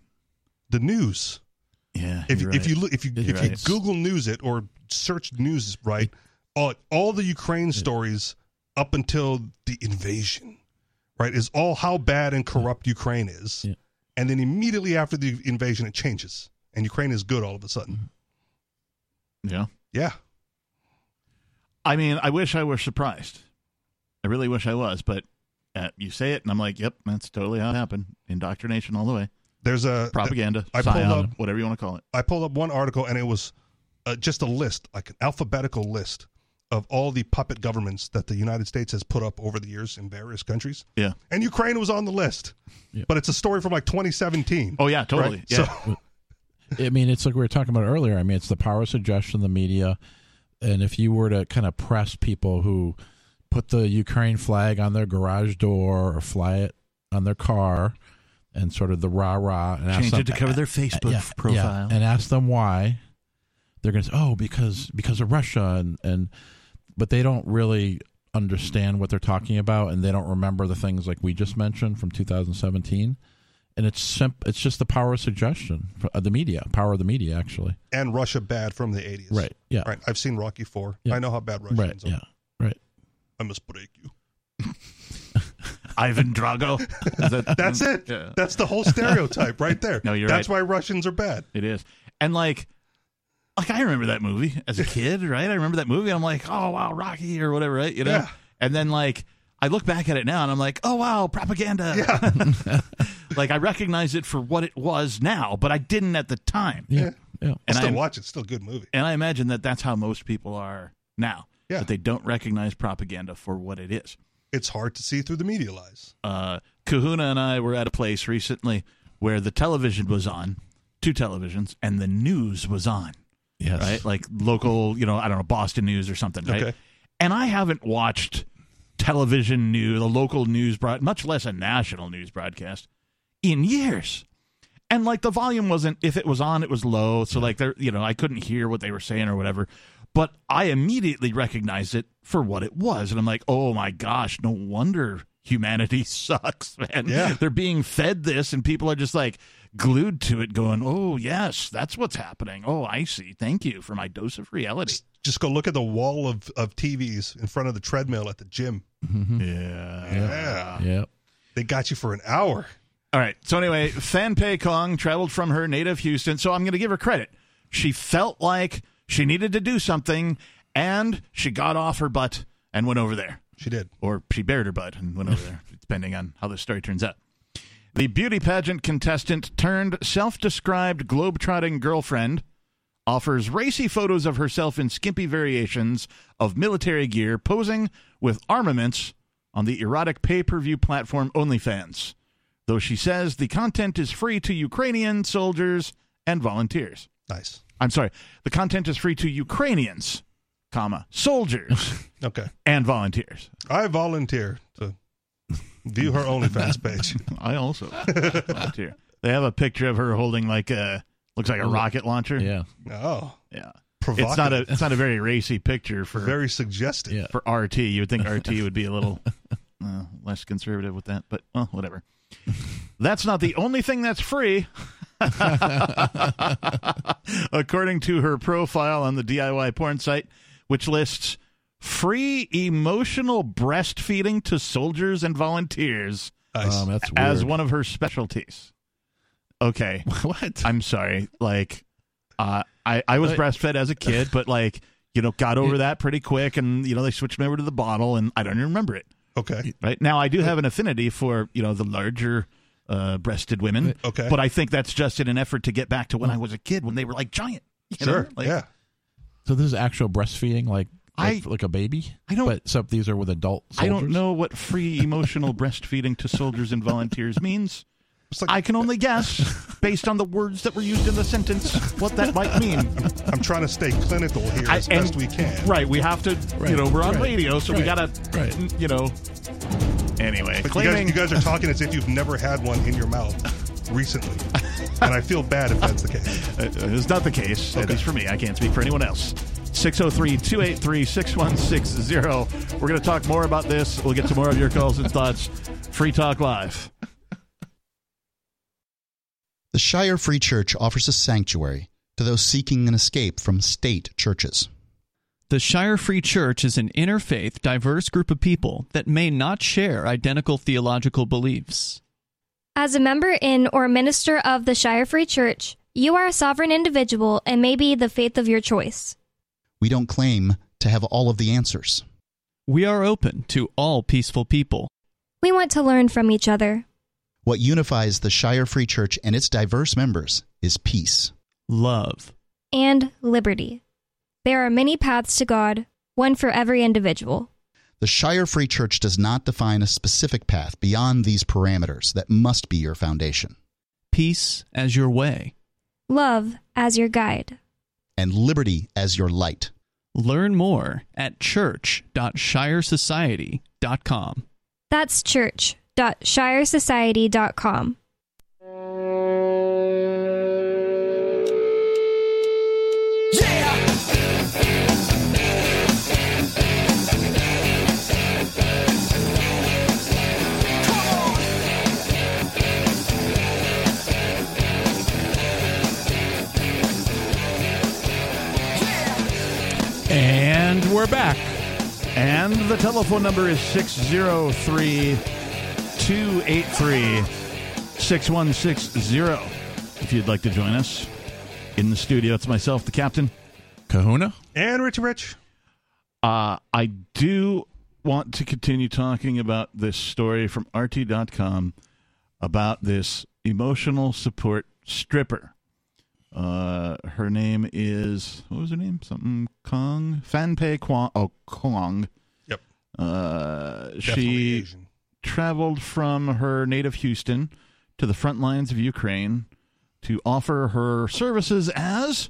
B: The news.
A: Yeah.
B: If
A: you're
B: if
A: right.
B: you look if you
A: You're
B: if you
A: right.
B: Google news it or search news right, all all the Ukraine stories up until the invasion, right, is all how bad and corrupt Ukraine is,
C: Yeah.
B: and then immediately after the invasion it changes and Ukraine is good all of a
A: Mm-hmm.
B: sudden.
A: Yeah.
B: Yeah,
A: I mean, I wish I were surprised. I really wish I was, but uh, you say it, and I'm like, yep, that's totally how it happened. Indoctrination all the way.
B: there's a
A: Propaganda,
B: I pulled
A: scion,
B: up-
A: whatever you want to call it.
B: I pulled up one article and it was uh, just a list, like an alphabetical list of all the puppet governments that the United States has put up over the years in various countries.
A: Yeah.
B: And Ukraine was on the list,
C: Yeah.
B: but it's a story from like 2017.
A: Oh, yeah,
B: right?
A: totally. Yeah.
B: So
C: I mean, it's like we were talking about earlier. I mean, it's the power of suggestion, the media, and if you were to kind of press people who put the Ukraine flag on their garage door or fly it on their car, and sort of the rah rah, and ask
A: Changed
C: them-
A: it to cover their Facebook
C: yeah,
A: profile.
C: yeah, and ask them why. They're going to say, "Oh, because because of Russia," and and but they don't really understand what they're talking about, and they don't remember the things like we just mentioned from 2017. And it's simp- it's just the power of suggestion, of the media, power of the media, actually.
B: and Russia bad from the 80s.
C: Right. Yeah.
B: Right. I've seen Rocky 4.
C: Yeah.
B: I know how bad Russians
C: Right.
B: are.
C: Yeah. Right.
B: I must break you.
A: Ivan Drago. Is that-
B: That's it.
A: Yeah.
B: That's the whole stereotype right there.
A: No, you're
B: That's why Russians are bad.
A: It is. And like, like I remember that movie as a kid, right? I remember that movie. And I'm like, oh wow, Rocky or whatever, right? You know.
B: Yeah.
A: And then like, I look back at it now, and I'm like, oh wow, propaganda. like I recognize it for what it was now, but I didn't at the time.
C: Yeah. Yeah.
B: I
A: And
B: still
A: I'm-
B: watch it. Still a good movie.
A: And I imagine that that's how most people are now.
B: Yeah.
A: That they don't recognize propaganda for what it is.
B: It's hard to see through the media lies.
A: uh, Kahuna and I were at a place recently where the television was on, two televisions, and the news was on,
C: Yes.
A: right? Like local, you know, I don't know, Boston news or something, right?
B: Okay.
A: And I haven't watched television news, the local news broad, much less a national news broadcast, in years. And like the volume wasn't, if it was on, it was low. So like there, you know, I couldn't hear what they were saying or whatever. But I immediately recognized it for what it was, and I'm like, oh my gosh, no wonder humanity sucks, man.
B: Yeah.
A: They're being fed this, and people are just like glued to it, going, oh yes, that's what's happening. Oh, I see. Thank you for my dose of reality.
B: Just, just go look at the wall of, of TVs in front of the treadmill at the gym.
C: Mm-hmm.
A: Yeah.
B: Yeah.
C: Yeah.
B: They got you for an hour.
A: All right. So anyway, Fan Pei Kong traveled from her native Houston. So I'm going to give her credit. She felt like she needed to do something, and she got off her butt and went over there,
B: She did.
A: or she bared her butt and went over there, depending on how the story turns out. The beauty pageant contestant turned self described globetrotting girlfriend offers racy photos of herself in skimpy variations of military gear posing with armaments on the erotic pay per view platform OnlyFans, though she says the content is free to Ukrainian soldiers and volunteers.
B: Nice.
A: I'm sorry, the content is free to Ukrainians, comma, soldiers
B: Okay.
A: and volunteers.
B: I volunteer to view her OnlyFans page.
A: I also volunteer. They have a picture of her holding like a looks like a rocket launcher.
C: Yeah.
B: Oh,
A: Yeah.
B: provocative.
A: It's not a it's not a very racy picture for
B: very suggestive.
C: Yeah.
A: for RT. You would think RT would be a little uh, less conservative with that, but well, whatever. That's not the only thing that's free. According to her profile on the DIY porn site, which lists free emotional breastfeeding to soldiers and volunteers
B: Nice.
C: Um, that's weird.
A: as one of her specialties. Okay.
C: what?
A: I'm sorry. Like, uh, I I was
C: But-
A: breastfed as a kid, but like you know got over that pretty quick, and you know they switched me over to the bottle, and I don't even remember it.
B: okay.
A: Right now, I do have an affinity for you know the larger. Uh, breasted women,
B: Okay.
A: but I think that's just in an effort to get back to when I was a kid when they were like giant. you know?
B: Sure.
A: Like,
B: yeah.
C: So this is actual breastfeeding, like like, like a baby.
A: I don't-
C: But except these are with adult. Soldiers?
A: I don't know what free emotional breastfeeding to soldiers and volunteers means.
B: It's like,
A: I
B: I,
A: can only guess based on the words that were used in the sentence what that might mean.
B: am trying to stay clinical here
A: I-
B: as
A: and-
B: best we can.
A: Right, we have to,
C: Right,
A: you know, we're on
C: right,
A: radio, so we
C: right,
A: gotta,
C: right.
A: n- you know. Anyway,
B: But you guys,
A: claiming
B: you guys are talking as if you've never had one in your mouth recently. and I feel bad if that's the case.
A: uh, uh, is not the case, at
B: Okay.
A: least for me. I can't speak for anyone else. 603 283 6160. We're going to talk more about this. We'll get to more of your calls and thoughts. Free Talk Live.
I: The Shire Free Church offers a sanctuary to those seeking an escape from state churches.
F: The Shire Free Church is an interfaith, diverse group of people that may not share identical theological beliefs.
J: As a member in or minister of the Shire Free Church, you are a sovereign individual and may be the faith of your choice.
I: We don't claim to have all of the answers.
F: We are open to all peaceful people.
J: We want to learn from each other.
I: What unifies the Shire Free Church and its diverse members is peace.
F: Love.
J: and liberty. There are many paths to God, one for every individual.
I: The Shire Free Church does not define a specific path beyond these parameters that must be your foundation,
F: Peace as your way.
J: Love as your guide.
I: and liberty as your light.
F: Learn more at church.shiresociety.com.
J: That's church.shiresociety.com.
C: And we're back.
A: And the telephone number is 603 283 6160. If you'd like to join us in the studio, it's myself, the captain.
C: Kahuna.
B: And Richie Rich.
A: Uh, I do want to continue talking about this story from RT.com about this emotional support stripper. Uh, her name is, what was her name? Something Kong? Fanpei Kwong. Oh, Kong.
B: Yep.
A: Uh,
B: Definitely
A: she
B: Asian.
A: traveled from her native Houston to the front lines of Ukraine to offer her services as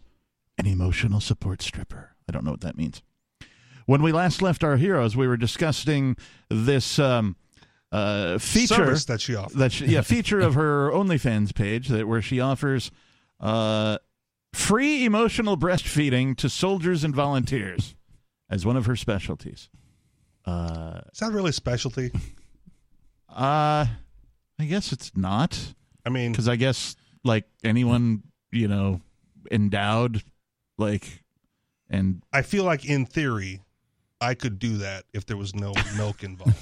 A: an emotional support stripper. I don't know what that means. When we last left our heroes, we were discussing this um, uh, feature
B: service that she offers.
A: that she, yeah feature of her OnlyFans page that where she offers uh, free emotional breastfeeding to soldiers and volunteers as one of her specialties. Uh,
B: Is that really a specialty?
A: uh, I guess it's not
B: I mean,
A: because I guess like anyone you know endowed like and
B: I feel like in theory, I could do that if there was no milk involved.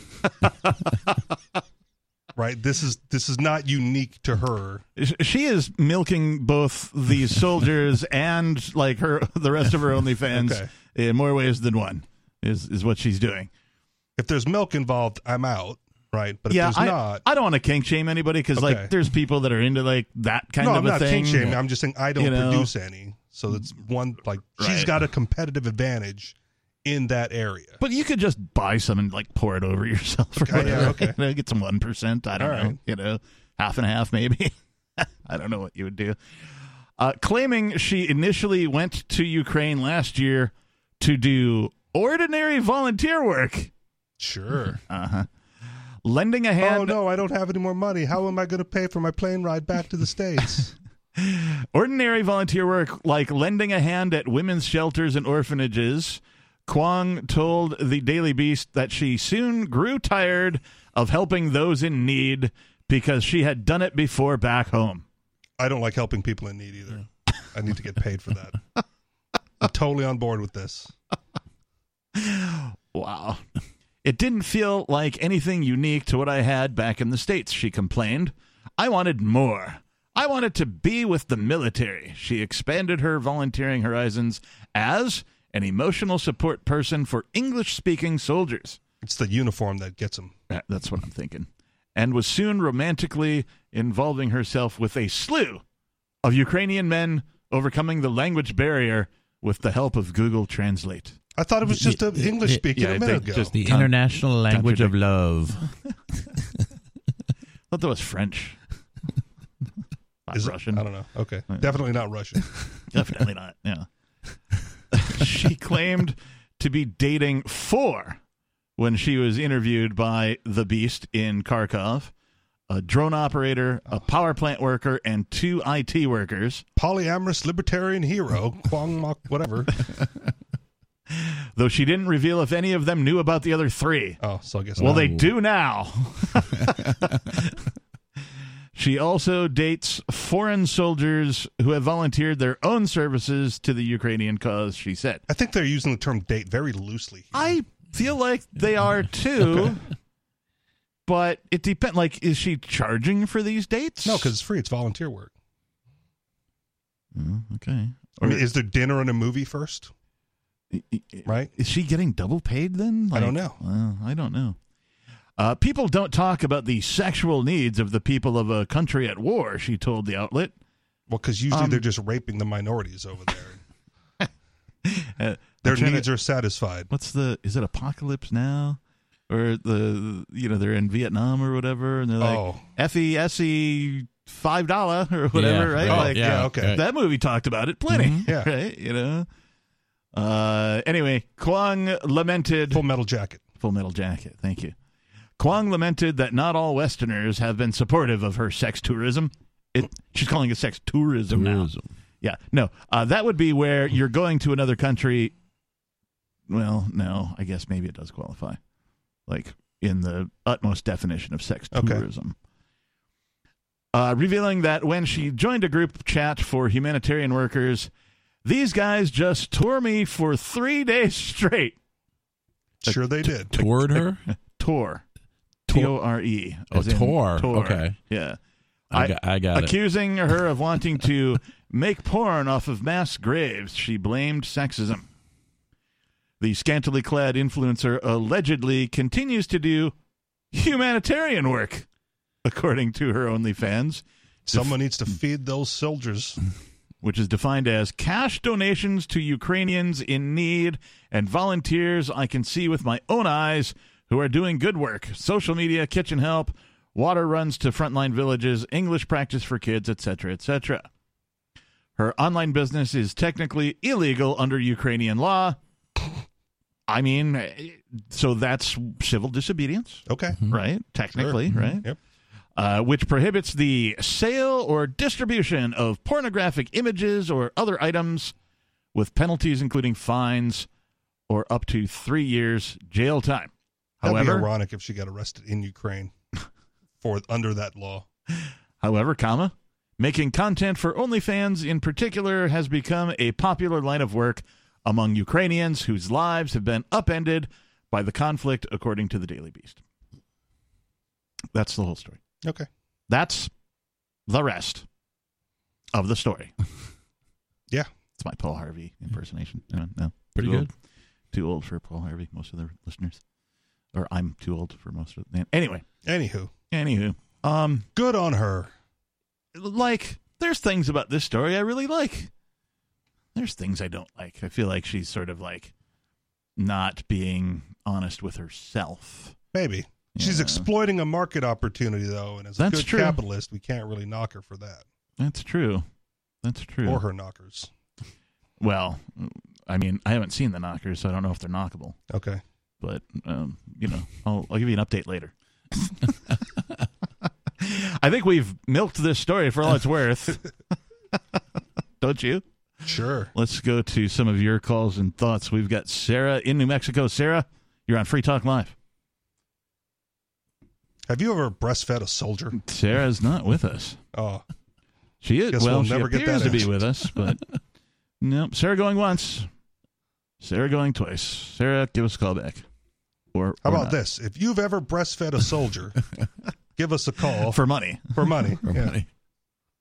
B: right? This is this is not unique to her.
A: she is milking both these soldiers and like her the rest of her OnlyFans
B: Okay.
A: in more ways than one is is what she's doing.
B: If there's milk involved, I'm out. right? But if
A: yeah,
B: there's
A: I,
B: not,
A: I don't want to kink shame anybody because
B: Okay.
A: like there's people that are into like that kind
B: no,
A: of
B: I'm
A: a
B: not
A: thing.
B: king shaming. I'm just saying I don't
A: you know?
B: produce any. So that's one like she's
A: Right.
B: got a competitive advantage in that area.
A: But you could just buy some and like pour it over yourself or
B: Okay, yeah,
A: whatever.
B: okay.
A: you know, get some one percent. I don't
B: All
A: know.
B: right.
A: You know, half and half maybe. I don't know what you would do. Uh, claiming she initially went to Ukraine last year to do ordinary volunteer work.
B: Sure.
A: Uh huh. Lending a hand.
B: Oh no, I don't have any more money. How am I going to pay for my plane ride back to the states?
A: Ordinary volunteer work like lending a hand at women's shelters and orphanages. Kwong told the Daily Beast that she soon grew tired of helping those in need because she had done it before back home.
B: I don't like helping people in need either. I need to get paid for that. I'm totally on board with this.
A: Wow. It didn't feel like anything unique to what I had back in the States, she complained. I wanted more. I wanted to be with the military. She expanded her volunteering horizons as an emotional support person for English speaking soldiers. Uh,
B: It's the uniform that gets them.
A: That's what I'm thinking. And was soon romantically involving herself with a slew of Ukrainian men overcoming the language barrier with the help of Google Translate.
B: I thought it was just an English speaking
A: yeah,
B: a
A: they
B: minute ago.
A: just-
C: The
A: Con-
C: international language of love.
A: thought that was French. Not
B: Is it?
A: Russian.
B: I don't know. Okay,
A: Yeah.
B: definitely not Russian.
A: Definitely not. Yeah. she claimed to be dating four when she was interviewed by The Beast in Kharkov a drone operator, a power plant worker, and two IT workers.
B: Polyamorous libertarian hero Kwang Mok, whatever.
A: Though she didn't reveal if any of them knew about the other three.
B: Oh, so I guess
A: Well,
B: not.
A: they do now. she also dates foreign soldiers who have volunteered their own services to the Ukrainian cause, she said.
B: I think they're using the term date very loosely.
A: I feel like they are too. But it depends. Like, is she charging for these dates?
B: No, because it's free. It's volunteer work.
A: Mm, okay.
B: I mean, is there dinner and a movie first? Right?
A: Is she getting double paid then?
B: I don't
A: Like, well, I don't know. Uh, people don't talk about the sexual needs of the people of a country at war, she told the outlet.
B: Well, because usually
A: Um,
B: they're just raping the minorities over there.
A: Uh,
B: Their
A: I'm trying to-
B: needs are satisfied.
A: what's the is it apocalypse now or the you know they're in vietnam or whatever and they're like
B: Oh.
A: f-e-s-e E five dollar or whatever
C: Yeah,
A: right,
C: right.
A: like
B: Oh,
C: Yeah, okay.
A: that movie talked about it plenty
B: Mm-hmm. Yeah.
A: right you know uh anyway kwang lamented
B: Full metal jacket.
A: full metal jacket thank you kwang lamented that not all westerners have been supportive of her sex tourism it, she's calling it sex tourism, now
C: Tourism.
A: yeah no uh, that would be where you're going to another country well, no, I guess maybe it does qualify, like in the utmost definition of sex
B: Okay.
A: tourism. Uh, revealing that when she joined a group chat for humanitarian workers, these guys just tore me for three days straight.
B: Sure, they did.
C: Toward her?
A: Tour.
C: Tor-
A: T O R E.
C: Oh,
A: as in
C: tor. Okay.
A: Yeah.
C: I got, I got it.
A: accusing her of wanting to make porn off of mass graves. She blamed sexism. The scantily clad influencer allegedly continues to do humanitarian work, according to her OnlyFans,
B: Someone needs to feed those soldiers.
A: which is defined as cash donations to Ukrainians in need and volunteers I can see with my own eyes who are doing good work social media, kitchen help, water runs to frontline villages, English practice for kids, etc., etc. Her online business is technically illegal under Ukrainian law. I mean, eh, so that's civil disobedience, Mm-hmm.
B: Okay.
A: right? Technically,
B: Sure.
A: right?
B: Yep.
A: uh, which prohibits the sale or distribution of pornographic images or other items with penalties including fines or up to three years jail time.
B: That'd be
A: However,
B: ironic if she got arrested in Ukraine for under that law.
A: however, comma, making content for OnlyFans in particular has become a popular line of work among Ukrainians whose lives have been upended by the conflict, according to the Daily Beast. That's the whole story.
B: Okay.
A: That's the rest of the story.
B: Yeah.
A: It's my Paul Harvey impersonation. No, no.
C: Pretty
A: Too
C: good.
A: old- too old for Paul Harvey, most of the listeners. or I'm too old for most of it. Anyway,
B: anywho,
A: anywho, um,
B: good on her.
A: Like, there's things about this story I really like. There's things I don't like. I feel like she's sort of like not being honest with herself.
B: Maybe. She's
A: Yeah.
B: exploiting a market opportunity, though, and as
A: That's
B: a good
A: true.
B: capitalist, we can't really knock her for that,
A: That's true. That's true.
B: or her knockers.
A: Well, I mean, I haven't seen the knockers, so I don't know if they're knockable.
B: Okay.
A: But um, you know, I'll I'll give you an update later. I think we've milked this story for all it's worth. don't you?
B: Sure.
A: Let's go to some of your calls and thoughts. We've got Sarah in New Mexico. Sarah, you're on Free Talk Live.
B: Have you ever breastfed a soldier?
A: Sarah's not with us.
B: Oh,
A: She is.
B: Guess
A: well,
B: we'll
A: she
B: never get
A: appears
B: that
A: to be
B: answer.
A: with us, but nope. Sarah going once. Sarah going twice. Sarah, give us a call back. Or
B: how
A: or
B: about
A: not.
B: this? If you've ever breastfed a soldier, give us a call
A: for money?
B: For money.
C: For money.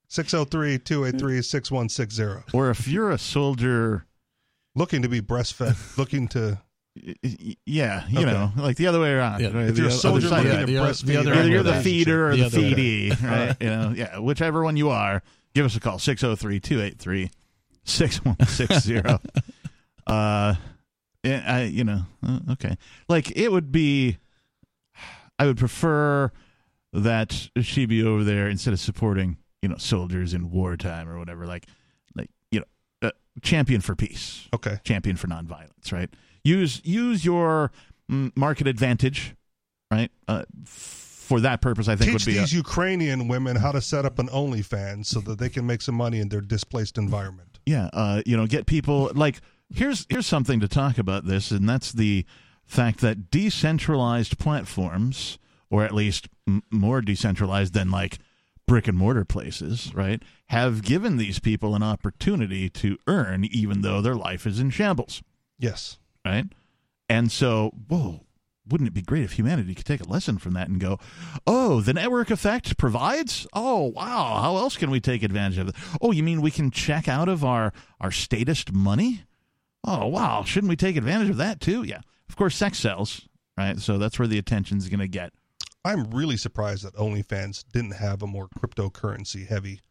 B: 603 283 6160.
A: Or if you're a soldier
B: looking to be breastfed, looking to.
A: Yeah, you
B: Okay.
A: know, like the other way around.
C: Yeah.
A: right?
B: If you're a
A: The other
B: soldier
A: side,
B: looking
A: yeah.
B: to
C: the other-
B: breastfeed,
C: the other
B: or
A: Either you're the
C: Right.
A: feeder
C: The
A: or the,
C: other way.
A: feedee, right? you know, yeah, whichever one you are, give us a call 603-283-6160. uh yeah, I you know, uh, okay. Like it would be I would prefer that she be over there instead of supporting, you know, soldiers in wartime or whatever like like you know, uh, champion for peace
B: Okay.
A: champion for nonviolence, right? Use use your mm, market advantage, right? Uh, f- for that purpose, I think
B: Teach
A: would be uh, a-
B: these Ukrainian women how to set up an OnlyFans so that they can make some money in their displaced environment.
A: yeah. Uh, you know, get people like here's here's something to talk about this, and that's the fact that decentralized platforms, or at least m- more decentralized than like brick and mortar places, right, have given these people an opportunity to earn, even though their life is in shambles.
B: Yes.
A: right? And so, whoa, wouldn't it be great if humanity could take a lesson from that and go, oh, the network effect provides? Oh, wow, how else can we take advantage of it? Oh, you mean we can check out of our, our statist money? Oh, wow, shouldn't we take advantage of that too? Yeah. Of course, sex sells, right? So that's where the attention's going to get.
B: I'm really surprised that OnlyFans didn't have a more cryptocurrency heavy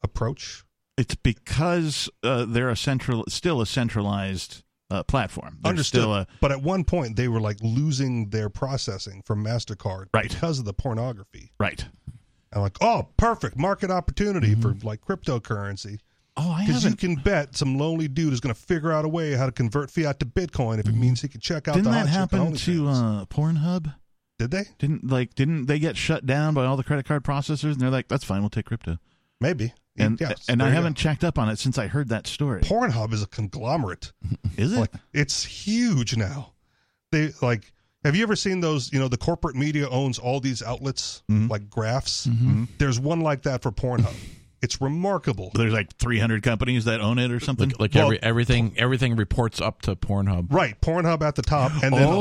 B: approach.
A: It's because uh, they're a central, still a centralized uh, platform. They're
B: Understood.
A: Still a,
B: but at one point, they were like losing their processing from MasterCard because of the pornography.
A: right.
B: I'm like, oh, perfect market opportunity for like cryptocurrency.
A: Mm-hmm. Oh, I
B: Because you
A: haven't.
B: can bet some lonely dude is going to figure out a way how to convert fiat to Bitcoin if it means he can check out
A: Mm-hmm. Didn't
B: the
A: that
B: hot chick on
A: happen
B: OnlyFans.
A: to uh, Pornhub?
B: Did they?
A: didn't like didn't they get shut down by all the credit card processors and they're like that's fine we'll take crypto
B: Maybe.
A: and
B: Yes,
A: and
B: there
A: i
B: you
A: haven't checked up on it since i heard that story
B: go. Pornhub is a conglomerate.
A: is it
B: Like it's huge now. They like. Have you ever seen those? You know, the corporate media owns all these outlets,
A: Mm-hmm.
B: like graphs. There's one like that for Pornhub. it's remarkable.
A: there's like 300 companies that own it or something
C: Like, like
B: Well-
C: every everything everything reports up to Pornhub.
B: Right, Pornhub at the top, and then a
A: Oh.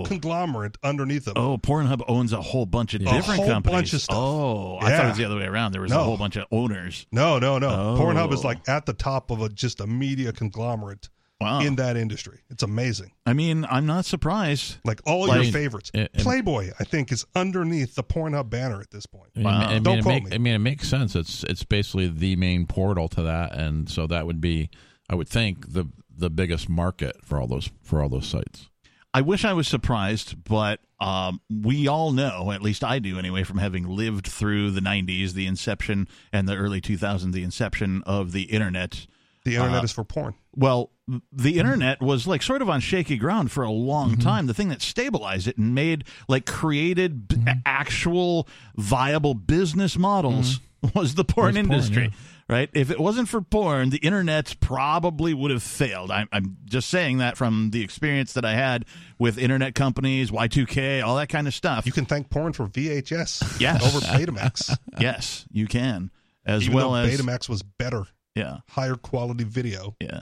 B: whole conglomerate underneath them.
A: oh pornhub owns a whole bunch of
B: A
A: different
B: whole
A: companies
B: bunch of stuff.
A: oh i thought it
B: Yeah.
A: was the other way around there was a
B: No.
A: whole bunch of owners
B: No, no, no.
A: Oh.
B: Pornhub is like at the top of a, just a media conglomerate
A: wow
B: in that industry. It's amazing.
A: i mean i'm not surprised
B: Like all
C: Like-
B: your favorites.
C: and- and-
B: Playboy, I think, is underneath the Pornhub banner at this point.
C: I mean,
A: Wow.
C: I mean,
B: Don't
C: it
B: quote
C: make-
B: me.
C: I mean, it makes sense. It's it's basically the main portal to that, and so that would be, I would think, the the biggest market for all those for all those sites.
A: I wish I was surprised, but um, we all know, at least I do anyway, from having lived through the 90s, the inception, and the early 2000s, the inception of the internet. Uh,
B: The internet is for porn.
A: Well, the internet was like sort of on shaky ground for a long
B: Mm-hmm.
A: time. The thing that stabilized it and made, like, created b-
B: Mm-hmm.
A: actual viable business models
B: Mm-hmm.
A: was the porn
C: porn,
A: industry.
C: yeah.
A: Right. If it wasn't for porn, the internet probably would have failed. I'm, I'm just saying that from the experience that I had with internet companies, Y2K, all that kind of stuff.
B: You can thank porn for VHS
A: Yes.
B: over Betamax.
A: yes, you can, as
B: even
A: well
B: though
A: as
B: Betamax was better,
A: yeah,
B: higher quality video.
A: yeah,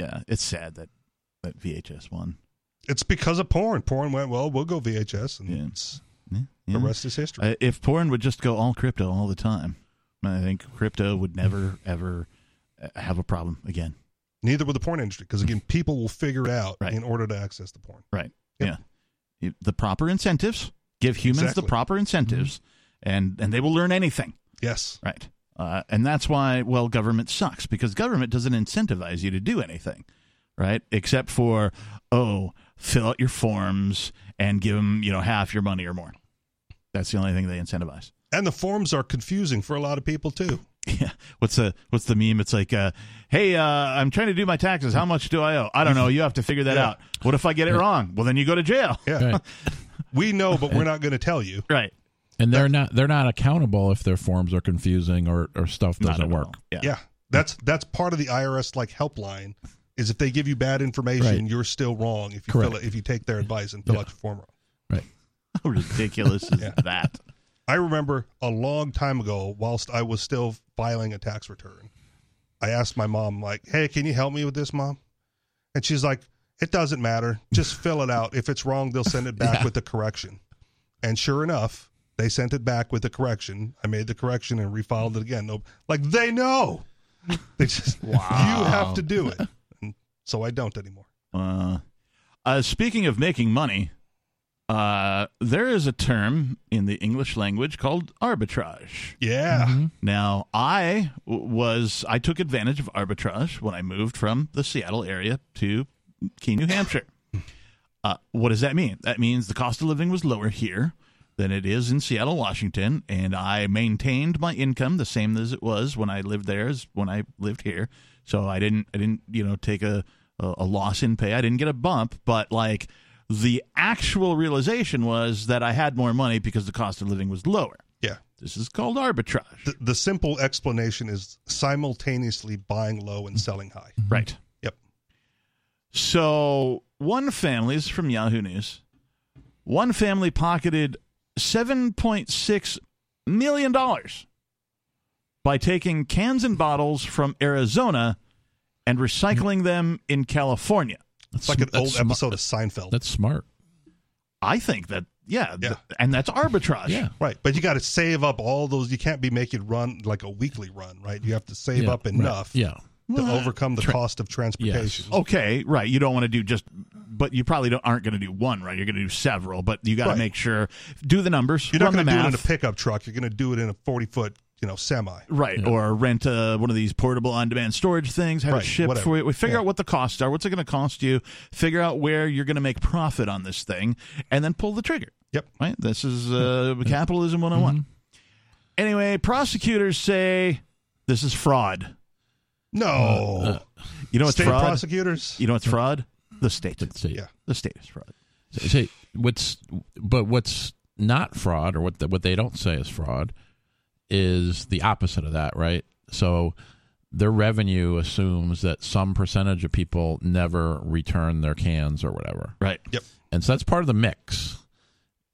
A: yeah. It's sad that that VHS won.
B: It's because of porn. Porn went, well, we'll go VHS, and
A: Yeah.
B: it's-
A: Yeah,
B: the
A: yeah.
B: rest is history.
A: Uh, if porn would just go all crypto all the time, I think crypto would never ever uh, have a problem again.
B: Neither with the porn industry, because again, people will figure it out
A: Right.
B: in order to access the porn.
A: Right.
B: Yep.
A: Yeah. the proper incentives. Give humans
B: Exactly. Mm-hmm.
A: the proper incentives, and and they will learn anything.
B: Yes.
A: Right. Uh, and that's why, well, government sucks because government doesn't incentivize you to do anything, right? Except for, oh, fill out your forms and give them, you know, half your money or more. That's the only thing they incentivize.
B: And the forms are confusing for a lot of people too.
A: Yeah. What's the what's the meme? It's like, uh, hey, uh, I'm trying to do my taxes. How much do I owe? I don't know. You have to figure that
B: Yeah.
A: out. What if I get it wrong? Well, then you go to jail.
B: Yeah. We know, but we're not going to tell you.
A: Right.
C: And they're not they're not accountable if their forms are confusing or, or stuff
A: Not
C: doesn't
A: at
C: work.
A: all.
B: Yeah. That's that's part of the IRS like helpline is if they give you bad information,
C: Right.
B: you're still wrong if you fill
C: Correct.
B: it, if you take their advice and fill out your form wrong.
A: How ridiculous is that?
B: I remember a long time ago, whilst I was still filing a tax return, I asked my mom, like, hey, can you help me with this, mom? And she's like, it doesn't matter. Just fill it out. If it's wrong, they'll send it back with the correction. And sure enough, they sent it back with the correction. I made the correction and refiled it again. No, like they know. They just you have to do it. And so I don't anymore.
A: Uh, uh, speaking of making money, uh, there is a term in the English language called arbitrage.
B: Yeah.
A: Now, I w- was I took advantage of arbitrage when I moved from the Seattle area to Keene, New Hampshire. Uh, what does that mean? That means the cost of living was lower here than it is in Seattle, Washington, and I maintained my income the same as it was when I lived there as when I lived here. So I didn't, I didn't, you know, take a a, a loss in pay. I didn't get a bump, but like the actual realization was that I had more money because the cost of living was lower.
B: Yeah.
A: This is called arbitrage,
B: The, the simple explanation is simultaneously buying low and selling high.
A: right?
B: Yep.
A: So one family this is from Yahoo News. One family pocketed seven point six million dollars by taking cans and bottles from Arizona and
B: Hmm.
A: recycling them in California.
B: It's like an
C: That's
B: old
C: smi-
B: episode of Seinfeld.
C: That's smart.
A: I think that yeah, th-
B: Yeah.
A: and that's arbitrage.
C: Yeah.
B: Right, but you got to save up all those. You can't be making run like a weekly run, right? You have to save
C: Yeah,
B: up
C: right.
B: enough
C: Yeah.
B: to overcome the cost of transportation.
A: Okay, right. You don't want to do just, but you probably don't, aren't going to do one, right? You're going to do several, but you got to
B: Right.
A: make sure do the numbers.
B: You're not
A: run
B: going
A: the
B: to do it in a
A: math.
B: pickup truck. You're going to do it in a 40 foot, you know, semi.
A: Right, or rent uh, one of these portable on-demand storage things. Have
B: Right,
A: it shipped
B: whatever.
A: for you. We figure
B: Yeah.
A: out what the costs are. What's it going to cost you? Figure out where you're going to make profit on this thing, and then pull the trigger.
B: Yep. Mm-hmm.
A: Right. This is uh, capitalism 101. Anyway, prosecutors say this is fraud. Uh,
B: No.
A: You know it's
B: State
A: fraud.
B: prosecutors.
A: you know it's fraud. The state.
C: Let's see.
B: Yeah.
A: The state is fraud.
C: See, what's but what's not fraud or what the, what they don't say is fraud is the opposite of that, right? So their revenue assumes that some percentage of people never return their cans or whatever.
A: Right.
C: And so that's part of the mix.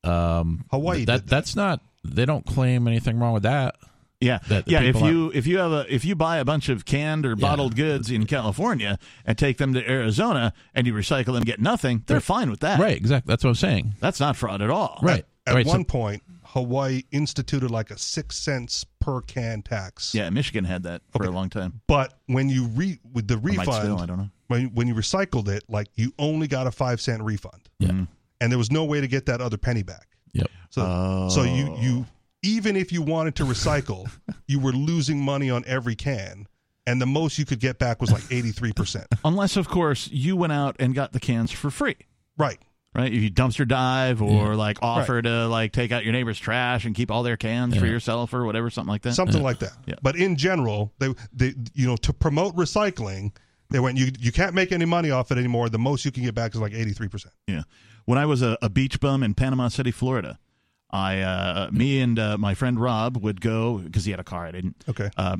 C: Um
B: Hawaii
C: that,
B: did that.
C: that's not they don't claim anything wrong with that.
A: Yeah,
C: that the
A: yeah. If
C: people
A: you if you have a if you buy a bunch of canned or bottled goods in California and take them to Arizona and you recycle them, and get nothing. They're fine with that.
C: Right, exactly. That's what I'm saying.
A: That's not fraud at all.
C: Right.
B: At
C: right. so-
B: one point, Hawaii instituted like a six cents per can tax.
A: Yeah, Michigan had that for a long time.
B: But when you re with the
A: Or might
B: refund,
A: still, I don't know.
B: when when you recycled it, like you only got a five cent refund.
A: Mm-hmm.
C: Yeah.
B: And there was no way to get that other penny back.
C: Yep.
B: So
A: Oh.
B: so you you even if you wanted to recycle, you were losing money on every can, and the most you could get back was like eighty three percent.
A: Unless, of course, you went out and got the cans for free.
B: Right.
A: Right, if you dumpster dive or like offer to like take out your neighbor's trash and keep all their cans for yourself or whatever, something like that.
B: Something like that. But in general, they they you know to promote recycling, they went you you can't make any money off it anymore. The most you can get back is like eighty three percent.
A: Yeah. When I was a, a beach bum in Panama City, Florida, I, uh, me and uh, my friend Rob would go because he had a car. I didn't.
B: Okay.
A: Uh,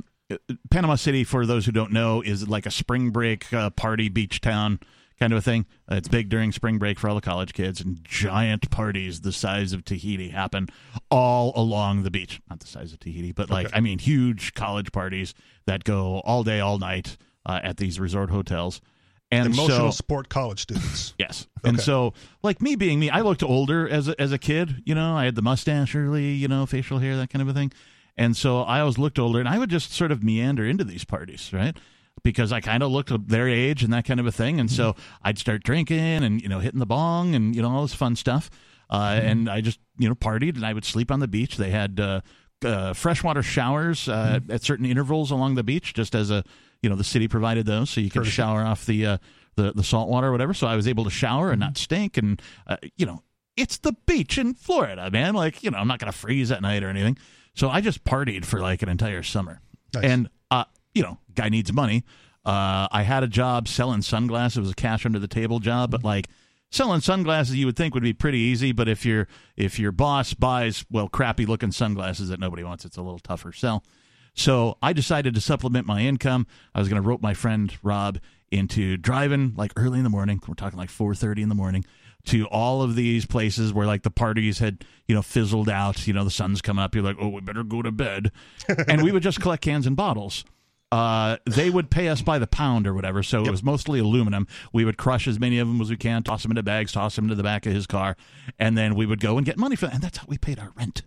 A: Panama City, for those who don't know, is like a spring break uh, party beach town kind of a thing. Uh, it's big during spring break for all the college kids, and giant parties the size of Tahiti happen all along the beach. Not the size of Tahiti, but like, I mean, huge college parties that go all day, all night uh, at these resort hotels. And
B: Emotional
A: so,
B: support college students.
A: Yes. And
B: Okay.
A: so, like me being me, I looked older as a, as a kid. You know, I had the mustache early. You know, facial hair, that kind of a thing. And so I always looked older, and I would just sort of meander into these parties, right? because I kind of looked at their age and that kind of a thing, and so I'd start drinking and you know hitting the bong and you know all this fun stuff, uh, and I just you know partied and I would sleep on the beach. They had uh, uh, freshwater showers uh, at certain intervals along the beach, just as a you know the city provided those, so you could shower off the uh, the the salt water or whatever. So I was able to shower and not stink, and uh, you know it's the beach in Florida, man. Like you know I'm not gonna freeze at night or anything. So I just partied for like an entire summer, and uh, you know guy needs money. Uh, I had a job selling sunglasses. It was a cash under the table job, but like selling sunglasses you would think would be pretty easy but if your if your boss buys well crappy looking sunglasses that nobody wants it's a little tougher sell so i decided to supplement my income i was going to rope my friend rob into driving like early in the morning we're talking like 4.30 in the morning to all of these places where like the parties had you know fizzled out you know the sun's coming up you're like oh we better go to bed and we would just collect cans and bottles uh, they would pay us by the pound or whatever. So it was mostly aluminum. We would crush as many of them as we can, toss them into bags, toss them into the back of his car, and then we would go and get money for that. And that's how we paid our rent.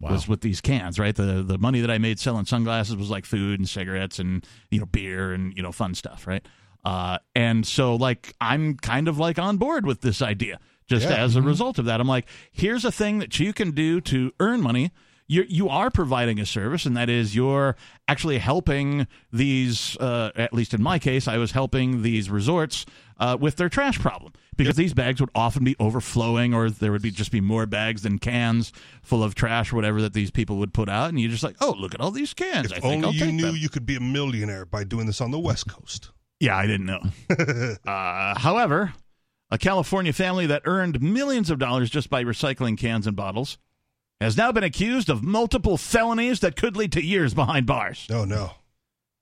A: Was with these cans, right? The the money that I made selling sunglasses was like food and cigarettes and you know beer and you know fun stuff, right? Uh, and so like I'm kind of like on board with this idea. Just
K: Yeah.
A: as a result of that, I'm like, here's a thing that you can do to earn money. You you are providing a service, and that is you're actually helping these. Uh, at least in my case, I was helping these resorts uh, with their trash problem because these bags would often be overflowing, or there would be just be more bags than cans full of trash or whatever that these people would put out, and you're just like, oh, look at all these cans.
B: If
A: I think
B: only
A: I'll
B: you
A: take
B: knew
A: them.
B: you could be a millionaire by doing this on the West Coast.
A: Yeah, I didn't know. uh, however, a California family that earned millions of dollars just by recycling cans and bottles has now been accused of multiple felonies that could lead to years behind bars.
B: Oh, no.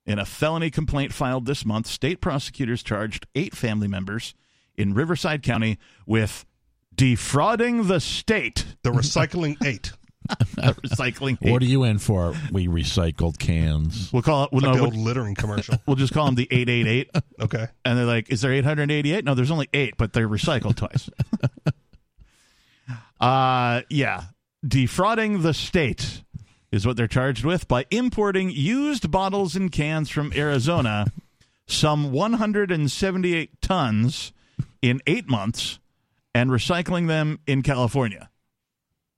A: In a felony complaint filed this month, state prosecutors charged eight family members in Riverside County with defrauding the state.
B: The recycling eight.
A: the recycling eight.
C: What are you in for? We recycled cans.
A: We'll call it
C: Like
A: no,
C: the
A: we'll-
C: old
B: littering commercial.
A: We'll just call them the eight eight eight.
B: Okay.
A: And they're like, "Is there eight hundred eighty eight? No, there's only eight, but they're recycled twice." uh yeah, defrauding the state is what they're charged with by importing used bottles and cans from Arizona, some one hundred and seventy eight tons in eight months, and recycling them in California.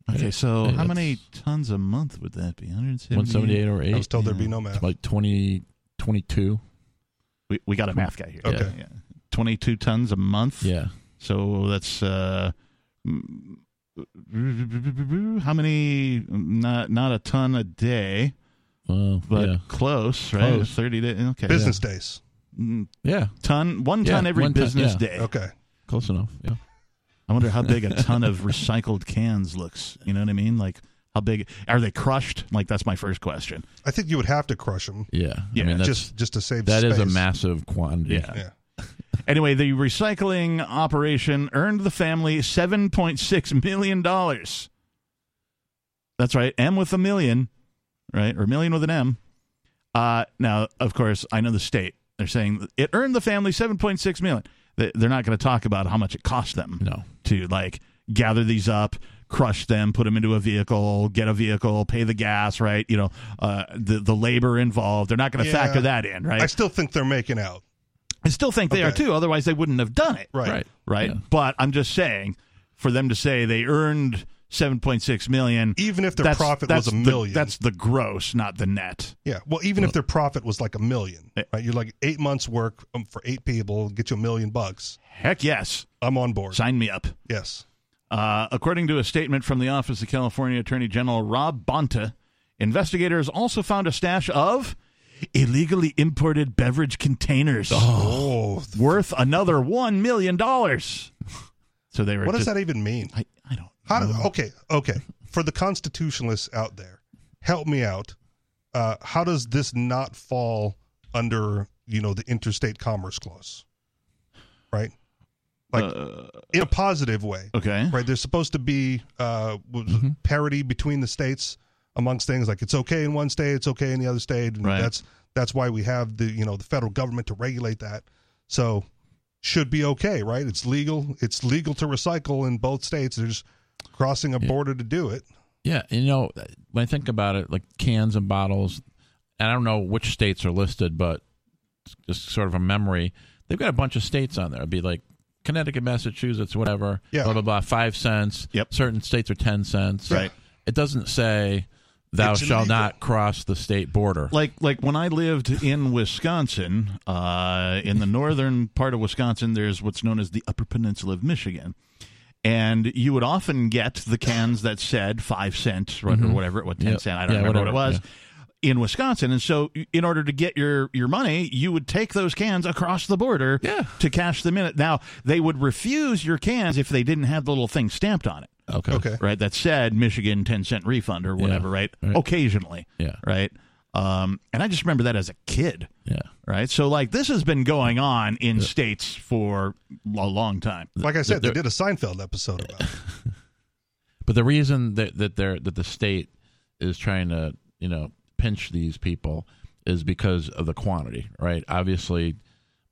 A: Okay, so how many tons a month would that be? 178?
C: 178 or 8? It's Like 20, 22.
A: We, we got a math guy here.
C: Okay.
A: Yeah, yeah. 22 tons a month.
C: Yeah.
A: So that's uh mm, how many not not a ton a day. but
C: yeah.
A: close, right?
C: Close.
A: 30 days. Okay. Mm.
B: Business days.
A: days.
C: Yeah.
A: Ton one ton
C: Yeah,
A: every
C: one ton,
A: business
C: yeah.
A: day.
B: Okay.
C: Close enough. Yeah.
A: I wonder how big a ton of recycled cans looks. You know what I mean? Like how big are they crushed? Like that's my first question.
B: I think you would have to crush them.
C: Yeah.
A: Yeah,
C: that's-
B: just just to save
C: That
B: space.
C: is a massive quantity.
A: Yeah. Anyway, the recycling operation earned the family seven point six million dollars. That's right, M with a million, right, or million with an M. Uh, now, of course, I know the state. They're saying it earned the family seven point six million. They- They're not going to talk about how much it cost them
C: no.
A: to like gather these up, crush them, put them into a vehicle, get a vehicle, pay the gas, right? You know, uh, the the labor involved. They're not going to
B: Yeah.
A: factor that in, right?
B: I still think they're making out.
A: I still think they are too. Otherwise, they wouldn't have done it.
B: Right. Right.
A: Right.
B: Yeah.
A: But I'm just saying, for them to say they earned 7.6 million,
B: Even if their
A: that's-
B: profit
A: that's
B: was a
A: the-
B: million.
A: that's the gross, not the net.
B: Yeah. Well, even if their profit was like a million,
A: Eh.
B: right? You're like eight months work um, for eight people, get you a million bucks.
A: Heck yes,
B: I'm on board.
A: Sign me up.
B: Yes.
A: Uh, according to a statement from the Office of California Attorney General Rob Bonta, investigators also found a stash of illegally imported beverage containers
B: oh.
A: worth another one million dollars. So they were.
B: What does
A: just-
B: that even mean?
A: I, I don't.
B: How do, okay, okay. For the constitutionalists out there, help me out. Uh, how does this not fall under you know the interstate commerce clause? Right, like in a positive way.
A: Uh, Okay, Mm-hmm.
B: right. There's supposed to be uh, w- parity between the states amongst things. Like it's okay in one state, it's okay in the other state. And
A: Right.
B: That's that's why we have the you know the federal government to regulate that. So should be okay, right? It's legal. It's legal to recycle in both states. They're just crossing a border to do it.
C: Yeah, you know, when I think about it, like cans and bottles, and I don't know which states are listed, but just sort of a memory. They've got a bunch of states on there. It'd be like Connecticut, Massachusetts, whatever.
A: Yeah.
C: Blah blah blah. Five cents. Yep. Certain states are ten cents.
A: Right.
C: It doesn't say thou
A: It's
C: shall
A: illegal.
C: not cross the state border.
A: Like like when I lived in Wisconsin, uh, in the northern part of Wisconsin, there's what's known as the Upper Peninsula of Michigan, and you would often get the cans that said five cents or
C: Mhm.
A: whatever, what ten
C: Yep.
A: cent, I don't
C: Yeah,
A: remember what it
C: whatever,
A: was. In Wisconsin, and so in order to get your your money, you would take those cans across the border to cash them in. Now they would refuse your cans if they didn't have the little thing stamped on it.
C: Okay.
B: Okay.
A: Right. That said, Michigan ten cent refund or whatever. Right? Occasionally.
C: Yeah.
A: Right. Um, and I just remember that as a kid.
C: Yeah.
A: Right. So like this has been going on in states for a long time.
B: Like I said, they
A: There-
B: did a Seinfeld episode about it.
C: But the reason that that they're that the state is trying to you know pinch these people is because of the quantity, right? Obviously,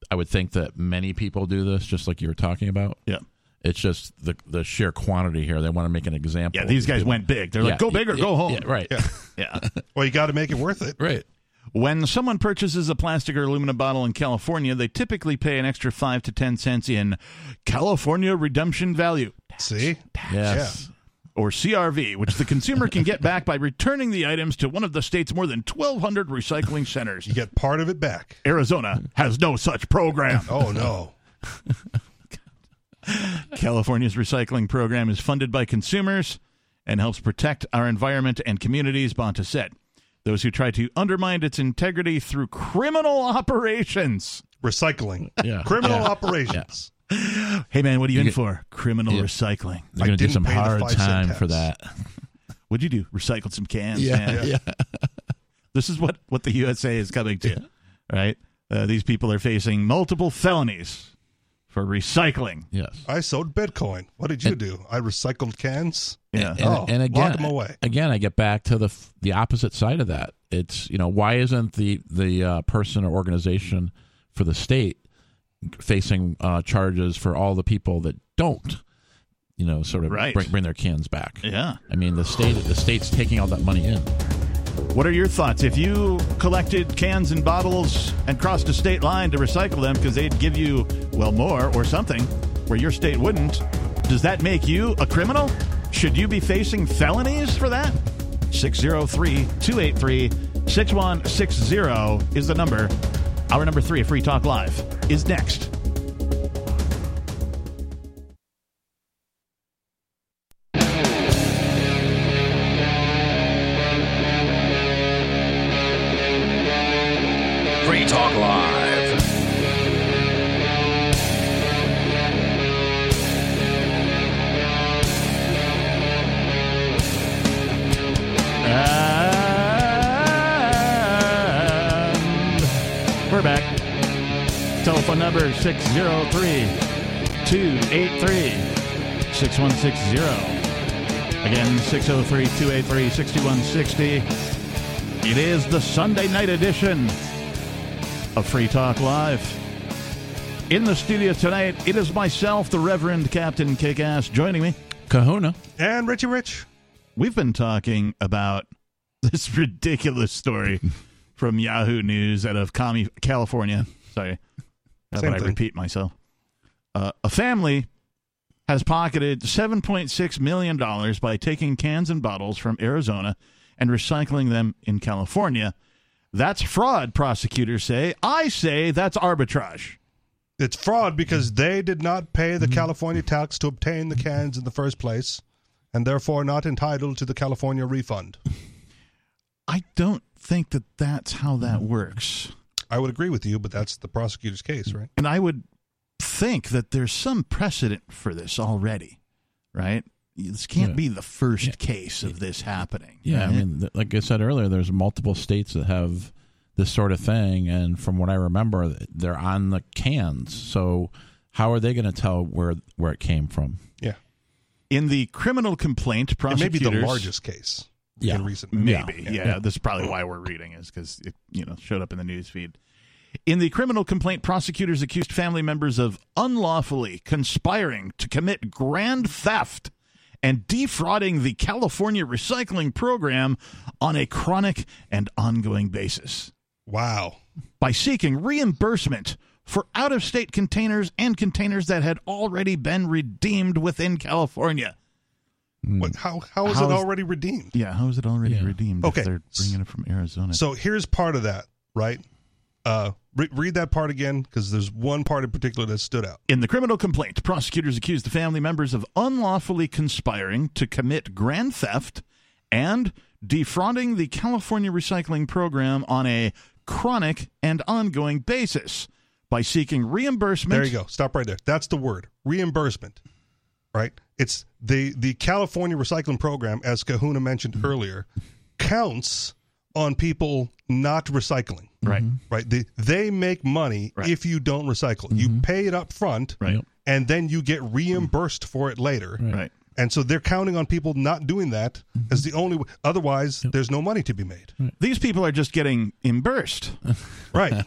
C: I would think that many people do this, just like you were talking about.
A: Yeah.
C: It's just the the sheer quantity here. They want to make an example.
A: Yeah, these
C: of
A: guys
C: people.
A: went big. They're
C: Yeah,
A: like, go big or
C: yeah,
A: go home.
C: yeah, right.
A: Yeah.
B: Well, you got to make it worth it.
C: Right.
A: When someone purchases a plastic or aluminum bottle in California, they typically pay an extra five to ten cents in California redemption value.
B: See?
C: Yes.
A: Or CRV, which the consumer can get back by returning the items to one of the state's more than 1,200 recycling centers.
B: You get part of it back.
A: Arizona has no such program.
B: Oh, no.
A: California's recycling program is funded by consumers and helps protect our environment and communities, Bonta said. Those who try to undermine its integrity through criminal operations.
B: Recycling.
C: Yeah.
B: Criminal
C: Yeah.
B: operations.
A: Hey, man, what are you, in
C: get-
A: for? Criminal
C: Yeah.
A: recycling.
C: They're
B: I
C: going to do
B: didn't
C: some
B: pay the
C: hard
B: five cent
C: time
B: tax.
C: for that.
A: What'd you do? Recycled some cans. man.
C: yeah.
A: This is what, what the USA is coming to, right? Uh, these people are facing multiple felonies for recycling.
C: Yes.
B: I sold Bitcoin. What did you do? I recycled cans.
A: Yeah.
C: and,
B: Oh,
C: and
B: lock
C: again,
B: 'em away.
C: again, I get back to the f- the opposite side of that. It's you know why isn't the the uh, person or organization for the state facing uh, charges for all the people that don't, you know, sort of
A: Right.
C: bring, bring their cans back?
A: Yeah.
C: I mean the state the state's taking all that money in.
A: What are your thoughts? If you collected cans and bottles and crossed a state line to recycle them because they'd give you, well, more or something where your state wouldn't, does that make you a criminal? Should you be facing felonies for that? 603 283 6160 is the number. Our number three, Free Talk Live, is next.
G: Free Talk Live.
A: And we're back. Telephone number 603 283 6160. Again, 603 283 6160. It is the Sunday night edition of Free Talk Live. In the studio tonight, it is myself, the Reverend Captain Kickass, joining me.
C: Kahuna.
B: And Richie Rich.
A: We've been talking about this ridiculous story from Yahoo News out of Cami- California. Sorry, how
B: Same
A: about I
B: thing.
A: repeat myself? Uh, a family has pocketed $7.6 million by taking cans and bottles from Arizona and recycling them in California. That's fraud, prosecutors say. I say that's arbitrage.
B: It's fraud because they did not pay the California tax to obtain the cans in the first place and therefore not entitled to the California refund.
A: I don't think that that's how that works.
B: I would agree with you, but that's the prosecutor's case, right?
A: and I would think that there's some precedent for this already, right? This can't
C: Yeah.
A: be the first case of this happening.
C: Yeah, I
A: right?
C: mean, th- like I said earlier, there's multiple states that have this sort of thing, and from what I remember, they're on the cans. So how are they going to tell where where it came from?
B: Yeah.
A: in the criminal complaint,
B: It may be
A: prosecutors
B: the largest case
C: Yeah.
B: in recent
A: Maybe, yeah. This is probably why we're reading is because it you know showed up in the news feed. In the criminal complaint, prosecutors accused family members of unlawfully conspiring to commit grand theft and defrauding the California recycling program on a chronic and ongoing basis.
B: Wow.
A: By seeking reimbursement for out of state containers and containers that had already been redeemed within California.
B: What, how, how is
A: Hmm. How
B: it
A: is-
B: already redeemed?
A: Yeah, how is it already redeemed
B: Okay.
A: if they're bringing it from Arizona?
B: So here's part of that, right? Uh, re- read that part again because there's one part in particular that stood out.
A: In the criminal complaint, prosecutors accused the family members of unlawfully conspiring to commit grand theft and defrauding the California recycling program on a chronic and ongoing basis by seeking reimbursement.
B: There you go. Stop right there. That's the word reimbursement, right? It's the the California recycling program, as Kahuna mentioned
A: Mm-hmm.
B: earlier, counts on people not recycling.
A: Right. Mm-hmm.
B: Right. They, they make money if you don't recycle. You pay it up front,
A: Mm-hmm. Right.
B: and then you get reimbursed for it later.
A: Right. Mm-hmm.
B: And so they're counting on people not doing that as the only. w- Otherwise, there's no money to be made.
A: These people are just getting imbursed.
B: Right.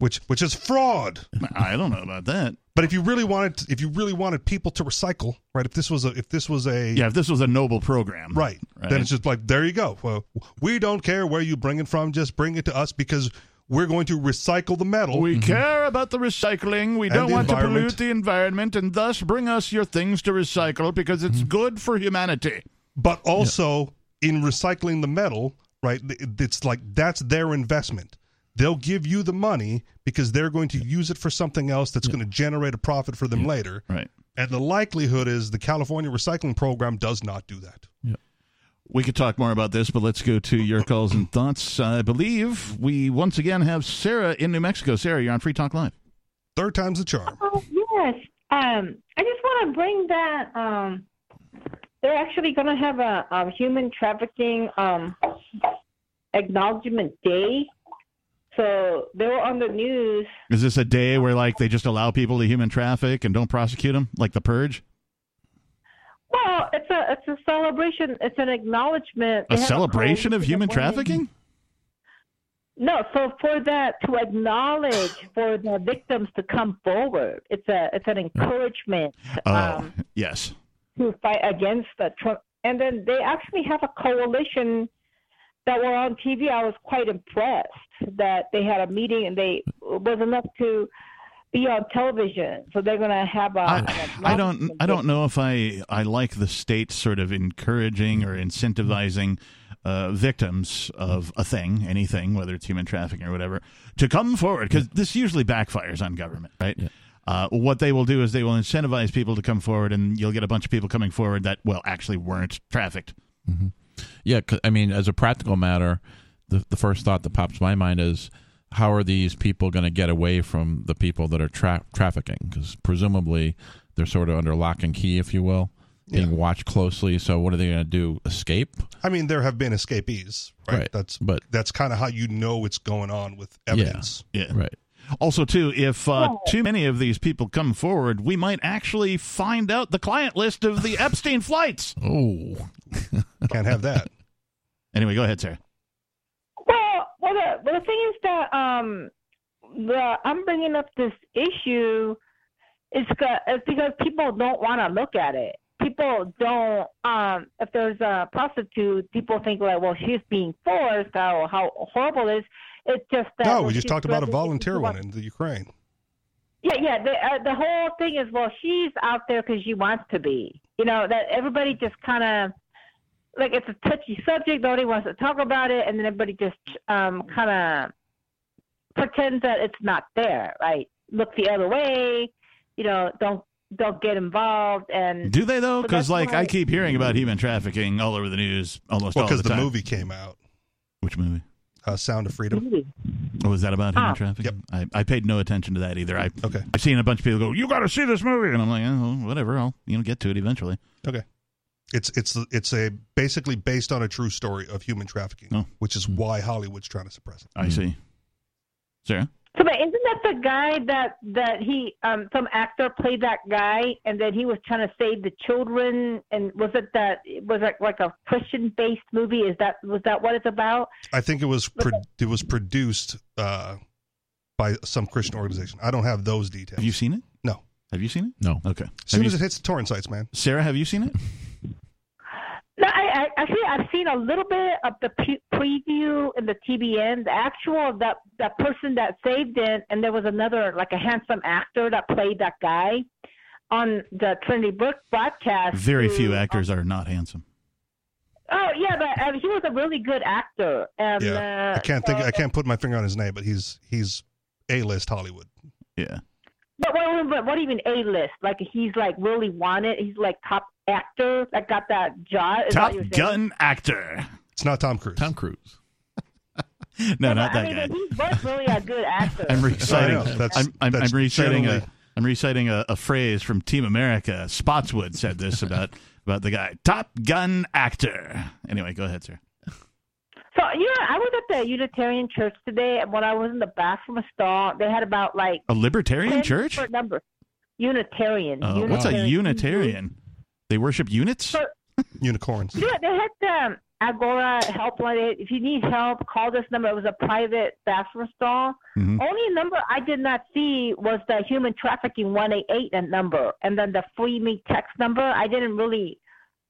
B: which which is fraud.
A: I don't know about that.
B: But if you really wanted if you really wanted people to recycle, right? If this was a if this was a
A: Yeah, if this was a noble program.
B: right,
A: Right.
B: then it's just like there you go. Well, we don't care where you bring it from, just bring it to us because we're going to recycle the metal.
A: We care about the recycling. We
B: And
A: don't
B: the
A: want to
B: environment.
A: pollute the environment and thus bring us your things to recycle because it's good for humanity.
B: But also in recycling the metal, right? th- It's like that's their investment. They'll give you the money because they're going to use it for something else that's going to generate a profit for them later.
A: Right.
B: And the likelihood is the California recycling program does not do that.
A: We could talk more about this, but let's go to your calls and thoughts. I believe we once again have Sarah in New Mexico. Sarah, you're on Free Talk Live.
B: Third time's the charm.
K: Oh yes. Um, I just want to bring that. Um, they're actually going to have a, a human trafficking um, acknowledgement day. So they were on the news.
A: Is this a day where like they just allow people to human traffic and don't prosecute them, like the purge?
K: Well, it's a it's a celebration. It's an acknowledgement. They
A: A
K: have
A: celebration of
K: coalition
A: human
K: women.
A: trafficking?
K: No, so for that to acknowledge for the victims to come forward, it's a it's an encouragement.
A: Oh,
K: Um,
A: yes.
K: to fight against the Trump. And then they actually have a coalition that were on TV. I was quite impressed that they had a meeting and they it was enough to be on television. So they're going to have a.
A: I, I don't. I don't know if I. I like the state sort of encouraging or incentivizing uh, victims of a thing, anything, whether it's human trafficking or whatever, to come forward because this usually backfires on government, right? Uh, what they will do is they will incentivize people to come forward, and you'll get a bunch of people coming forward that well actually weren't trafficked.
C: Yeah, 'cause, I mean, as a practical matter, the the first thought that pops my mind is how are these people going to get away from the people that are tra- trafficking? Because presumably they're sort of under lock and key, if you will, being watched closely. So what are they going to do? Escape?
B: I mean, there have been escapees, right?
C: Right,
B: That's
C: but-
B: that's kind of how you know it's going on with evidence.
A: Yeah. Right. Also, too, if uh, too many of these people come forward, we might actually find out the client list of the Epstein flights.
C: Oh,
B: can't have that.
A: Anyway, go ahead, Sarah.
K: Well, well, the, well, the thing is that um, the I'm bringing up this issue is ca- is because people don't want to look at it. People don't. Um, if there's a prostitute, people think like, well, she's being forced. How how horrible it is. It's just that.
B: No,
K: well,
B: we just
K: she's
B: talked about a
K: dressed-
B: volunteer one in the Ukraine.
K: Yeah, yeah. The uh, the whole thing is, well, she's out there because she wants to be. You know that everybody just kind of like it's a touchy subject. Nobody wants to talk about it, and then everybody just um, kind of pretends that it's not there. Right? Look the other way. You know, don't don't get involved. And
A: Do they though?
K: But
A: Because
K: that's
A: like
K: why-
A: I keep hearing about human trafficking all over the news almost
B: Well,
A: all the
B: because the,
A: time.
B: movie came out,
A: Which movie?
B: uh, Sound of Freedom.
A: Oh, was that about
B: Ah.
A: human trafficking? I, I paid no attention to that either. I
B: okay.
A: I've seen a bunch of people go, "You got to see this movie," and I'm like, "Oh, whatever. I'll you know get to it eventually."
B: Okay, it's it's it's a basically based on a true story of human trafficking,
A: Oh.
B: which is why Hollywood's trying to suppress it.
A: I see. Sarah,
K: So, but isn't that the guy that that he um some actor played that guy, and then he was trying to save the children? And was it that was it like a Christian based movie? Is that was that what it's about?
B: I think it was pro- it was produced uh, by some Christian organization. I don't have those details.
A: have you seen it?
B: No.
A: Have you seen it?
C: No.
A: Okay.
B: As soon
A: Have
B: as
A: you-
B: it hits the torrent sites, man.
A: Sarah, have you seen it?
K: No, I, I actually I've seen a little bit of the pre- preview in the TBN. The actual that that person that saved it, and there was another like a handsome actor that played that guy on the Trinity Book broadcast.
A: Very
K: who-
A: few actors are not handsome.
K: Oh yeah, but um, he was a really good actor. Um,
B: yeah,
K: uh,
B: I can't
K: so-
B: think. I can't put my finger on his name, but he's he's a list Hollywood.
A: Yeah,
K: But what, what, what even A list? Like he's like really wanted. He's like top actor that got that job. Is that
A: Top
K: what you're saying?
A: Gun actor.
B: It's not Tom Cruise. Tom
C: Cruise.
A: no, not
K: I
A: that
K: mean,
A: guy.
K: he's both really a good actor.
A: I'm reciting.
B: I know. That's-
A: I'm, I'm,
B: that's
A: I'm reciting
B: generally-
A: a. I'm reciting a, a phrase from Team America. Spotswood said this about about the guy, Top Gun actor. Anyway, go ahead, sir.
K: So you know, I was at the Unitarian Church today, and when I was in the bathroom stall, they had about like
A: A libertarian
K: 10
A: church?
K: different Number Unitarian.
A: Uh,
K: Unitarian.
A: What's a Unitarian? They worship units.
B: Unicorns.
K: Yeah, they had the Agora helpline. If you need help, call this number. It was a private bathroom stall.
B: Mm-hmm.
A: Mhm.
K: Only number I did not see was the human trafficking 188 and number, and then the free me text number. I didn't really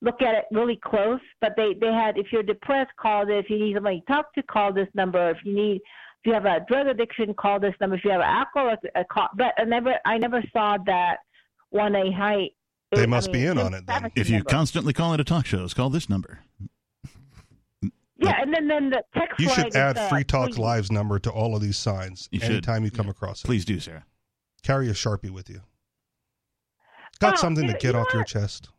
K: look at it really close, but they they had if you're depressed, call this. If you need somebody to talk to, call this number. If you need if you have a drug addiction, call this number. If you have alcohol, uh, call. But I never I never saw that 188.
B: They must be in on it. Then.
A: If you constantly call into talk shows, call this number.
K: Yeah, and then then the text
B: You
K: line
B: should
K: is
B: add
K: the
B: Free Talk
K: free-
B: Live's number to all of these signs
A: You should.
B: anytime you come across it.
A: Please do, Sarah.
B: Carry a sharpie with you. Got
K: Oh,
B: something to
K: you-
B: get
K: you
B: off
K: know
B: your
K: what?
B: chest.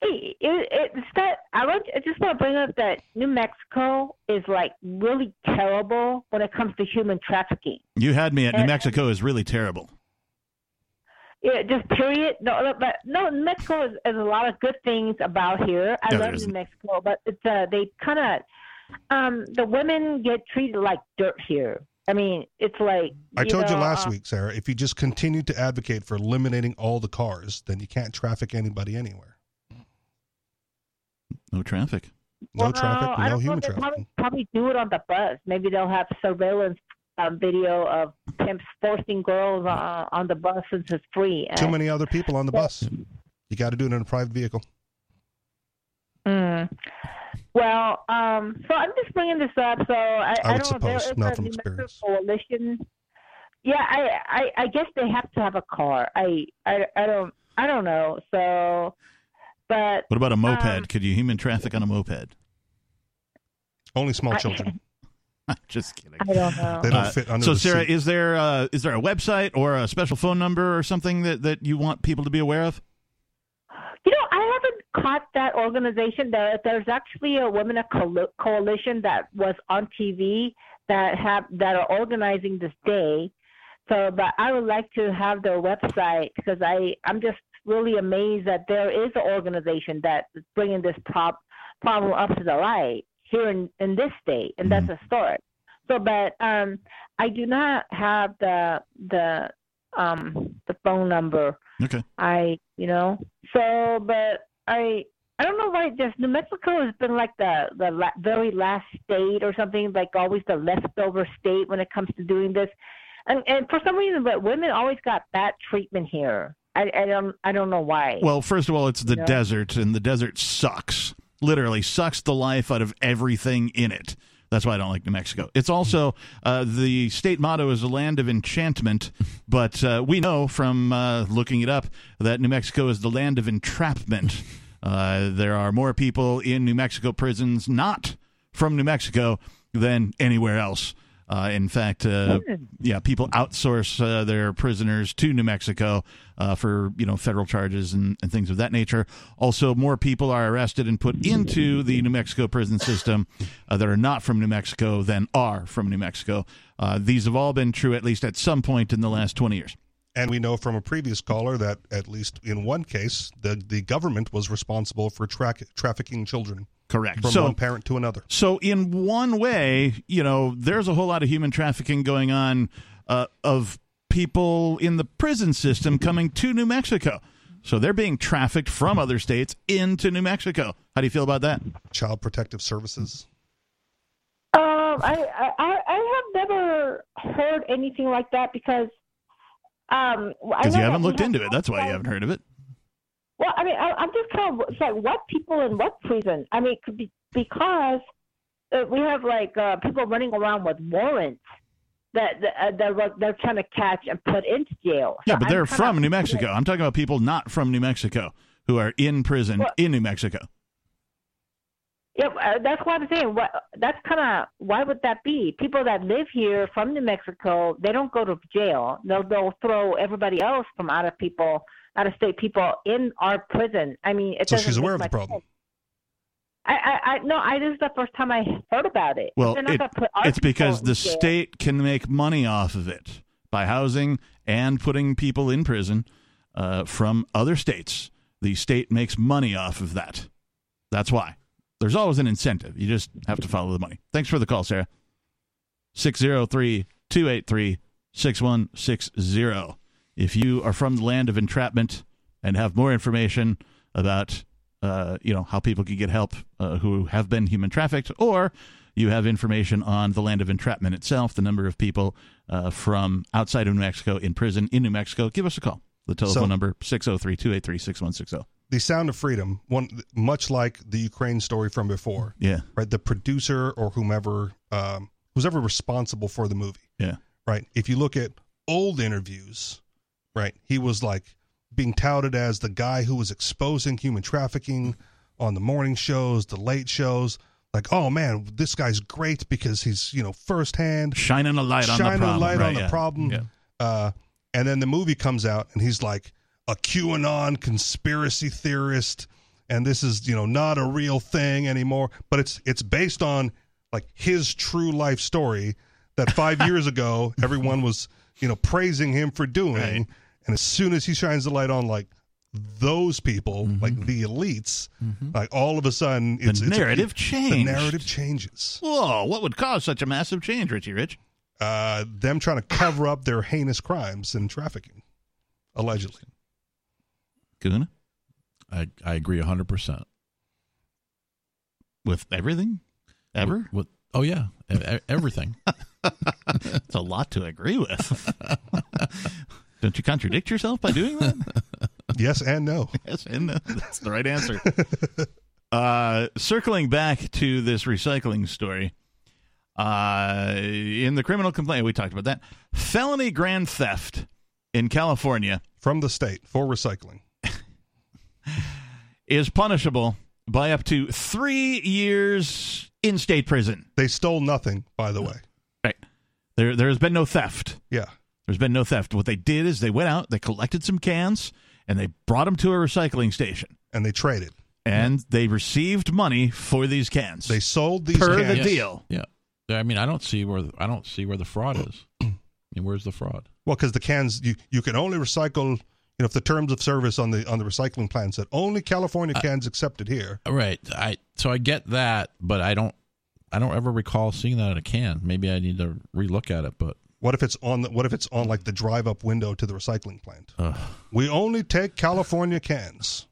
K: Hey, it, it's that I want. I just want to bring up that New Mexico is like really terrible when it comes to human trafficking.
A: You had me at New
K: And-
A: Mexico is really terrible.
K: Yeah, just period. No, no, but no, New Mexico is, is a lot of good things about here. I
A: No, there
K: love New
A: isn't.
K: Mexico, but it's uh, they kind of um, the women get treated like dirt here. I mean, it's like
B: I told you
K: know,
B: last
K: uh,
B: week, Sarah, if you just continue to advocate for eliminating all the cars, then you can't traffic anybody anywhere.
A: No traffic.
B: No
K: Well,
B: traffic,
K: I
B: no
K: don't know.
B: human
K: They
B: trafficking.
K: Probably, probably do it on the bus. Maybe they'll have surveillance um, video of pimps forcing girls uh, on the bus since it's free.
B: Too
K: And-
B: many other people on the bus. You got to do it in a private vehicle.
K: Mm. Well, um, so I'm just bringing this up. So I,
B: I
K: I,
B: would
K: don't know. There
B: suppose,
K: is
B: not
K: a
B: from
K: New Mexico
B: experience.
K: coalition. Yeah, I, I, I guess they have to have a car. I, I, I don't, I don't know. So, but
A: What about a moped?
K: um,
A: Could you human traffic on a moped?
B: Only small
K: I-
B: children.
A: Just kidding.
K: I don't know.
B: They don't
A: Uh,
B: fit under
A: so,
B: the
A: Sarah,
B: seat.
A: is there uh, is there a website or a special phone number or something that, that you want people to be aware of?
K: You know, I haven't caught that organization. There, there's actually a women of coal- coalition that was on TV that have that are organizing this day. So, but I would like to have their website because I I'm just really amazed that there is an organization that's bringing this prob problem up to the light here in in this state, and that's a start. So, but um, I do not have the the um the phone number.
A: Okay.
K: I, you know, so, but I, I don't know why just New Mexico has been like the the la- very last state or something, like always the leftover state when it comes to doing this, and and for some reason, but women always got bad treatment here. I, I don't I don't know why.
A: Well, first of all, it's the
K: Yeah.
A: desert, and the desert sucks. Literally sucks the life out of everything in it. That's why I don't like New Mexico. It's also uh, the state motto is a land of enchantment, but uh, we know from uh, looking it up that New Mexico is the land of entrapment. Uh, there are more people in New Mexico prisons not from New Mexico than anywhere else. Uh, in fact, uh, yeah, people outsource uh, their prisoners to New Mexico uh, for you know federal charges and, and things of that nature. Also, more people are arrested and put into the New Mexico prison system uh, that are not from New Mexico than are from New Mexico. Uh, these have all been true at least at some point in the last twenty years.
B: And we know from a previous caller that at least in one case, the, the government was responsible for tra- trafficking children.
A: Correct.
B: From
A: So-
B: one parent to another.
A: So, in one way, you know, there's a whole lot of human trafficking going on uh, of people in the prison system coming to New Mexico. So they're being trafficked from other states into New Mexico. How do you feel about that?
B: Child Protective Services.
K: Um, I, I- I I have never heard anything like that because um I
A: Because
K: know
A: you
K: that
A: haven't
K: we
A: looked
K: have
A: into it. That's why you haven't heard of it.
K: Well, I mean, I, I'm just kind of it's like what people in what prison? I mean, could be, because uh, we have like uh, people running around with warrants that that, uh, that were- they're trying to catch and put into jail.
A: Yeah,
K: So
A: but
K: I'm
A: they're
K: kinda-
A: from New Mexico. I'm talking about people not from New Mexico who are in prison
K: Well-
A: in New Mexico.
K: Yeah, uh, that's what I'm saying. What that's kind of why would that be? People that live here from New Mexico, they don't go to jail. They'll they'll throw everybody else from out of people, out of state people in our prison. I mean, it
B: So
K: doesn't
B: she's aware
K: make
B: of the
K: much
B: problem.
K: sense. I, I, I no, I this is the first time I heard about it.
A: Well,
K: They're not
A: it-
K: gonna put our
A: it's
K: people
A: because
K: in
A: the
K: jail.
A: state can make money off of it by housing and putting people in prison uh, from other states. The state makes money off of that. That's why. There's always an incentive. You just have to follow the money. Thanks for the call, Sarah. 603 283 6160. If you are from the land of entrapment and have more information about uh, you know how people can get help uh, who have been human trafficked, or you have information on the land of entrapment itself, the number of people uh, from outside of New Mexico in prison in New Mexico, give us a call. The telephone
B: So-
A: number 603 283 6160.
B: The Sound of Freedom, one much like the Ukraine story from before.
A: Yeah.
B: Right, the producer or whomever, um, who's ever responsible for the movie.
A: Yeah.
B: right? If you look at old interviews, right, he was like being touted as the guy who was exposing human trafficking on the morning shows, the late shows. Like, oh man, this guy's great because he's you know firsthand
A: Shining a light on the
B: shining a
A: problem,
B: light
A: right,
B: on the
A: yeah,
B: problem.
A: yeah.
B: Uh, and then the movie comes out, and he's like a QAnon conspiracy theorist, and this is you know not a real thing anymore. But it's it's based on like his true life story that five years ago everyone was you know praising him for doing, and as soon as he shines the light on, like those people,
A: Mm-hmm.
B: like the elites, like all of a sudden it's, it's a-
A: narrative
B: The
A: changed.
B: narrative changes.
A: Whoa, what would cause such a massive change, Richie Rich?
B: uh, them trying to cover up their heinous crimes and trafficking, allegedly.
A: Kahuna?
C: I, I agree 100%.
A: With everything? Ever?
C: With, oh, yeah. E- e- Everything.
A: It's a lot to agree with. Don't you contradict yourself by doing that?
B: Yes and no.
A: Yes and no. That's the right answer. Uh, circling back to this recycling story, uh, in the criminal complaint, we talked about that. Felony grand theft in California
B: from the state for recycling
A: is punishable by up to three years in state prison. Uh,
B: They stole nothing, by the way.
A: Right. There, there has been no theft.
B: Yeah.
A: There's been no theft. What they did is they went out, they collected some cans, and they brought them to a recycling station.
B: And they traded.
A: And they received money for these cans. They
B: sold
A: per the deal.
C: Yeah. Yeah, I mean, I don't see where I don't see where the fraud is. I mean, where's the fraud?
B: Well, because the cans you you can only recycle. You know, if the terms of service on the on the recycling plan said only California
A: Uh,
B: cans accepted here.
C: All Right. I so I get that, but I don't I don't ever recall seeing that in a can. Maybe I need to relook at it, but
B: What if it's on the, What if it's on like the drive up window to the recycling plant?
C: Ugh.
B: We only take California cans,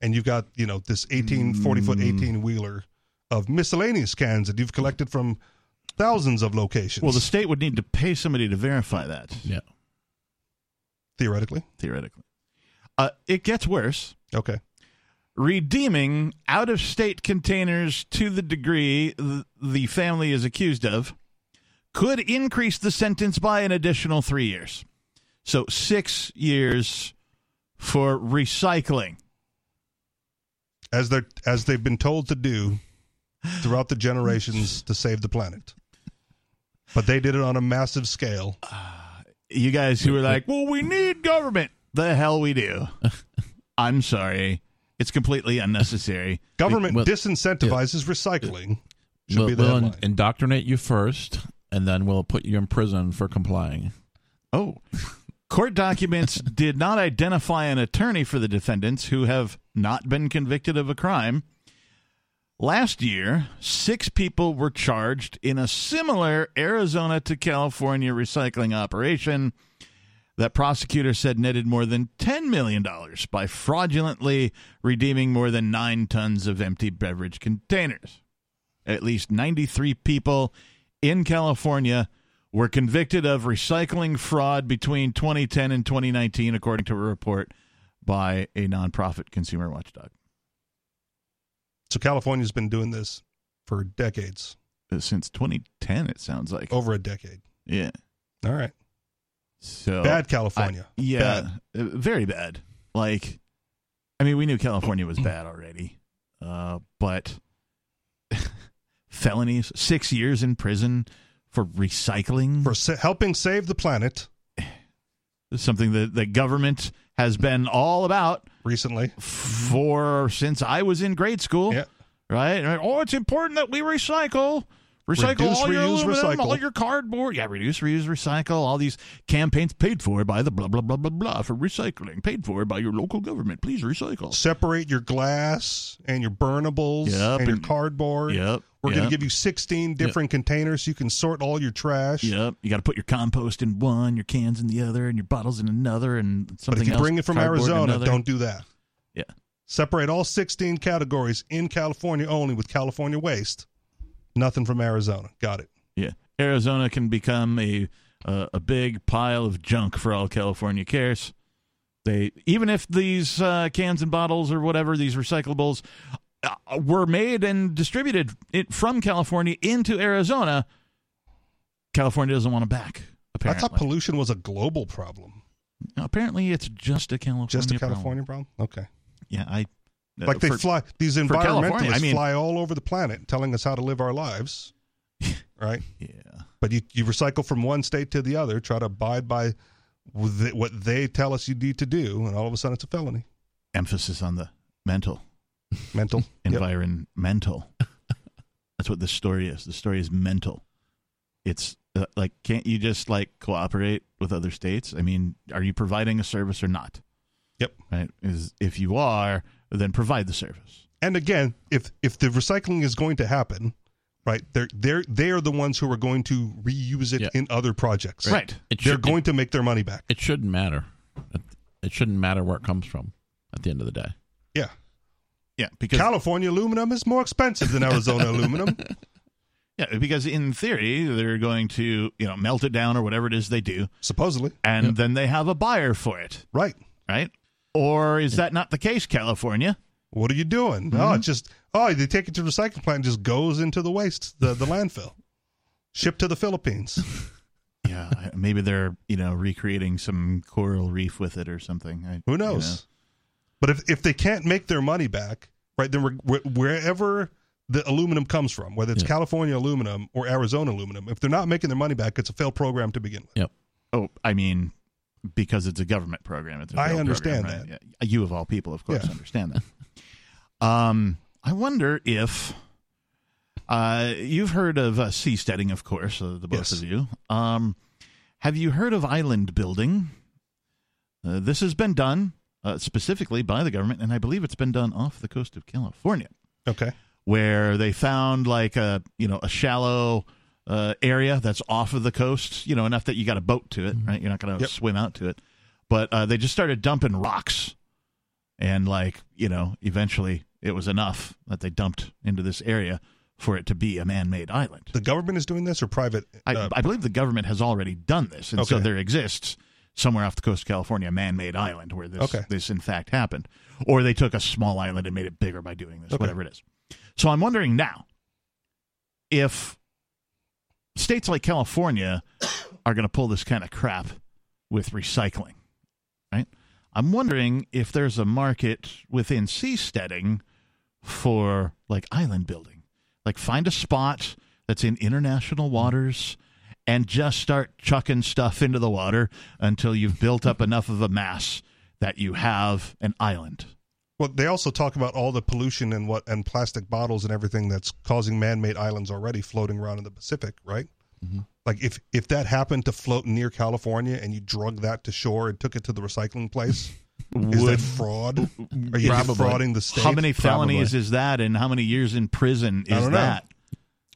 B: and you've got you know this eighteen forty
A: Mm.
B: foot eighteen wheeler of miscellaneous cans that you've collected from thousands of locations.
A: Well, the state would need to pay somebody to verify that.
C: Yeah.
B: Theoretically.
A: Theoretically. Uh, it gets worse.
B: Okay.
A: Redeeming out of state containers to the degree th- the family is accused of could increase the sentence by an additional three years. So, six years for recycling.
B: as they're as they've been told to do throughout the generations to save the planet. But they did it on a massive scale.
A: You guys who are like, well, we need government. The hell we do. I'm sorry. It's completely unnecessary.
B: Government disincentivizes recycling. Should
C: we'll,
B: be the
C: we'll
B: headline.
C: indoctrinate you first and then we'll put you in prison for complying.
A: Oh. Court documents did not identify an attorney for the defendants who have not been convicted of a crime. Last year, six people were charged in a similar Arizona to California recycling operation that prosecutor said netted more than $10 million by fraudulently redeeming more than nine tons of empty beverage containers. At least 93 people in California were convicted of recycling fraud between 2010 and 2019, according to a report by a nonprofit consumer watchdog.
B: So California's been doing this for decades.
A: Uh, Since 2010, it sounds like.
B: Over a decade.
A: Yeah.
B: All right.
A: So
B: Bad California.
A: I- yeah, uh, very bad. Like, I mean, we knew California was bad already, uh, but felonies, six years in prison for recycling,
B: for sa- helping save the planet,
A: something that the government has been all about
B: recently
A: for since I was in grade school. Yeah. Right? And, Oh, it's important that we recycle. Recycle
B: Reduce,
A: all your
B: reuse,
A: aluminum, all
B: recycle.
A: your cardboard. Yeah, reduce, reuse, recycle. All these campaigns paid for by the blah blah blah blah blah for recycling. Paid for by your local government. Please recycle.
B: Separate your glass and your burnables
A: Yep,
B: and your
A: and-
B: cardboard.
A: Yep,
B: We're going
A: yep.
B: to give you 16 different containers so you can sort all your trash.
A: Yep. You got to put your compost in one, your cans in the other, and your bottles in another, and
B: But
A: something
B: if you
A: else,
B: bring it from
A: cardboard in
B: Arizona,
A: another.
B: don't do that.
A: Yeah.
B: Separate all 16 categories in California only with California waste. Nothing from Arizona. Got it.
A: Yeah, Arizona can become a uh, a big pile of junk for all California cares. They even if these uh, cans and bottles or whatever these recyclables uh, were made and distributed it from California into Arizona, California doesn't want them back. Apparently,
B: I thought pollution was a global problem.
A: apparently it's just a California
B: Just a
A: problem.
B: California problem? Okay.
A: Yeah, I uh,
B: like they
A: for-
B: fly these
A: for California,
B: environmentalists
A: I mean,
B: fly all over the planet telling us how to live our lives. Right?
A: yeah.
B: But you, you recycle from one state to the other, try to abide by with- what they tell us you need to do, and all of a sudden it's a felony.
A: Emphasis on the mental.
B: Mental.
A: environmental. That's what this story is. The story is mental. It's uh, like, can't you just like cooperate with other states? I mean, are you providing a service or not?
B: Yep.
A: Right. Is if you are, then provide the service.
B: And again, if if the recycling is going to happen, right, they're they're they are the ones who are going to reuse it in other projects.
A: Right. It
B: they're
A: should-
B: going to make their money back.
C: It shouldn't matter. It- It shouldn't matter where it comes from. At the end of the day,
B: Yeah.
A: Yeah. Because
B: California aluminum is more expensive than Arizona aluminum.
A: yeah, because in theory they're going to you know melt it down or whatever it is they do
B: supposedly,
A: and then they have a buyer for it.
B: Right.
A: Right. Or is that not the case, California? Mm-hmm.
B: What are you doing? Oh, it just oh, they take it to the recycling plant and just goes into the waste, the, the landfill. Shipped to the Philippines.
A: Yeah, I- maybe they're you know recreating some coral reef with it or something. I,
B: Who knows? But if if they can't make their money back, right, then we're- we're- wherever the aluminum comes from, whether it's California aluminum or Arizona aluminum, if they're not making their money back, it's a failed program to begin with.
C: Yep.
A: Oh, I mean, because it's a government program. It's a
B: I
A: federal
B: understand
A: program, right? Yeah. You of all people, of course,
B: Yeah.
A: understand that. um, I wonder if uh, you've heard of uh, seasteading, of course, uh, the both
B: Yes.
A: of you. Um, have you heard of island building? Uh, this has been done uh, specifically by the government, and I believe it's been done off the coast of California
B: Okay.
A: where they found like a you know a shallow uh, area that's off of the coast, you know enough that you got a boat to it,
B: Mm-hmm.
A: right? You're not going to swim out to it, but uh, they just started dumping rocks, and like you know, eventually it was enough that they dumped into this area for it to be a man-made island.
B: The government is doing this or private?
A: I,
B: uh,
A: I believe the government has already done this, and so
B: Okay.
A: there exists somewhere off the coast of California a man-made island where this
B: Okay.
A: this in fact happened, or they took a small island and made it bigger by doing this,
B: Okay.
A: whatever it is. So I'm wondering now if states like California are going to pull this kind of crap with recycling, right? I'm wondering if there's a market within seasteading for like island building. Like find a spot that's in international waters and just start chucking stuff into the water until you've built up enough of a mass that you have an island.
B: well, they also talk about all the pollution and what and plastic bottles and everything that's causing man-made islands already floating around in the Pacific, right?
A: Mm-hmm.
B: Like if if that happened to float near California and you drug that to shore and took it to the recycling place, is that
A: Would-
B: fraud? Are you
A: Probably.
B: defrauding the state?
A: How many felonies is that, and how many years in prison is
B: I don't know.
A: that?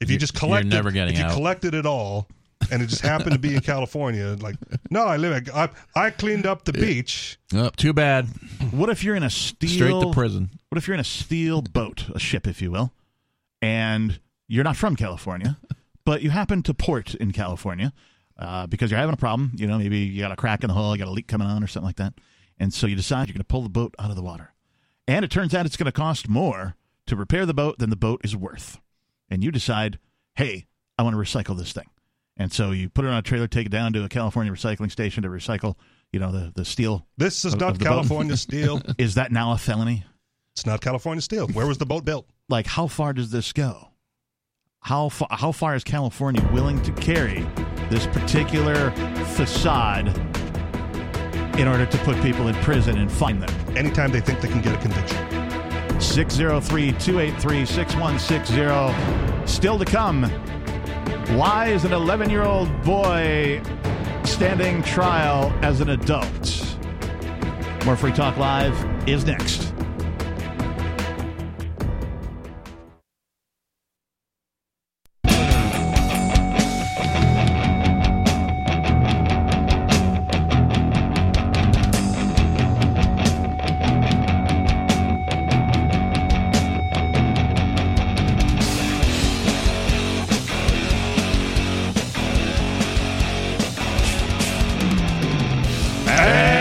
B: If you just collected,
C: never getting
B: if you
C: out.
B: collected it all, and it just happened to be in California, like no, I live, I, I cleaned up the beach.
C: Oh, too bad.
A: What if you're in a steel
C: Straight to prison.
A: What if you're in a steel boat, a ship, if you will, and you're not from California, but you happen to port in California uh, because you're having a problem. You know, maybe you got a crack in the hull, you got a leak coming on, or something like that, And so you decide you're going to pull the boat out of the water. And it turns out it's going to cost more to repair the boat than the boat is worth. And you decide, hey, I want to recycle this thing. And so you put it on a trailer, take it down to a California recycling station to recycle, you know, the, the steel.
B: This is
A: of-
B: not
A: of the boat.
B: California steel.
A: is that now a felony?
B: It's not California steel. Where was the boat built?
A: Like, how far does this go? How, fa- how far is California willing to carry this particular facade in order to put people in prison and fine them?
B: Anytime they think they can get a conviction.
A: 603 283 6160. Still to come. Why is an 11 year old boy standing trial as an adult? More Free Talk Live is next.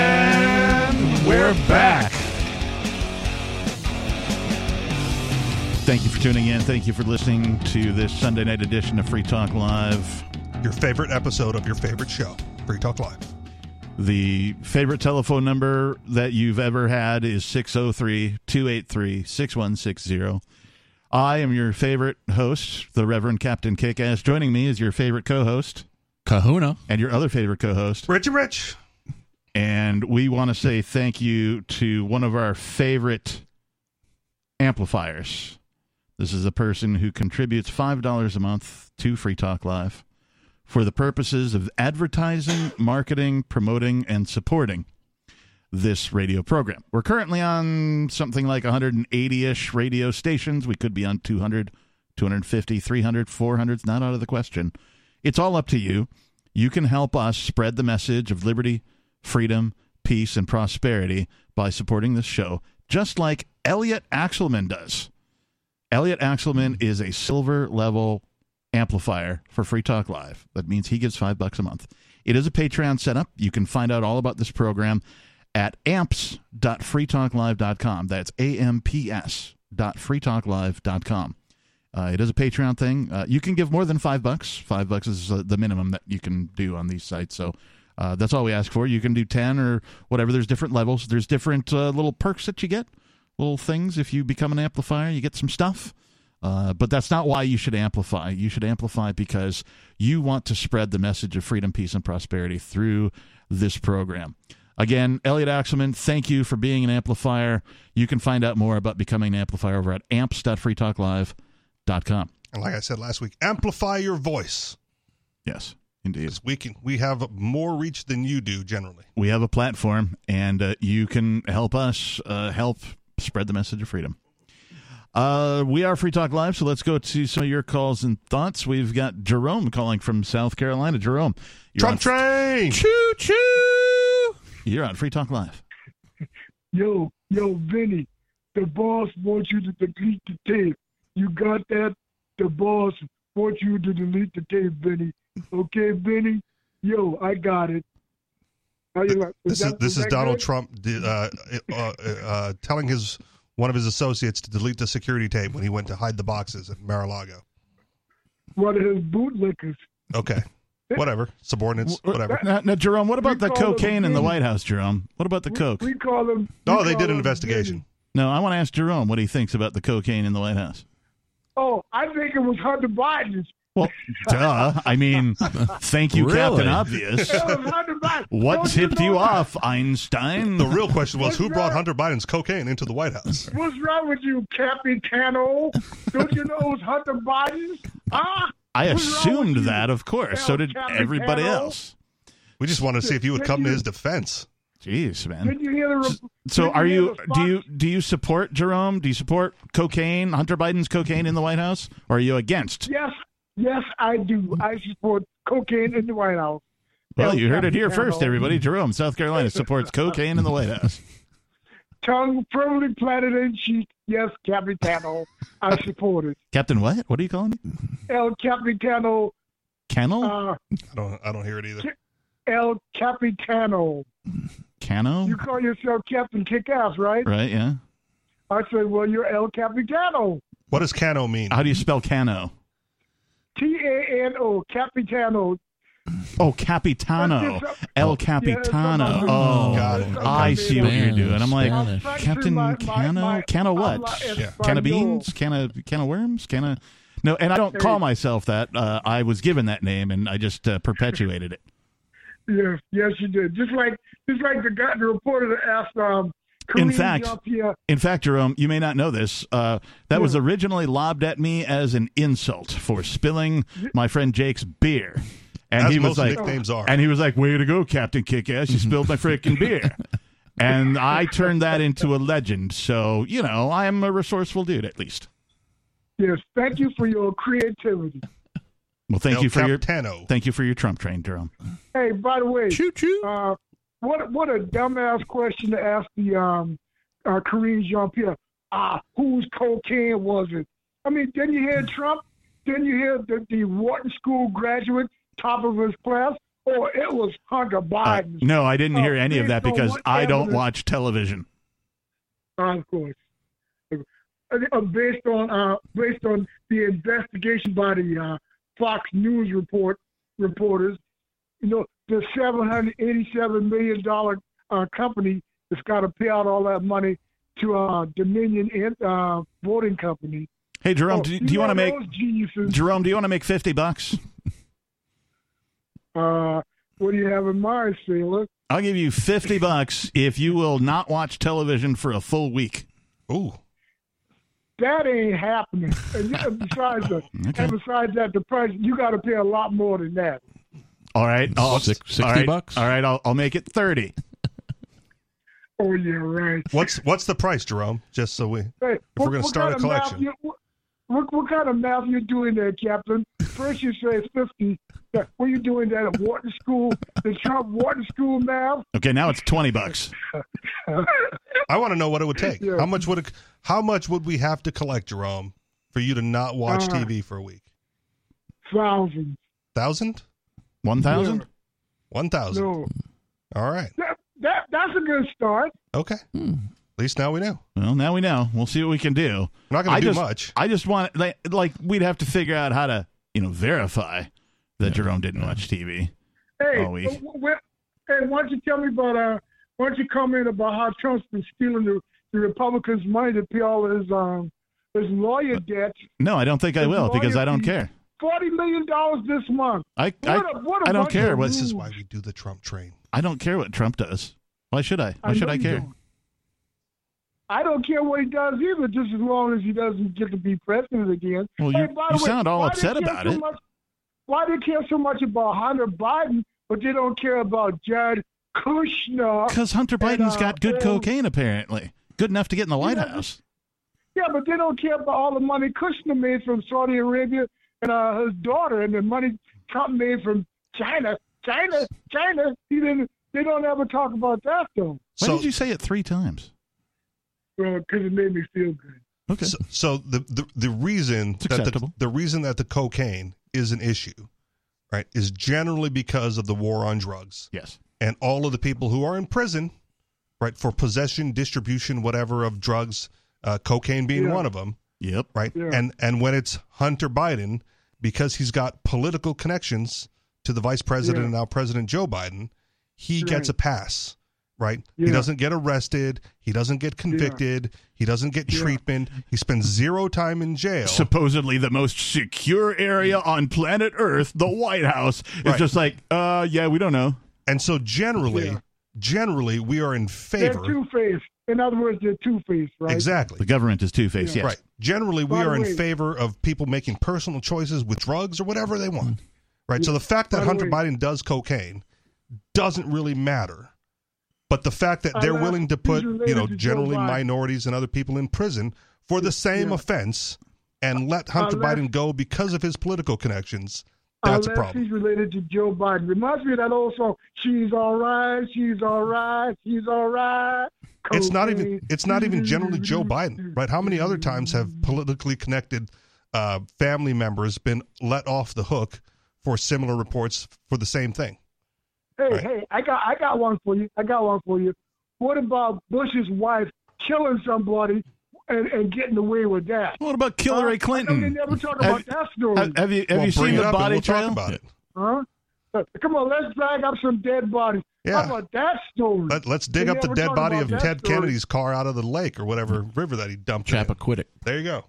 B: And
A: we're back. Thank you for tuning in. Thank you for listening to this Sunday night edition of Free Talk Live.
B: Your favorite episode of your favorite show, Free Talk Live.
A: The favorite telephone number that you've ever had is 603 283 6160. oh. I am your favorite host, the Reverend Captain Kickass. Joining me is your favorite co host,
C: Kahuna.
A: And your other favorite co host,
B: Richie Rich.
A: And we want to say thank you to one of our favorite amplifiers. This is a person who contributes $5 a month to Free Talk Live for the purposes of advertising, marketing, promoting, and supporting this radio program. We're currently on something like 180 ish radio stations. We could be on 200, 250, 300, 400. It's not out of the question. It's all up to you. You can help us spread the message of liberty, freedom, peace, and prosperity by supporting this show, just like Elliot Axelman does. Elliot Axelman is a silver level amplifier for Free Talk Live. That means he gives five bucks a month. It is a Patreon setup. You can find out all about this program at amps.freetalklive.com. That's A-M-P-S dot freetalklive.com. Uh, it is a Patreon thing. Uh, you can give more than five bucks. Five bucks is uh, the minimum that you can do on these sites. So uh, that's all we ask for. You can do ten or whatever. There's different levels. There's different uh, little perks that you get, little things. If you become an amplifier, you get some stuff. Uh, but that's not why you should amplify. You should amplify because you want to spread the message of freedom, peace, and prosperity through this program. Again, Elliot Axelman, thank you for being an amplifier. You can find out more about becoming an amplifier over at amps.freetalklive.com.
B: And like I said last week, amplify your voice.
A: Yes, indeed.
B: We can we have more reach than you do generally.
A: We have a platform, and uh, you can help us uh, help spread the message of freedom. Uh, we are Free Talk Live, so let's go to some of your calls and thoughts. We've got Jerome calling from South Carolina. Jerome, you're
B: Trump train.
A: Choo choo. You're on Free Talk Live.
L: Yo, yo, Vinny, the boss wants you to delete the tape. You got that? The boss wants you to delete the tape, Vinny. Okay, Vinny? Yo, I got it. How you like?
B: This is
L: that-
B: this is
L: that
B: Donald
L: good?
B: Trump di- uh, uh, uh, telling his one of his associates to delete the security tape when he went to hide the boxes at Mar-a-Lago.
L: One of his bootlickers.
B: Okay, whatever, subordinates,
L: uh,
B: whatever.
A: Now, now, Jerome, what about the
L: We call it a
A: cocaine in the
L: win.
A: White House, Jerome? What about the coke?
L: We call him.
B: No,
L: we
B: Oh, they
L: call
B: did an
L: him
B: investigation.
A: No, I want to ask Jerome what he thinks about the cocaine in the White House.
L: Oh, I think it was Hunter Biden's.
A: Well, duh. I mean, thank you, Captain Obvious.
L: It was Hunter Biden.
A: What
L: Don't
A: tipped you
L: know-
A: off, Einstein?
B: The real question was who brought Hunter Biden's cocaine into the White House?
L: What's wrong with you, Capitano? Don't you know it was Hunter Biden's? Huh?
A: I assumed that, of course. So did everybody else.
B: We just wanted to see if you would come to his defense.
A: Jeez, man.
L: Did you hear the? Re-
A: So
L: did
A: are
L: hear
A: you
L: the
A: do you do you support Jerome? Do you support cocaine, Hunter Biden's cocaine in the White House? Or are you against?
L: Yes, yes, I do. I support cocaine in the White House.
A: Well,
L: El
A: you heard it here
L: Capitano.
A: first, everybody. Jerome, South Carolina supports cocaine in the White House.
L: Tongue firmly planted in cheek. Yes, Capitano, I support it.
A: Captain what? What are you calling it?
L: El Capitano.
A: Kennel?
L: Uh,
B: I don't I don't hear it either.
L: El Capitano.
A: Capitano?
L: You call yourself Captain Kick Ass, right?
A: Oh. Right, yeah.
L: I say, well, you're El Capitano.
B: What does Cano mean?
A: How do you spell Cano?
L: T A N O, Capitano.
A: Oh, Capitano. El Capitano. oh,
B: Got it.
A: I
B: Okay.
A: see what you're doing. I'm like,
B: Spanish. Spanish.
A: Captain
B: My- my-
A: Cano?
B: my-
A: Cano what?
B: I'm like
A: Can
B: Espanol.
A: of beans? Can of, can of worms? Can of. No, and I don't call myself that. Uh, I was given that name and I just uh, perpetuated it.
L: Yes, yes, you did. Just like, just like the guy, the reporter that asked, um, Kareem
A: In fact,
L: Jean-Pierre-
A: in fact, Jerome, you may not know this. Uh, that was originally lobbed at me as an insult for spilling my friend Jake's beer, and
B: As
A: he
B: most
A: was like,
B: nicknames are. Mhm.
A: and he was like, "Way to go, Captain Kickass! You spilled my freaking beer." And I turned that into a legend. So you know, I am a resourceful dude, at least.
L: Yes, thank you for your creativity.
A: Well, thank
B: El
A: you for
B: Capitano.
A: your thank you for your Trump train, Jerome. Uh,
L: Hey, by the way, choo choo. Uh, what what a dumbass question to ask the um, uh, Kareem Jean Pierre. Ah, whose cocaine was it? I mean, didn't you hear Trump? Didn't you hear the, the Wharton School graduate, top of his class? Oh, it was Hunter Biden.
A: Uh, No, I didn't
L: Oh,
A: hear any of
L: please
A: that
L: don't
A: because
L: want
A: I don't
L: evidence.
A: watch television.
L: Uh, of course. Uh, based on uh, based on the investigation by the uh, Fox News report reporters, you know the seven hundred eighty-seven million dollar uh, company that's got to pay out all that money to uh, Dominion in, uh, Voting Company.
A: Hey, Jerome,
L: Oh,
A: do,
L: you
A: do you want to
L: know
A: make
L: those geniuses?
A: Jerome? Do you want to make fifty bucks?
L: Uh, what do you have in mind, Sailor?
A: I'll give you 50 bucks if you will not watch television for a full week.
B: Ooh.
L: That ain't happening. And uh, besides, the, and besides that, the price you got to pay a lot more than that.
A: All right. I'll,
C: Six- sixty
A: all right,
C: bucks?
A: All right. I'll, I'll make it 30.
L: Oh, yeah, right.
B: What's what's the price, Jerome? Just so we, if
L: Hey,
B: we're going to start a
L: kind of math
B: collection.
L: you- what, what, what kind of math you doing there, Captain? First you say 50. What are you doing that at Wharton School? The Trump Wharton School math?
A: Okay. Now it's 20 bucks.
B: I want to know what it would take.
L: Yeah.
B: How much would it, how much would we have to collect, Jerome, for you to not watch
L: Uh,
B: TV for a week?
L: Thousand.
B: Thousand?
A: 1,000?
B: One thousand.
L: No.
B: All right.
L: That, that, that's a good start.
B: Okay.
L: Hmm.
B: At least now we know.
A: Well, now we know. We'll see what we can do.
B: We're not gonna
A: I
B: do
A: just-
B: much.
A: I just want, like, like, we'd have to figure out how to, you know, verify that Jerome didn't watch TV.
L: Hey,
A: All week.
L: uh, wh- wh- hey, why don't you tell me about, uh, why don't you comment about how Trump's been stealing the, the Republicans' money to pay all his, um, his lawyer debt?
A: No, I don't think I
L: His
A: will because I don't
L: lawyer
A: care.
L: $40 million this month.
A: I,
L: What
A: I,
L: a- what a
A: I don't
L: bunch
A: care
L: of
A: what.
L: This is
B: Why we do the Trump train?
A: I don't care what Trump does. Why should I? Why
L: I
A: should
L: know
A: I
L: you
A: care?
L: don't. I don't care what he does either, just as long as he doesn't get to be president again.
A: Well, you-
L: by
A: you
L: the
A: sound all
L: why they
A: upset
L: care
A: about
L: so
A: it.
L: much- why they care so much about Hunter Biden, but they don't care about Jared Kushner?
A: Because Hunter
L: Oh, and,
A: Biden's
L: uh,
A: got good
L: Bill-
A: cocaine, apparently. Good enough to get in the White House.
L: Yeah, but they don't care about all the money Kushner made from Saudi Arabia and uh, his daughter, and the money Trump made from China, China, China. He didn't. They don't ever talk about that though,
A: Why did you say it three times?
L: because it made me feel good.
A: Okay.
B: So, so the, the the reason that the,
A: acceptable.
B: the reason that the cocaine is an issue, right, is generally because of the war on drugs.
A: Yes.
B: And all of the people who are in prison, right, for possession, distribution, whatever of drugs, uh, cocaine being
L: Yeah.
B: one of them.
A: Yep.
B: Right. And and when it's Hunter Biden, because he's got political connections to the vice president
L: Yeah.
B: and now President Joe Biden, he
L: Right.
B: gets a pass. Right. He
L: Yeah.
B: doesn't get arrested. He doesn't get convicted. He doesn't get treatment. He spends zero time in jail.
A: Supposedly the most secure area on planet Earth, the White House, is
B: Right.
A: just like, uh, yeah, we don't know.
B: And so generally, generally, we are in
L: They're
B: favor.
L: two faced. In other words, they're two faced, right?
B: Exactly.
A: The government is two faced, yes.
B: Right. Generally, we
L: By the
B: are
L: way-
B: in favor of people making personal choices with drugs or whatever they want. Right. So the fact that
L: By the
B: Hunter
L: way-
B: Biden does cocaine doesn't really matter. But the fact that
L: I
B: they're
L: laugh.
B: willing to put,
L: He's
B: you
L: related
B: know,
L: to Joe
B: generally
L: Biden.
B: minorities and other people in prison for the same offense and let Hunter
L: laugh.
B: Biden go because of his political connections, that's a
L: Unless
B: problem.
L: he's related to Joe Biden. Reminds me of that old song, She's All Right, She's All Right, She's All Right.
B: it's not even
L: Cocaine.
B: it's not even generally Joe Biden, right? How many other times have politically connected uh, family members been let off the hook for similar reports for the same thing?
L: Hey, hey, I got I got one for you. I got one for you. What about Bush's wife killing somebody and, and getting away with that?
A: What about Hillary Clinton?
L: They never talk about
A: Have-
L: that story.
A: have- have you- have Well, you seen bring it the up and body we'll talk trail? about it.
L: Huh? Uh, Come on, let's drag up some dead bodies.
B: Yeah.
L: How about that story?
B: Let, let's dig
L: They
B: up the
L: never
B: dead
L: talk
B: body
L: about
B: of
L: that
B: Ted
L: story.
B: Kennedy's car out of the lake or whatever river that he dumped.
C: Chappaquiddick.
B: There you go.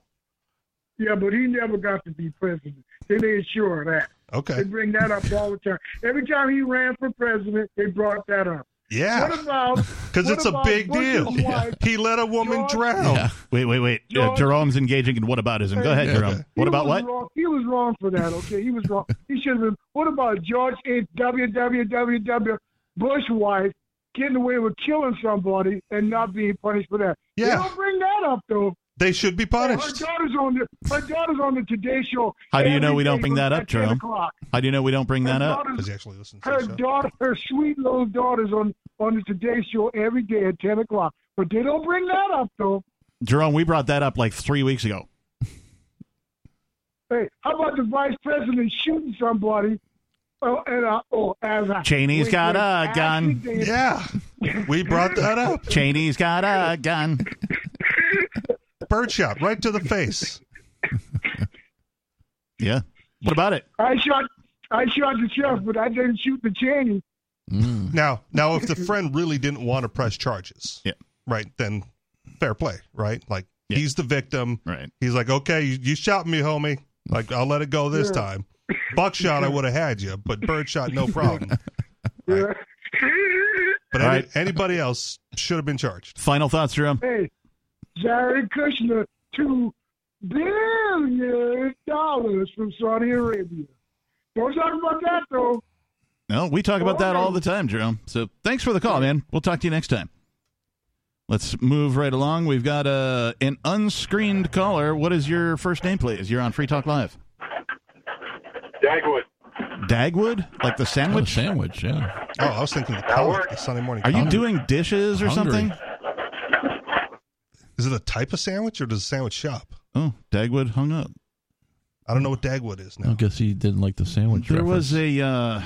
L: Yeah, but he never got to be president. They made sure of that.
B: Okay.
L: They bring that up all the time. Every time he ran for president, they brought that up.
B: Yeah.
L: What about?
B: Because
L: what
B: it's a
L: about
B: big
L: Bush's
B: deal.
L: wife?
B: He let a woman
L: George-
B: drown.
A: Wait, wait, wait. Uh,
L: George-
A: Jerome's engaging in whataboutism. Go ahead,
L: Yeah.
A: Jerome.
L: He
A: What about
L: was
A: what?
L: Wrong. He was wrong for that. Okay, he was wrong. He should have been. What about George H. W. W. W. W. Bush wife getting away with killing somebody and not being punished for that? They
B: Yeah.
L: don't bring that up though.
B: They should be punished.
L: Her daughter's on the. Her daughter's on the Today Show.
A: How do you know we
L: every
A: don't
L: day
A: bring that
L: at
A: up,
L: 10
A: Jerome?
L: o'clock.
A: How do you know we don't bring that up?
L: Because he
B: actually listens.
L: Her daughter, her sweet little daughter's on on the Today Show every day at ten o'clock, but they don't bring that up though.
A: Jerome, we brought that up like three weeks ago.
L: Hey, how about the vice president shooting somebody? Oh, and uh, oh, as a
A: Cheney's got a gun.
B: Yeah, we brought that up.
A: Cheney's got a gun.
B: Birdshot right to the face.
A: Yeah. What about it?
L: I shot, I shot the sheriff, but I didn't shoot the Cheney.
B: Now, now, if the friend really didn't want to press charges,
A: yeah,
B: right, then fair play, right? Like he's the victim,
A: right?
B: He's like, okay, you, you shot me, homie. Like I'll let it go this
L: Yeah.
B: time. Buckshot, I would have had you, but birdshot, no problem.
L: Yeah.
B: But any, anybody else should have been charged.
A: Final thoughts, Jerome.
L: hey, Jared Kushner, two billion dollars from Saudi Arabia. Don't talk about that though.
A: No, we talk about that all the time, Jerome. So thanks for the call, man. We'll talk to you next time. Let's move right along. We've got uh, an unscreened caller. What is your first name, please? You're on Free Talk Live.
M: Dagwood.
A: Dagwood, like the sandwich.
C: sandwich, yeah.
B: Oh, I was thinking the colic, the Sunday morning.
A: Are you
B: colic.
A: doing dishes or
B: Hungry.
A: something?
B: Is it a type of sandwich or does a sandwich shop?
A: Oh, Dagwood hung up.
B: I don't know what Dagwood is.
C: I guess he didn't like the sandwich.
A: There
C: reference.
A: was a uh,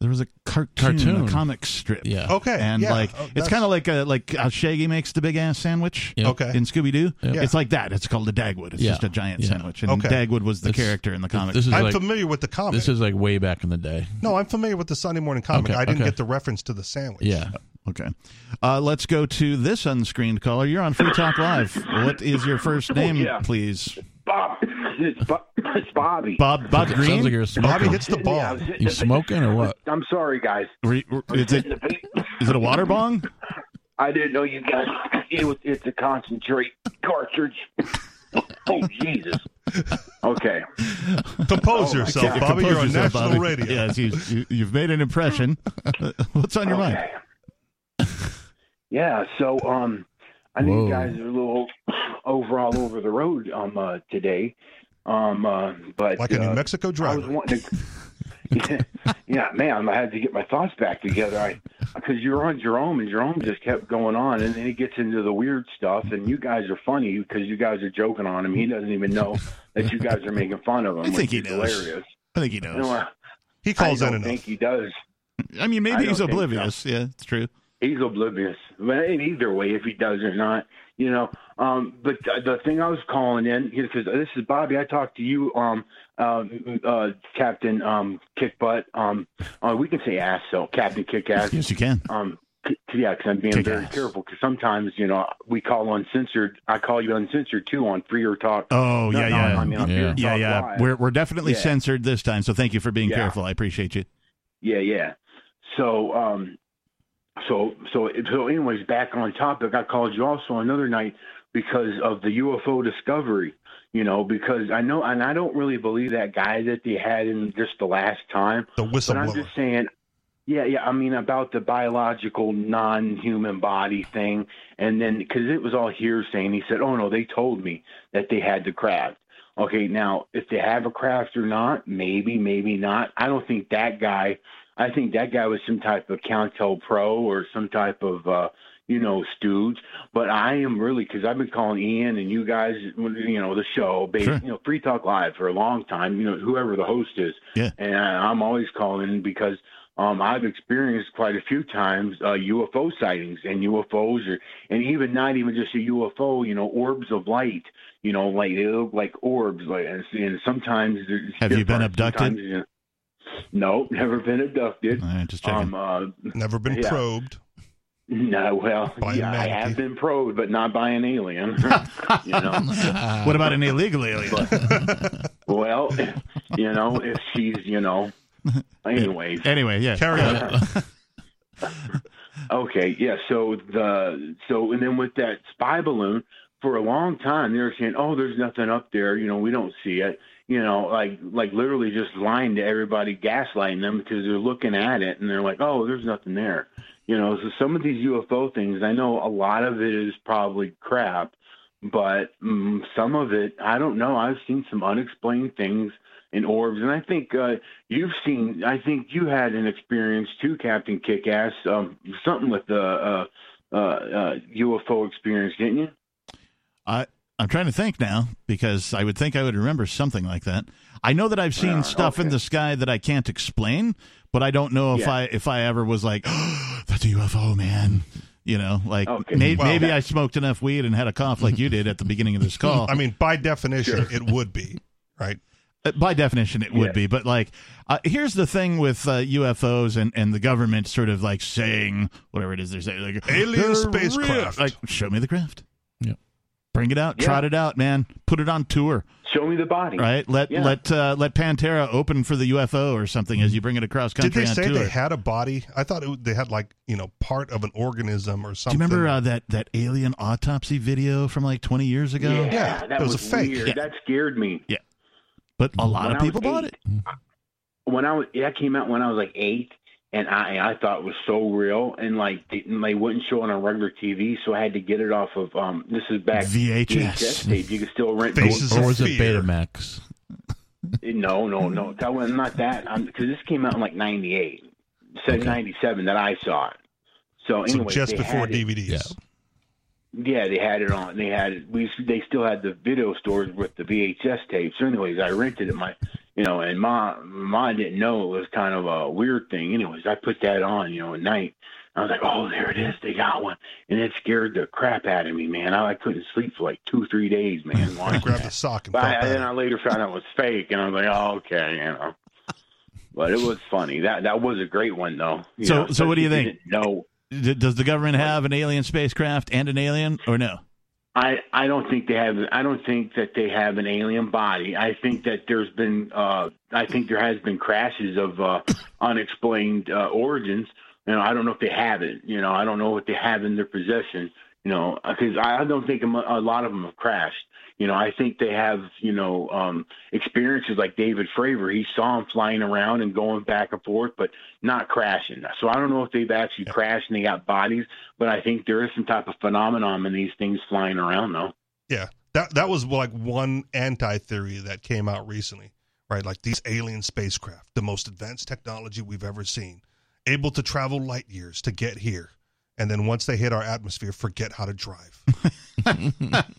A: there was a cartoon,
C: Cartoon.
A: a comic strip.
C: Yeah.
B: Okay,
A: And
B: yeah,
A: like
B: oh,
A: it's
B: that's-
A: kind of like a like how Shaggy makes the big ass sandwich.
C: Yeah. Okay.
A: In Scooby Doo,
C: Yeah.
A: it's like that. It's called a Dagwood. It's
C: Yeah.
A: just a giant
C: Yeah.
A: sandwich, and
C: Okay.
A: Dagwood was the
C: This-
A: character in the comic.
C: this is
B: I'm
C: like-
B: familiar with the comic.
C: This is like way back in the day.
B: no, I'm familiar with the Sunday morning comic.
C: Okay,
B: I didn't
C: okay.
B: get the reference to the sandwich.
C: Yeah.
A: Okay. Uh, let's go to this unscreened caller. You're on Free Talk Live. What is your first name,
M: Oh, Yeah.
A: please?
M: Bob. It's, Bo- it's Bobby.
A: Bob Bob Green.
M: Yeah, I was hitting
C: You
M: the-
C: smoking or what?
M: I'm sorry, guys.
A: Were you- were- is it is it a water bong?
M: I didn't know you guys. It was, it's a concentrate cartridge. oh, Jesus. Okay.
B: Compose
M: Oh, my
B: yourself,
M: God.
B: Bobby. You're on
A: Compose yourself,
B: national
A: Bobby.
B: radio.
A: Yes, you, you, you've made an impression. What's
M: Oh,
A: on your mind?
M: Yeah, so um, I know
A: Whoa.
M: you guys are a little over all over the road um uh, today, um uh, but
B: Like a New
M: uh,
B: Mexico
M: I was
B: driver.
M: wanting to, yeah, man, I had to get my thoughts back together. I because you were on Jerome and Jerome just kept going on, and then he gets into the weird stuff, and you guys are funny because you guys are joking on him. He doesn't even know that you guys are making fun of him.
A: I think
M: which
A: he
M: is
A: knows.
M: Hilarious.
A: I think he
M: No,
A: knows.
M: I-
B: He calls
M: I
B: in
M: don't
B: enough.
M: think he does.
A: I mean,
M: I
A: maybe
M: don't
A: he's
M: think so.
A: oblivious. Yeah, it's true.
M: He's oblivious. But in either way, if he does or not, you know. Um, but th- the thing I was calling in because this is Bobby. I talked to you, um, um, uh, Captain um, Kick Butt. Um, uh, we can say ass, so Captain Kick Ass.
A: Yes, you can.
M: Um, c- yeah, because I'm being
A: Kick
M: very
A: ass.
M: careful. Because sometimes, you know, we call uncensored. I call you uncensored too on Freer Talk.
A: Oh
M: No,
A: yeah,
M: no,
A: yeah,
M: I mean, on Free
A: yeah,
M: Talk
A: yeah,
M: Live.
A: We're we're definitely
M: Yeah.
A: censored this time, so thank you for being
M: Yeah.
A: careful. I appreciate you.
M: Yeah, yeah. So, um, so, so, so, anyways, back on topic, I called you also another night because of the UFO discovery, you know, because I know, and I don't really believe that guy that they had in just the last time.
B: The
M: But I'm
B: whistleblower.
M: just saying, yeah, yeah. I mean, about the biological non-human body thing, and then because it was all hearsay, and he said, "Oh no, they told me that they had the craft." Okay, now if they have a craft or not, maybe, maybe not. I don't think that guy. I think that guy was some type of Countel Pro or some type of, uh, you know, stooge. But I am really because I've been calling Ian and you guys, you know, the show, bas
N: Sure.
M: you know, Free Talk Live for a long time. You know, whoever the host is,
N: Yeah.
M: and I, I'm always calling because. Um, I've experienced quite a few times uh, UFO sightings and UFOs, or, and even not even just a UFO, you know, orbs of light, you know, like they look like orbs, like and, and sometimes they're
A: Have you been
M: different.
A: abducted?
M: Sometimes, you know- no, never been abducted.
A: just
M: checking. Um, uh,
B: Never been
M: yeah.
B: probed.
M: No, well,
B: By a
M: yeah, I
B: manatee.
M: have been probed, but not by an alien. you know,
A: what about an illegal alien?
M: well, you know, if she's, you know, anyways.
A: Anyway, yeah. Uh, Carry on.
M: okay, yeah. So the so and then with that spy balloon for a long time, they were saying, "Oh, there's nothing up there. You know, we don't see it." You know, like like literally just lying to everybody, gaslighting them because they're looking at it and they're like, "Oh, there's nothing there." You know, so some of these UFO things, I know a lot of it is probably crap, but mm, some of it, I don't know. I've seen some unexplained things in orbs, and I think uh, you've seen. I think you had an experience too, Captain Kickass. Um, something with the uh, uh, uh, UFO experience, didn't you?
A: I I'm trying to think now because I would think I would remember something like that. I know that I've seen
M: Uh,
A: stuff in the sky that I can't explain, but I don't know if
N: Yeah.
A: I if I ever was like, that's a UFO, man. You know, like
N: Okay.
A: may-
N: Well-
A: maybe I smoked enough weed and had a cough like you did at the beginning of this call.
B: I mean, by definition, it would be right.
A: Uh, By definition, it would
B: Yeah.
A: be, but like, uh, here's the thing with uh, UFOs and, and the government sort of like saying whatever it is they're saying, like
B: Alien
A: "They're
B: spacecraft."
A: real." Like, show me the craft. Yeah, bring it out,
M: Yeah.
A: trot it out, man. Put it on tour.
M: Show me the body.
A: Right. Let
M: Yeah.
A: let uh, let Pantera open for the UFO or something as you bring it across
B: Did
A: country
B: they
A: on
B: say
A: tour.
B: they had a body? I thought it, they had like you know part of an organism or
A: Do you
B: something.
A: remember uh, that that alien autopsy video from like 20 years ago?
M: Yeah, that was, weird.
A: Yeah.
M: That scared me.
A: Yeah, but a lot
M: When
A: of
M: I
A: people
M: was
A: bought
M: eight-
A: it.
M: When I was, that came out when I was like eight, and I I thought it was so real, and like they, and they wouldn't show it on regular TV, so I had to get it off of um. This is back
C: VHS.
M: tape. You could still rent
C: or, or was it Betamax?
M: No, no, no. That was not that. Because this came out in like '98, said '97 that I saw it. So
B: So
M: anyway,
B: just
M: they
B: before
M: had it-
B: DVDs.
M: yeah, they had it on. They had it. We they still had the video stores with the VHS tapes. So anyways, I rented it. My, you know, and ma ma didn't know it was kind of a weird thing. Anyways, I put that on. You know, at night. I was like, oh, there it is. They got one, and it scared the crap out of me, man. I, I couldn't sleep for like two, three days, man.
B: I
M: watching
B: grabbed
M: that.
B: a sock and
M: But
B: felt
M: I,
B: bad.
M: then I later found out it was fake, and I was like, oh, okay, you know. But it was funny. That that was a great one, though. You
A: So-
M: know,
A: so what do you
M: especially
A: think?
M: if didn't know
A: D- does the government have an alien spacecraft and an alien or no?
M: I, I don't think they have I don't think that they have an alien body. I think that there's been uh, I think there has been crashes of uh, unexplained uh, origins. You know, I don't know if they have it. You know, I don't know what they have in their possession. You know, because I I don't think a mo- a lot of them have crashed. You know, I think they have you know um, experiences like David Fravor. He saw them flying around and going back and forth, but not crashing. So I don't know if they've actually crashed and they got bodies, but I think there is some type of phenomenon in these things flying around, though.
B: Yeah, that that was like one anti theory that came out recently, right? Like these alien spacecraft, the most advanced technology we've ever seen, able to travel light years to get here, and then once they hit our atmosphere, forget how to drive.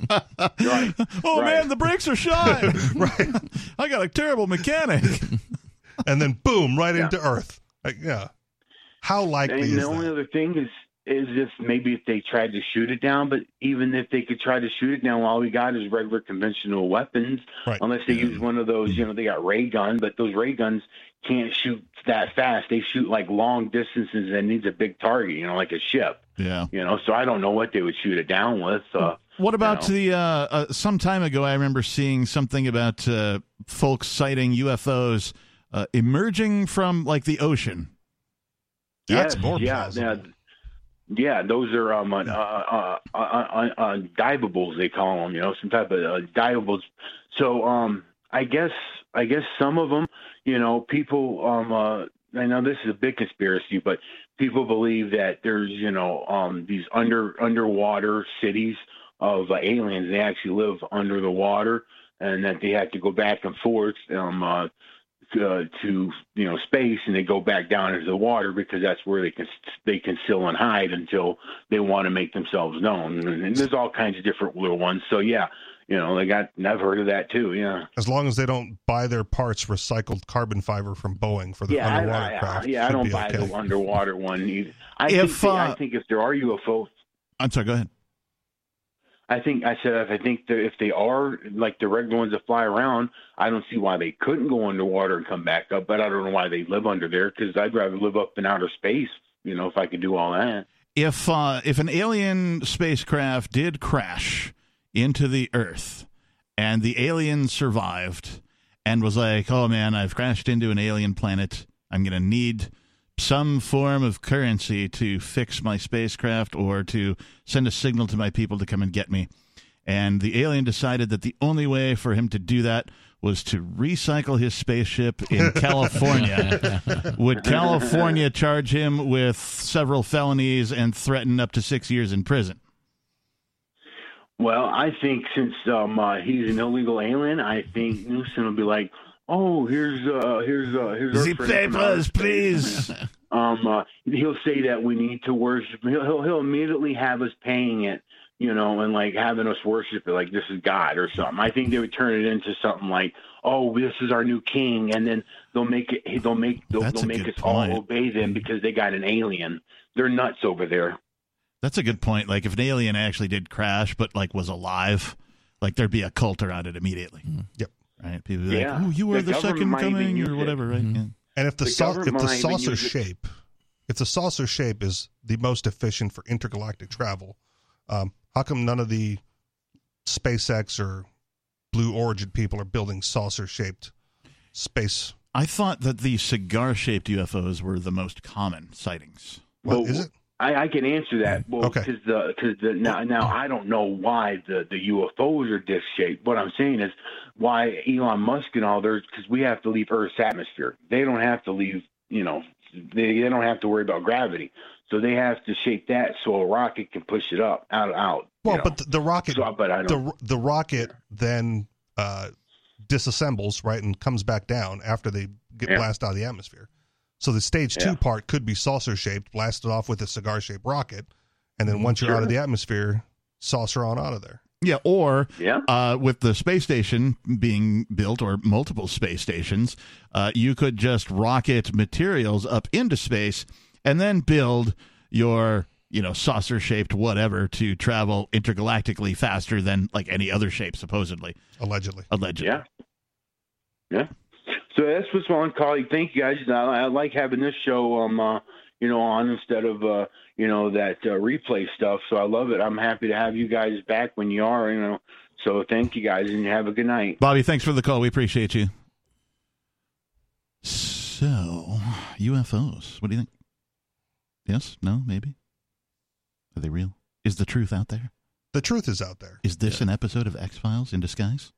A: Oh man, the brakes are shot. right. I got a terrible mechanic.
B: and then boom, right into Earth. Like, yeah, how likely
M: and
B: is
M: the
B: that?
M: only other thing is is if maybe if they tried to shoot it down, but even if they could try to shoot it down, all we got is regular conventional weapons,
B: Right.
M: unless they use one of those. You know, they got ray gun, but those ray guns can't shoot that fast. They shoot like long distances and needs a big target. You know, like a ship.
A: Yeah.
M: You know, so I don't know what they would shoot it down with. Uh,
A: What about
M: you know.
A: the uh, uh, some time ago? I remember seeing something about uh, folks sighting UFOs uh, emerging from like the ocean.
M: Yes, yeah, yeah, yeah. Those are um, uh, uh, uh, uh, uh, uh, divables they call them. You know, some type of uh, divables. So um, I guess I guess some of them, you know, people. Um, uh, I know this is a big conspiracy, but people believe that there's you know um, these under underwater cities of uh, aliens. They actually live under the water, and that they have to go back and forth. Um, uh, uh, to you know space and they go back down into the water because that's where they can they can still and hide until they want to make themselves known. And, and there's all kinds of different little ones. So yeah, you know they got. and I've heard of that too. Yeah.
B: As long as they don't buy their parts recycled carbon fiber from Boeing for the
M: yeah,
B: underwater
M: I, I,
B: craft.
M: I, yeah, I
B: should
M: don't
B: be
M: buy
B: okay.
M: the underwater one. either. I
A: If,
M: think they-
A: uh,
M: I think if there are UFO
A: I'm sorry. Go ahead.
M: I think I said I think that if they are like the regular ones that fly around, I don't see why they couldn't go underwater and come back up. But I don't know why they live under there because I'd rather live up in outer space. You know, if I could do all that.
A: if uh, if an alien spacecraft did crash into the Earth and the alien survived and was like, "Oh man, I've crashed into an alien planet. I'm gonna need some form of currency to fix my spacecraft or to send a signal to my people to come and get me." And the alien decided that the only way for him to do that was to recycle his spaceship in California. Would California charge him with several felonies and threaten up to six years in prison?
M: Well, I think since um, uh, he's an illegal alien, I think Newsom will be like, "Oh, here's uh, here's uh, here's our
A: The
M: friend from outer
A: papers, please.
M: um, uh, he'll say that we need to worship. He'll, he'll he'll immediately have us paying it, you know, and like having us worship it, like this is God or something. I think they would turn it into something like, oh, this is our new king, and then they'll make it. They'll make they'll,
A: That's
M: they'll
A: a
M: make
A: good
M: us
A: point.
M: all obey them because they got an alien. They're nuts over there.
A: That's a good point. Like, if an alien actually did crash, but like was alive, like there'd be a cult around it immediately.
B: Mm-hmm. Yep.
A: Right? People be
B: Yeah.
A: like, "Oh, you were
B: The
A: the,
B: government
A: second
B: might even
A: coming,"
B: use
A: or
B: it.
A: whatever, right? Yeah.
B: And if the,
M: The
B: sau- if
M: government
B: the
M: might even
B: saucer
M: use it-
B: shape, if the saucer shape is the most efficient for intergalactic travel, um, how come none of the SpaceX or Blue Origin people are building saucer shaped space?
A: I thought that the cigar-shaped UFOs were the most common sightings.
B: What is it? Mm.
M: I, I can answer that. Well, because the because the now now I don't know why the the UFOs are disc shaped. What I'm saying is why Elon Musk and all theirs because we have to leave Earth's atmosphere. They don't have to leave. You know, they they don't have to worry about gravity. So they have to shape that so a rocket can push it up out out.
B: Well, but the, the rocket,
M: So, but I don't.
B: the the rocket then uh, disassembles right and comes back down after they get
M: Yeah.
B: blasted out of the atmosphere. So the stage two part could be saucer shaped, blasted off with a cigar shaped rocket, and
M: Mm,
B: then once you're out of the atmosphere, saucer on out of there.
A: Yeah, or Uh, with the space station being built or multiple space stations, uh, you could just rocket materials up into space and then build your you know saucer shaped whatever to travel intergalactically faster than like any other shape supposedly
B: allegedly
A: allegedly
M: Yeah. Yeah. So that's what's on, colleague. Thank you guys. I, I like having this show, um, uh, you know, on instead of uh, you know that uh, replay stuff. So I love it. I'm happy to have you guys back when you are. You know. So thank you guys, and you have a good night.
A: Bobby thanks for the call we appreciate you so UFOs what do you think yes no maybe are they real is the truth out there
B: The truth is out there.
A: Is this an episode of X Files in disguise?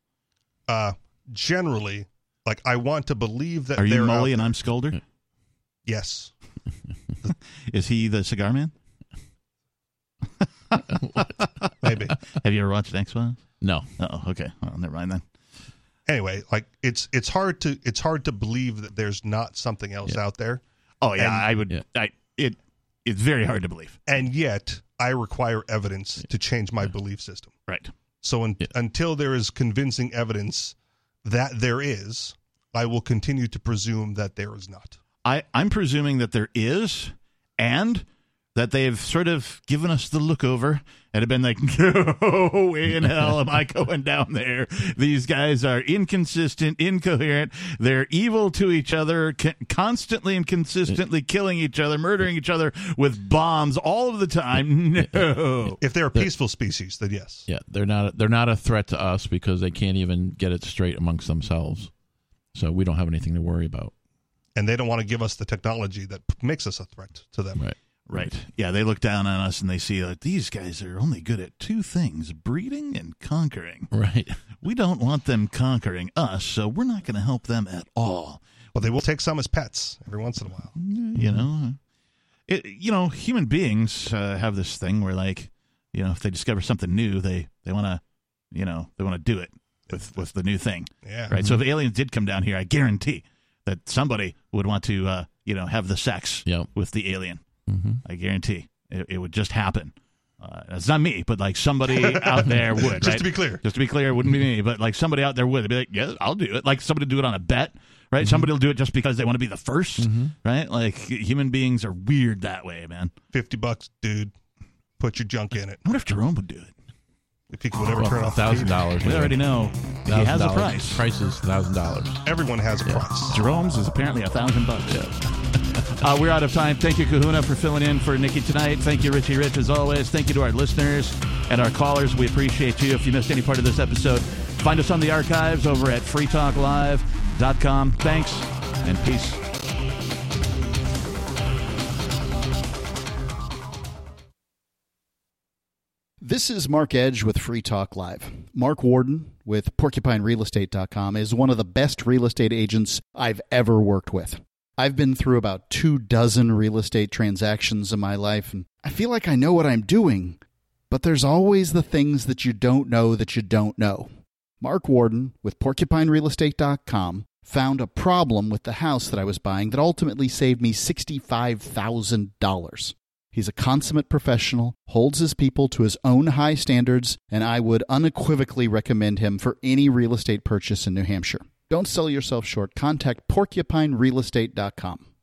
B: Uh, generally, like I want to believe that
A: Are
B: they're
A: you
B: out
A: Molly and
B: there.
A: I'm Scolder?
B: Yes.
A: Is he the cigar man?
B: Maybe.
A: Have you ever watched X Files?
C: No.
A: Oh, okay. Well, never mind then.
B: Anyway, like it's it's hard to it's hard to believe that there's not something else out there.
A: Oh yeah, I would. I it it's very hard to believe.
B: And yet, I require evidence to change my belief system.
A: Right.
B: So un- until there is convincing evidence that there is, I will continue to presume that there is not.
A: I I'm presuming that there is, and that they've sort of given us the look over and have been like, no way in hell am I going down there. These guys are inconsistent, incoherent. They're evil to each other, con- constantly and consistently killing each other, murdering each other with bombs all of the time. No.
B: If they're a peaceful species, then yes.
C: Yeah, they're not they're not a threat to us because they can't even get it straight amongst themselves. So we don't have anything to worry about.
B: And they don't want to give us the technology that p- makes us a threat to them.
C: Right.
A: Right. Yeah, they look down on us and they see that these guys are only good at two things breeding and conquering.
C: Right.
A: We don't want them conquering us, so we're not going to help them at all.
B: Well, they will take some as pets every once in a while.
A: You know, it, you know, human beings uh, have this thing where, like, you know, if they discover something new, they they want to, you know, they want to do it with with the new thing.
B: Yeah.
A: Right. So if aliens did come down here, I guarantee that somebody would want to, uh, you know, have the sex with the alien. I guarantee it, it would just happen. Uh, it's not me, but like somebody out there would.
B: Just
A: right?
B: to be clear.
A: just to be clear, it wouldn't be me, but like somebody out there would They'd be like, yeah, I'll do it. Like somebody do it on a bet, right?
B: Mm-hmm.
A: Somebody will do it just because they want to be the 1st right? Like human beings are weird that way, man.
B: Fifty bucks, dude. Put your junk in it.
A: I wonder if Jerome would do it.
B: If he could ever
C: Oh,
B: turn off the
C: thousand
B: TV.
C: dollars.
A: We already know he
C: Thousand
A: has a
C: dollars.
A: price.
C: Price is thousand dollars.
B: Everyone has a price.
A: Jerome's is apparently a thousand bucks. Uh, we're out of time. Thank you, Kahuna, for filling in for Nikki tonight. Thank you, Richie Rich, as always. Thank you to our listeners and our callers. We appreciate you. If you missed any part of this episode, find us on the archives over at freetalklive.com. Thanks and peace.
I: This is Mark Edge with Free Talk Live. Mark Warden with PorcupineRealEstate.com is one of the best real estate agents I've ever worked with. I've been through about two dozen real estate transactions in my life, and I feel like I know what I'm doing, but there's always the things that you don't know that you don't know. Mark Warden with PorcupineRealEstate.com found a problem with the house that I was buying that ultimately saved me $65,000. He's a consummate professional, holds his people to his own high standards, and I would unequivocally recommend him for any real estate purchase in New Hampshire. Don't sell yourself short. Contact porcupinerealestate.com.